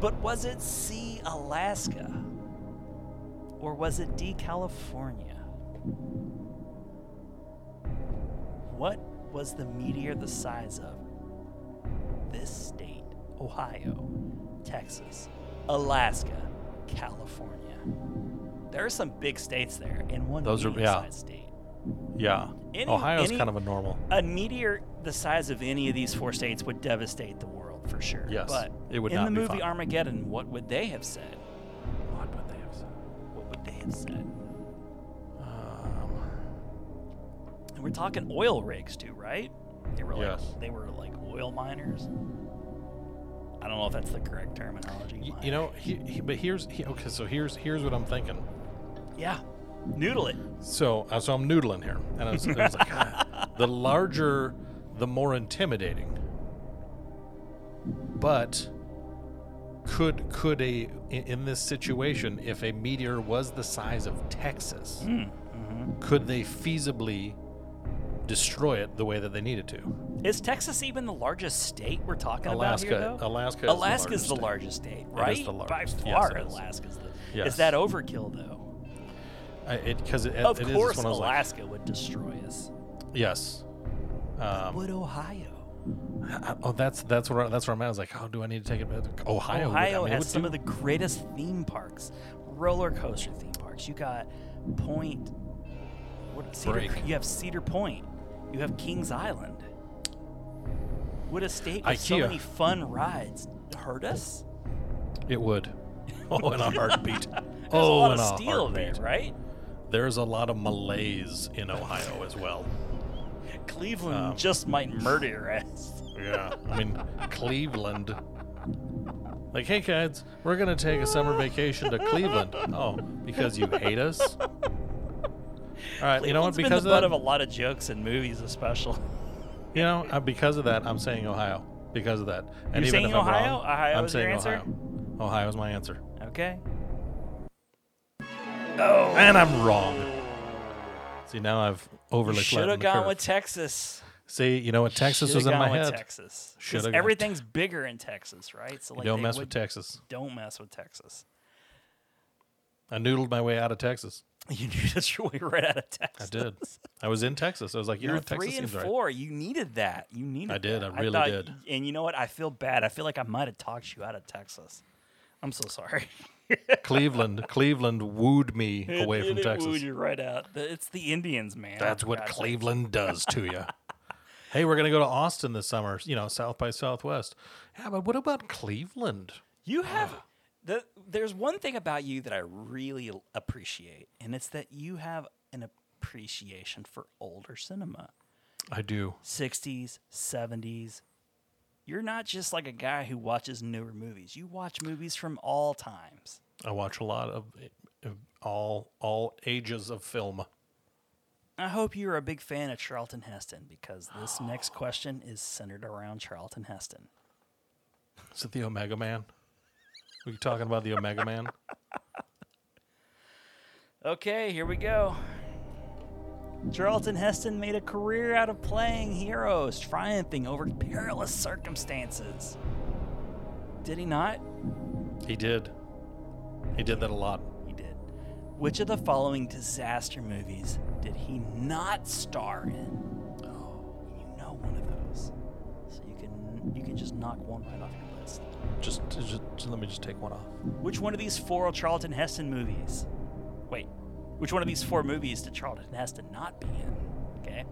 B: but was it C. Alaska? Or was it D. California? What was the meteor the size of? This state, Ohio, Texas, Alaska, California. There are some big states there, and one
A: Those are- yeah.
B: medium-sized state.
A: Yeah.
B: Any-
A: Ohio's
B: any-
A: kind of a normal.
B: A meteor the size of any of these four states would devastate the world for sure.
A: Yes,
B: but
A: it would
B: in
A: not
B: the
A: be
B: movie
A: fun.
B: Armageddon, what would they have said? What would they have said? What would they have said?
A: Um,
B: And we're talking oil rigs too, right? They were like
A: Yes.
B: they were like oil miners. I don't know if that's the correct terminology.
A: y-
B: miner.
A: you know, he, he, but here's he, okay. So here's here's what I'm thinking.
B: yeah, noodle it.
A: So uh, so I'm noodling here, and I was, I was like, *laughs* "Ah, the larger, the more intimidating. But could could a i- in this situation, if a meteor was the size of Texas, could they feasibly destroy it the way that they needed to?
B: Is Texas even the largest state we're talking
A: Alaska,
B: about here? Though?
A: Alaska,
B: Alaska's
A: is
B: the
A: the largest.
B: largest state,
A: It
B: right?
A: is the largest.
B: By
A: Yes,
B: far,
A: it is.
B: Alaska's the. Is
A: Yes.
B: that overkill though?
A: state. I- it because it,
B: Of
A: it is
B: course,
A: when I was like,
B: Alaska would destroy us.
A: yes. Um,
B: would Ohio?
A: I- oh, that's that's where I- that's where I'm at. I was like, oh, do I need to take it? back? Ohio, would- I
B: Ohio
A: mean, it
B: has
A: would
B: some
A: do-
B: of the greatest theme parks, roller coaster theme parks. You got Point, what, Cedar,
A: Break.
B: Cre- you have Cedar Point, you have Kings Island. Would a state with so
A: Ikea.
B: many fun rides hurt us?
A: It would. *laughs* Oh, in a heartbeat.
B: *laughs* There's a
A: oh,
B: lot
A: in
B: of
A: a
B: steel
A: heartbeat.
B: there, right?
A: There's a lot of malaise in Ohio as well.
B: Cleveland
A: Um,
B: just might murder your ass.
A: Yeah. I mean, Cleveland. Like, hey, kids, we're going to take a summer vacation to
B: *laughs*
A: Cleveland. Oh, because you hate us? All right, you know what?
B: Cleveland's been
A: Because
B: the
A: of
B: butt
A: that,
B: of a lot of jokes and movies, especially. *laughs*
A: you know, uh, because of that, I'm saying Ohio. Because of that, and
B: You're
A: even
B: saying
A: if I'm
B: Ohio?
A: wrong,
B: Ohio
A: I'm
B: is your
A: saying
B: answer?
A: Ohio. Ohio is my answer,
B: Okay.
A: and I'm wrong. See, now I've overly
B: You should have gone with Texas.
A: See, you know what? Texas
B: Should've
A: was in
B: gone
A: my
B: with
A: head.
B: Texas. 'Cause
A: Should've gone-
B: Everything's bigger in Texas, right? So
A: You don't
B: they
A: mess
B: would-
A: with Texas.
B: Don't mess with Texas. *laughs*
A: I noodled my way out of Texas.
B: You just your way right out of
A: I
B: *laughs* Texas.
A: did. I was in Texas. I was like, you
B: You're
A: know, what? Texas
B: three and
A: seems right.
B: four. You needed that. You needed.
A: I did. I
B: that.
A: really
B: thought-
A: did.
B: And you know what? I feel bad. I feel like I might have talked you out of Texas. I'm so sorry.
A: Cleveland, Cleveland wooed
B: *laughs*
A: me away from
B: It wooed
A: Texas.
B: you right out. The- It's the Indians, man.
A: That's
B: For
A: what
B: God's sake.
A: Cleveland does to
B: *laughs*
A: you. hey, we're gonna go to Austin this summer. You know, South by Southwest. Yeah, but what about Cleveland?
B: You have the there's one thing about you that I really l- appreciate, and it's that you have an appreciation for older cinema.
A: I do.
B: 60s, 70s. You're not just like a guy who watches newer movies. You watch movies from all times.
A: I watch a lot of of all all ages of film.
B: I hope you're a big fan of Charlton Heston because this next question is centered around Charlton Heston.
A: Is it the Omega Man? Are you talking about the Omega Man?
B: Okay, here we go. Charlton Heston made a career out of playing heroes, triumphing over perilous circumstances. Did he not?
A: He did. He did that a lot.
B: He did. Which of the following disaster movies did he not star in? Oh, you know one of those. So you can you can just knock one right off your list.
A: Just, just, just let me just take one off.
B: Which one of these four Charlton Heston movies? Wait, which one of these four movies did Charlton Heston not be in? Okay.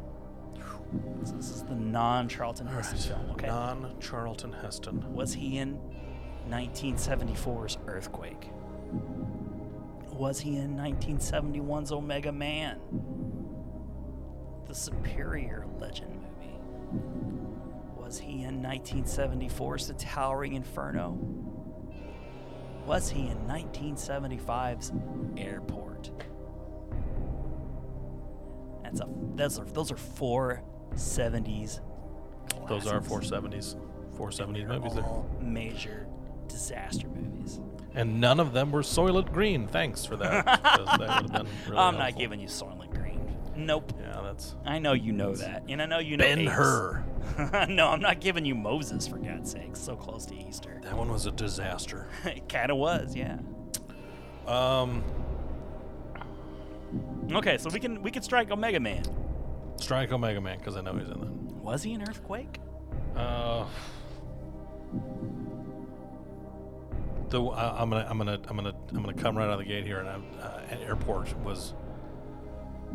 B: So this is the non Charlton Heston film, okay?
A: Non Charlton Heston.
B: Was he in 1974's Earthquake? Was he in 1971's Omega Man? The Superior Legend movie? Was he in 1974's The Towering Inferno? Was he in 1975's Airport? That's a those are those are four 70s.
A: Those are
B: classics.
A: 470s. 470s
B: They're
A: movies. There.
B: all major disaster
A: *laughs*
B: movies.
A: And none of them were Soylent Green. Thanks for that. 'cause that would've *laughs*
B: *laughs*
A: been really
B: I'm not
A: helpful.
B: giving you Soylent Green. Nope.
A: Yeah, that's.
B: I know you know that, and I know you know
A: Ben Hur.
B: Ace. *laughs* no, I'm not giving you Moses for God's sake. So close to Easter. *laughs*
A: That one was a disaster.
B: it kind of was, yeah.
A: Um,
B: Okay, so we can we can strike Omega Man.
A: Strike Omega Man, because I know he's in that.
B: Was he an earthquake?
A: Uh, the I, I'm gonna I'm gonna I'm gonna I'm gonna come right out of the gate here, and I'm, uh, and airport was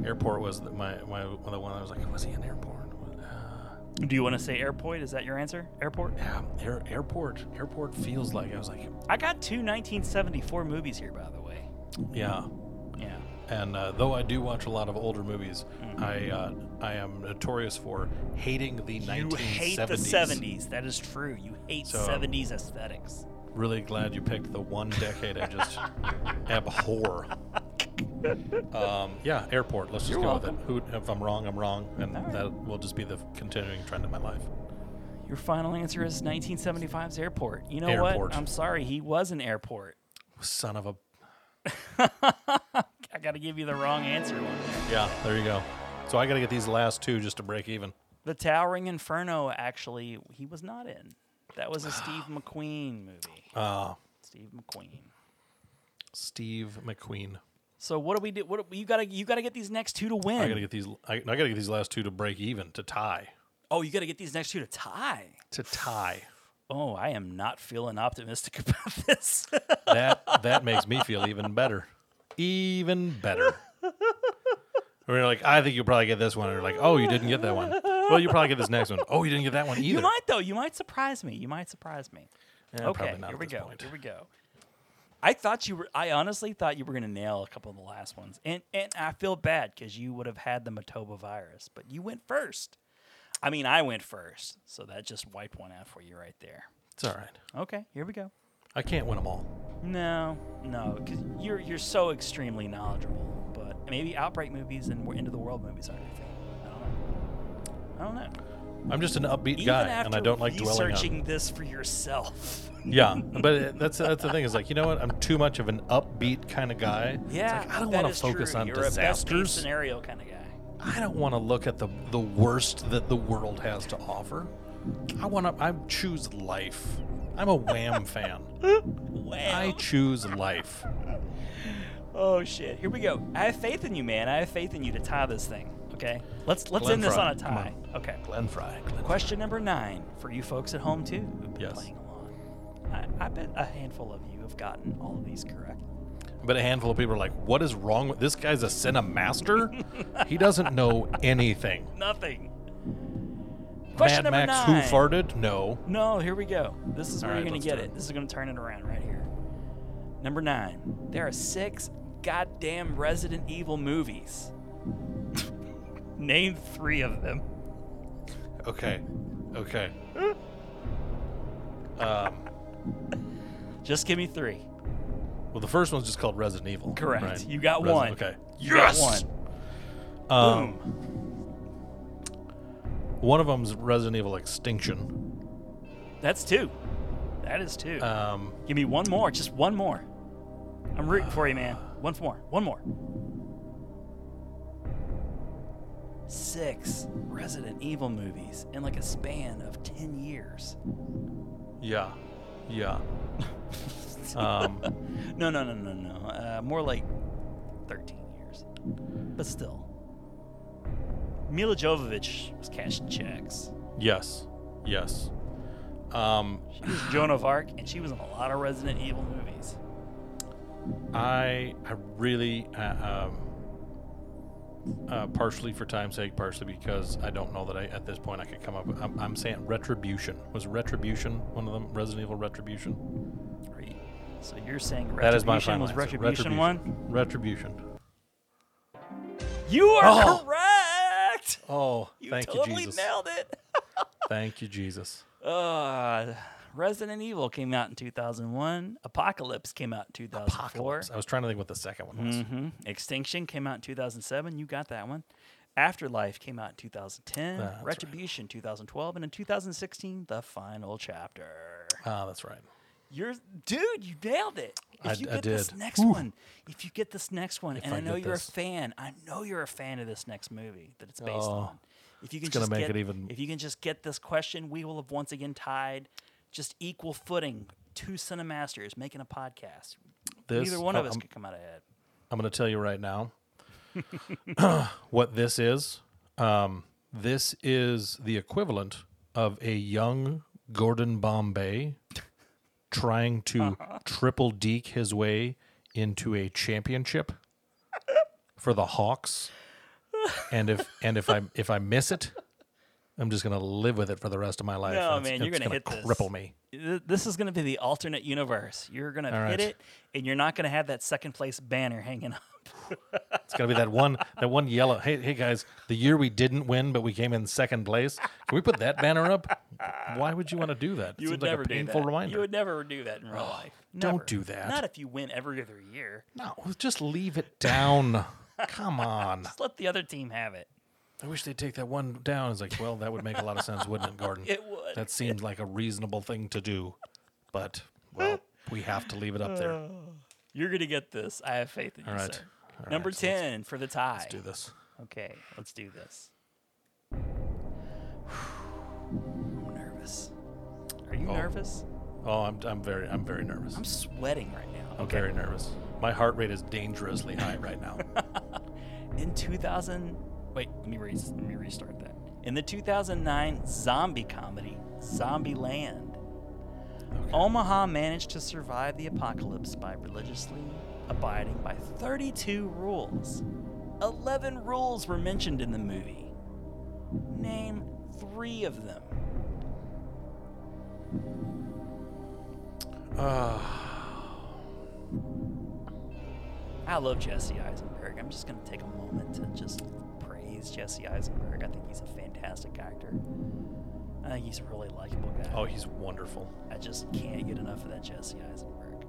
A: airport was the, my my the one I was like, was he in airport? Uh,
B: Do you want to say airport? Is that your answer? Airport?
A: yeah, air, airport airport feels like I was like,
B: I got two 1974 movies here, by the way.
A: yeah.
B: Yeah.
A: And uh, though I do watch a lot of older movies, I uh, I am notorious for hating the 1970s.
B: Mm-hmm. You hate the 70s. That is true. You hate
A: So, um,
B: 70s aesthetics.
A: Really glad you picked the one decade I just abhor. Um, yeah, airport. Let's just
B: You're
A: go
B: welcome.
A: with it. Who, if I'm wrong, I'm wrong, and that will just be the continuing trend of my life.
B: Your final answer is 1975's airport. You know
A: Airport.
B: what? I'm sorry, he was an airport.
A: Son of a.
B: I got to give you the wrong answer. One there.
A: Yeah, there you go. So I got to get these last two just to break even.
B: The Towering Inferno, actually, he was not in. That was a *sighs* Steve McQueen movie.
A: Uh,
B: Steve McQueen.
A: Steve McQueen.
B: So what do we do? What do, you gotta you gotta get these next two to win.
A: I got to get these. I, I got to get these last two to break even to tie.
B: oh, you gotta get these next two to tie.
A: To tie.
B: Oh, I am not feeling optimistic *laughs* about this.
A: that that makes me feel even better. Even better. We're like, I think you'll probably get this one. And you're like, oh, you didn't get that one. Well, you'll probably get this next one. Oh, you didn't get that one either.
B: you might though. You might surprise me. You might surprise me.
A: Eh, probably
B: okay,
A: not
B: here
A: at
B: we
A: this
B: go.
A: point.
B: Here we go. I thought you were. I honestly thought you were going to nail a couple of the last ones, and and I feel bad because you would have had the Matoba virus, but you went first. I mean, I went first, so that just wiped one out for you right there.
A: It's all right.
B: Okay, here we go.
A: I can't win them all.
B: No, no, because you're you're so extremely knowledgeable. But maybe outbreak movies and end of the world movies aren't your thing. I don't know. I don't know.
A: I'm just an upbeat
B: Even
A: guy,
B: after
A: and I don't like dwelling on.
B: researching this for yourself.
A: *laughs* Yeah, but it- that's that's the thing is like, you know what? I'm too much of an upbeat kind of guy. It's
B: Yeah,
A: like, I don't
B: that
A: want to
B: is
A: focus
B: true.
A: on
B: You're a best case
A: disasters.
B: scenario kind of guy.
A: I don't want to look at the the worst that the world has to offer. I want to. I choose life. I'm a Wham fan. I choose life.
B: Oh shit! Here we go. I have faith in you, man. I have faith in you to tie this thing. Okay. Let's let's end this
A: Glenfry,
B: on a
A: come
B: tie. Okay.
A: Glenn Fry. Glenn-
B: Question number nine for you folks at home too. Who've been
A: Yes.
B: Playing along. I, I bet a handful of you have gotten all of these correct.
A: But a handful of people are like, "What is wrong with this guy's a cinemaster? he doesn't know anything."
B: Nothing. *laughs* Question
A: Mad
B: number
A: Max,
B: nine.
A: who farted? No.
B: No, here we go. This is where
A: All
B: you're
A: right,
B: gonna
A: let's
B: get
A: do
B: it.
A: it.
B: This is gonna turn it around right here. Number nine. There are six goddamn Resident
A: *laughs*
B: Evil movies. Name three of them.
A: Okay. Okay. Um,
B: Just give me three.
A: Well, the first one's just called Resident Evil.
B: Correct.
A: right?
B: You got
A: Resi-
B: one.
A: Okay.
B: You got one.
A: Um,
B: Boom.
A: One of them's Resident Evil Extinction.
B: That's two. That is two.
A: Um,
B: Give me one more. Just one more. I'm rooting for you, man. One more. One more. Six Resident Evil movies in like a span of 10 years.
A: yeah,
B: *laughs*
A: yeah. Um,
B: No, no, no, no, no. Uh, more like 13 years. But still. Mila Jovovich was cashing checks.
A: yes, yes. Um,
B: She was Joan of Arc, and she was in a lot of Resident Evil movies.
A: I I really uh, um, uh, partially for time's sake, partially because I don't know that I at this point I could come up. With, I'm, I'm saying Retribution was Retribution one of them Resident Evil Retribution.
B: Right. So you're saying Retribution
A: That is my final
B: was
A: answer.
B: Retribution one?
A: Retribution.
B: You are
A: Oh.
B: correct.
A: Oh,
B: You
A: thank
B: totally
A: you, Jesus.
B: nailed it.
A: Thank you, Jesus.
B: *laughs* Uh, Resident Evil came out in 2001. Apocalypse came out in 2004.
A: I was trying to think what the second one was.
B: Mhm. Extinction came out in 2007. You got that one. Afterlife came out in 2010.
A: That's right.
B: Retribution 2012, and in 2016, the final chapter.
A: Ah, that's right.
B: You're, dude, you nailed it. If
A: I-
B: you
A: I
B: get this
A: did.
B: next one, if you get this next one, and I,
A: I
B: know
A: get
B: you're
A: this.
B: a fan, I know you're a fan of this next movie that it's based
A: Oh,
B: on. If you can
A: gonna
B: just
A: make
B: get,
A: it even-
B: if you can just get this question, we will have once again tied, just equal footing. Two cinemasters making a podcast.
A: This, um,
B: Neither one of
A: I-
B: us
A: I'm-
B: could come out ahead.
A: I'm going to tell you right
B: *laughs*
A: now what this is. Um, this is the equivalent of a young Gordon Bombay trying to
B: *laughs*
A: triple deke his way into a championship for the Hawks. And if and if I if I miss it, I'm just gonna live with it for the rest of my life.
B: No,
A: and it's-
B: man, you're
A: it's
B: gonna hit this.
A: cripple me.
B: Th- This is going to be the alternate universe. You're going to
A: All
B: hit
A: right.
B: it, and you're not going to have that second place banner hanging up.
A: It's gotta be that one that one yellow. Hey, hey guys, the year we didn't win, but we came in second place. Can we put that banner up? Why would you want to do that? It
B: You
A: seems
B: would
A: like
B: never
A: a painful
B: do that.
A: reminder. Oh,
B: You would never do that in real life.
A: don't
B: Never.
A: do that.
B: Not if you win every other year.
A: No, just leave it down. Come on.
B: Just let the other team have it.
A: I wish they'd take that one down. It's like, well, that would make a lot of sense, wouldn't it, Gordon?
B: It would.
A: That seems like a reasonable thing to do. But well, we have to leave it up there.
B: You're going to get this. I have faith in you,
A: All right.
B: sir.
A: All
B: Number
A: right, so let's
B: 10 for the tie.
A: do this.
B: Okay, let's do this. I'm nervous. Are you
A: Oh.
B: nervous?
A: Oh, I'm, I'm very I'm very nervous.
B: I'm sweating right now.
A: I'm very nervous. My heart rate is dangerously high right
B: *laughs*
A: now.
B: in 2000 wait let me, re- let me restart that in the 2009 zombie comedy zombie land omaha managed to survive the apocalypse by religiously abiding by 32 rules 11 rules were mentioned in the movie name three of them I love Jesse Eisenberg. I'm just going to take a moment to just praise Jesse Eisenberg. I think he's a fantastic actor. I think he's a really likable guy.
A: Oh, he's wonderful.
B: I just can't get enough of that Jesse Eisenberg.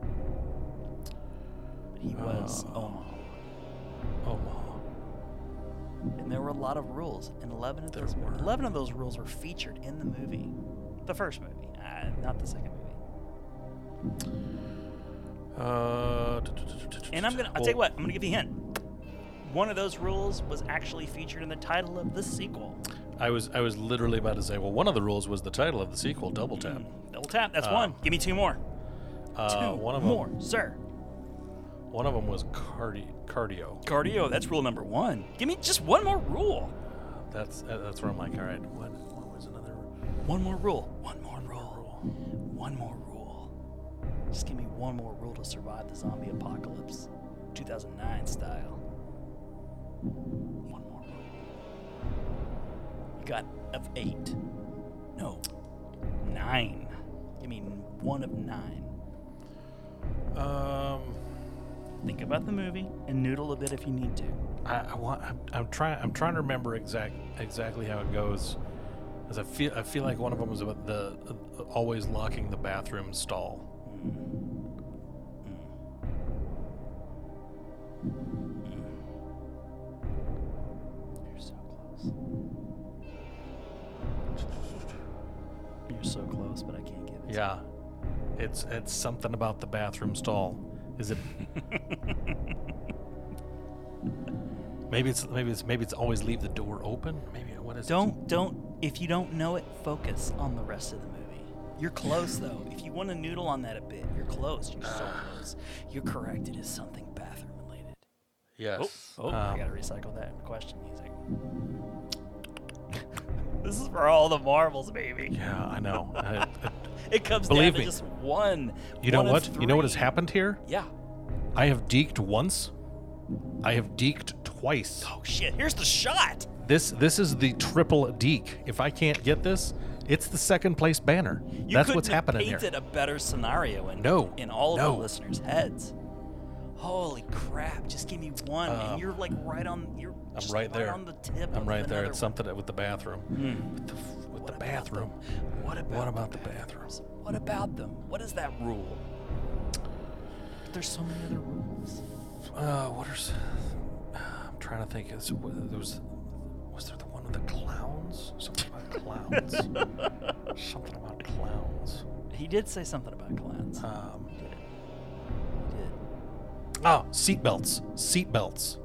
B: But he was oh, Omaha.
A: Omaha.
B: And there were a lot of rules, and 11 of,
A: There
B: those,
A: were.
B: 11 of those rules were featured in the movie. The first movie, uh, not the second movie.
A: Uh,
B: And I'm going to, I'll tell you what, I'm going to give you a hint. One of those rules was actually featured in the title of the sequel.
A: I was I was literally about to say, well, one of the rules was the title of the sequel, Double Tap.
B: Hmm, Double tap. That's one. Give me two more.
A: Uh,
B: Mm-hmm. two
A: one of
B: more,
A: them,
B: sir.
A: one of them was cardi- cardio.
B: Cardio. That's rule number one. Give me just one more rule.
A: That's uh, that's where I'm like, all right, what, what was another?
B: One more rule. One more rule. One more rule. Just give me one more rule to survive the zombie apocalypse, 2009 style. One more rule. You got of eight. No, nine. Give me one of nine.
A: Um,
B: Think about the movie and noodle a bit if you need to.
A: I, I want. I'm, I'm trying. I'm trying to remember exact exactly how it goes. As I feel, I feel like one of them was about the uh, always locking the bathroom stall.
B: You're so close. You're so close, but I can't get it.
A: Yeah, it's it's something about the bathroom stall. Is
B: *laughs*
A: it? maybe it's maybe it's maybe it's always leave the door open. Maybe what is it?
B: Don't don't if you don't know it, focus on the rest of the movie. You're close though. If you want to noodle on that a bit, you're close. You're so close. You're correct. It is something bathroom related.
A: Yes.
B: Oh, I
A: Um,
B: gotta recycle that question music. *laughs* this is for all the marbles, baby.
A: yeah, I
B: *laughs*
A: know. I- I-
B: It comes
A: Believe
B: down
A: me.
B: to just one.
A: you know
B: one of
A: what? You know what has
B: three.
A: happened here?
B: Yeah.
A: I have deked once. I have deked twice.
B: Oh shit! Here's the shot.
A: This this is the triple deke. If I can't get this, it's the second place banner.
B: You
A: That's
B: couldn't
A: what's
B: have
A: happening here.
B: painted a better scenario in
A: No,
B: in all of
A: no.
B: the listeners' heads. Holy crap! Just give me one, and you're like right on. You're
A: Um, I'm
B: just
A: right there.
B: on the tip.
A: I'm
B: of
A: right there.
B: another
A: It's
B: one. Hmm.
A: something with the bathroom. With the, f- with the
B: about
A: bathroom.
B: them? What about
A: What about the
B: bathrooms? What about them? What is that rule? But there's so many other rules.
A: Uh, what are? s- I'm trying to think. Is wa- there was was there the one with the clowns? Something about clowns. Something about clowns.
B: He did say something about clowns.
A: Um,
B: He did.
A: oh, seatbelts. Seatbelts.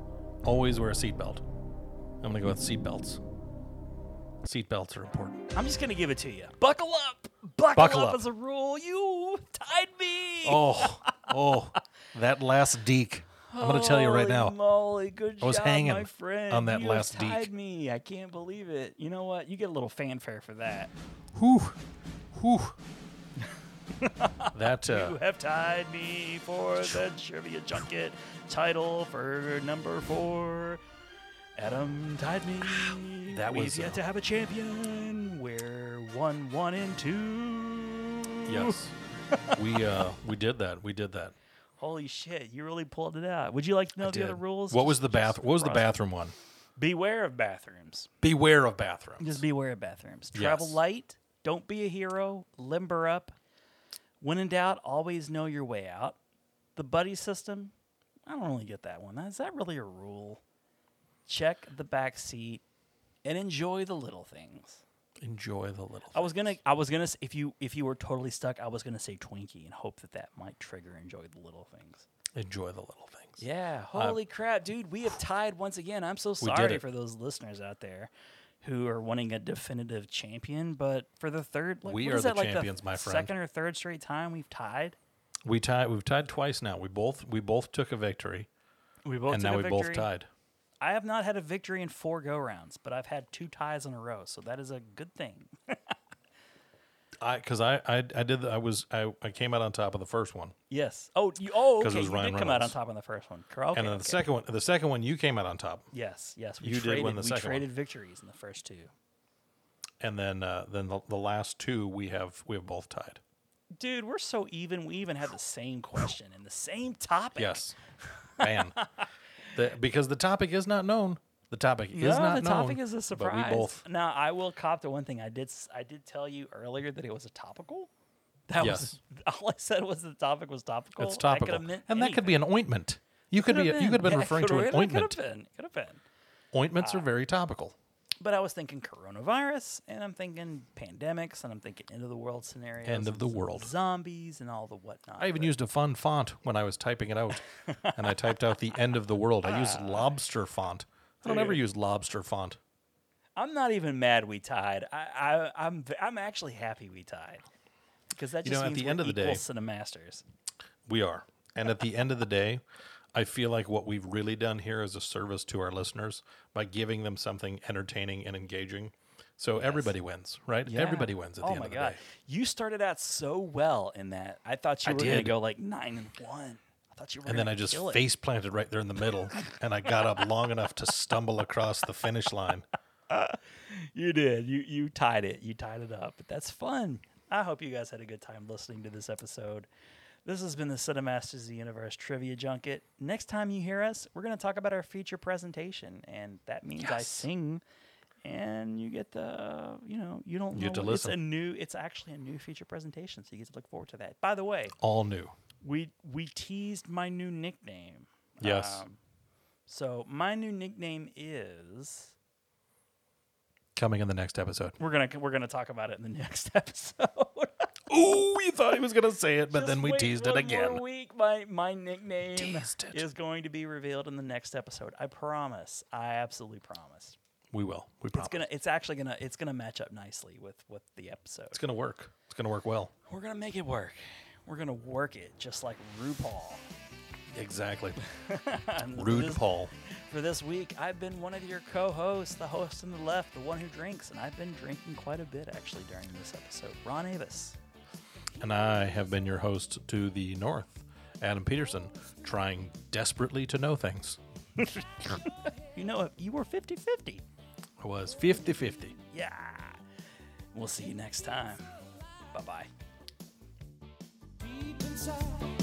A: Always wear a seatbelt. I'm gonna go with seatbelts. Seatbelts are
B: *laughs*
A: important.
B: I'm just gonna give it to you. Buckle up. Buckle,
A: Buckle
B: up,
A: up.
B: is a rule. You tied me.
A: Oh, oh, that last deke. I'm gonna tell you right now.
B: Holy Moly, good
A: I was
B: job,
A: hanging
B: my friend.
A: on that
B: you
A: last
B: have tied
A: deke.
B: me. I can't believe it. You know what? You get a little fanfare for that.
A: Whew. Whew. that uh,
B: You have tied me for the trivia junket title for number four. Adam tied me.
A: *sighs* That
B: We've
A: was,
B: yet
A: uh,
B: to have a champion. We're one, one, and two.
A: yes. we uh we did that. We did that.
B: Holy shit! You really pulled it out. Would you like to know the
A: Did.
B: other rules?
A: What was the bath? What was the
B: cross it.
A: bathroom one?
B: Beware of bathrooms.
A: Beware of bathrooms.
B: Just beware of bathrooms. Travel
A: Yes.
B: light. Don't be a hero. Limber up. When in doubt, always know your way out. The buddy system. I don't really get that one. Is that really a rule? Check the back seat and enjoy the little things.
A: Enjoy the little.
B: I was gonna. I was gonna. s- If you if you were totally stuck, I was gonna say Twinkie and hope that that might trigger enjoy the little things.
A: Enjoy the little things.
B: Yeah, holy crap, dude. We have tied once again.
A: *sighs*
B: I'm so
A: Uh, did
B: sorry
A: it.
B: for those listeners out there who are wanting a definitive champion, but for the third, like,
A: We
B: what
A: are
B: is
A: the
B: that, like,
A: champions, my friend.
B: Second or third straight time we've tied.
A: We tied. We've tied twice now. We both we both took a victory,
B: We both
A: and
B: took
A: now
B: a
A: we both
B: victory.
A: tied.
B: I have not had a victory in four go rounds, but I've had two ties in a row, so that is a good thing.
A: I because I I, I did the, I was I, I came out on top of the first one,
B: yes. Oh, you, oh,
A: 'Cause it
B: okay.
A: was
B: you
A: Ryan
B: did come out on
A: Reynolds.
B: top on the first one. Cor- Okay,
A: and then the
B: okay.
A: second one the second one you came out on top,
B: Yes, yes. We
A: You did
B: traded,
A: win the
B: we
A: second one.
B: traded victories in the first two.
A: and then uh, then the, the last two we have we have both tied.
B: Dude, we're so even. We even had the same question and the same topic.
A: Yes,
B: *laughs*
A: man. The, because the topic is not known. The topic is
B: no,
A: not
B: the
A: known.
B: topic is a surprise.
A: But we both
B: Now, I will cop to one thing. I did. s- I did tell you earlier that it was a topical. That
A: Yes.
B: was *laughs* all I said was the topic was topical.
A: It's topical,
B: That could have meant
A: and that could be an ointment. You could, be a, you could have been referring to an ointment.
B: Could have been. Could have been.
A: Ointments are very topical.
B: But I was thinking coronavirus, and I'm thinking pandemics, and I'm thinking end of the world scenarios,
A: End of
B: and
A: the
B: z-
A: world.
B: zombies, and all the whatnot.
A: I even
B: but-
A: used a fun font when I was typing it out, and I typed out the end of the world. I
B: Ah.
A: used lobster font. I don't ever use lobster font.
B: I'm not even mad we tied. I, I I'm v- I'm actually happy we tied because that
A: You
B: just
A: know, at
B: means
A: the
B: we're
A: end of the
B: equal
A: day-
B: cinemasters.
A: We are. And at the end of the day, I feel like what we've really done here is a service to our listeners by giving them something entertaining and engaging. So everybody wins, right? Everybody wins at the
B: oh
A: end
B: my
A: of the
B: god,
A: day.
B: you started out so well in that. I thought you were going to
A: did.
B: go like nine and one. I thought you were.
A: And then
B: gonna
A: I just
B: kill it.
A: face planted right there in the
B: *laughs*
A: middle, and I got up long enough to stumble across the finish line.
B: You did. You you tied it. You tied it up. But that's fun. I hope you guys had a good time listening to this episode. This has been the Cinemasters of the Universe Trivia Junket. Next time you hear us, we're going to talk about our feature presentation, and that means I sing, and you get the you know you don't
A: You get
B: know
A: to
B: what- It's a
A: listen.
B: new. It's actually a new feature presentation, so you get to look forward to that. By the way,
A: All new.
B: we we teased my new nickname.
A: Yes.
B: Um, So my new nickname is
A: Coming in the next episode.
B: we're gonna we're gonna talk about it in the *laughs* next episode.
A: Ooh, we thought he was going to say it, but then we
B: Wait
A: teased
B: one
A: it
B: more
A: again.
B: week. My my nickname
A: Teased it.
B: is going to be revealed in the next episode. I promise. I absolutely promise.
A: We will. We promise.
B: It's gonna it's actually gonna it's gonna match up nicely with with the episode.
A: It's going to work. It's going to work well.
B: We're gonna make it work. We're gonna work it just like RuPaul.
A: Exactly.
B: And
A: Rude
B: this-
A: Paul.
B: For this week, I've been one of your co-hosts, the host on the left, the one who drinks, and I've been drinking quite a bit actually during this episode. Ron Avis.
A: And I have been your host to the north, Adam Peterson, trying desperately to know things.
B: You know you were 50-50.
A: I was 50 50.
B: Yeah. We'll see you next time. Bye bye.
F: deep inside. Oh,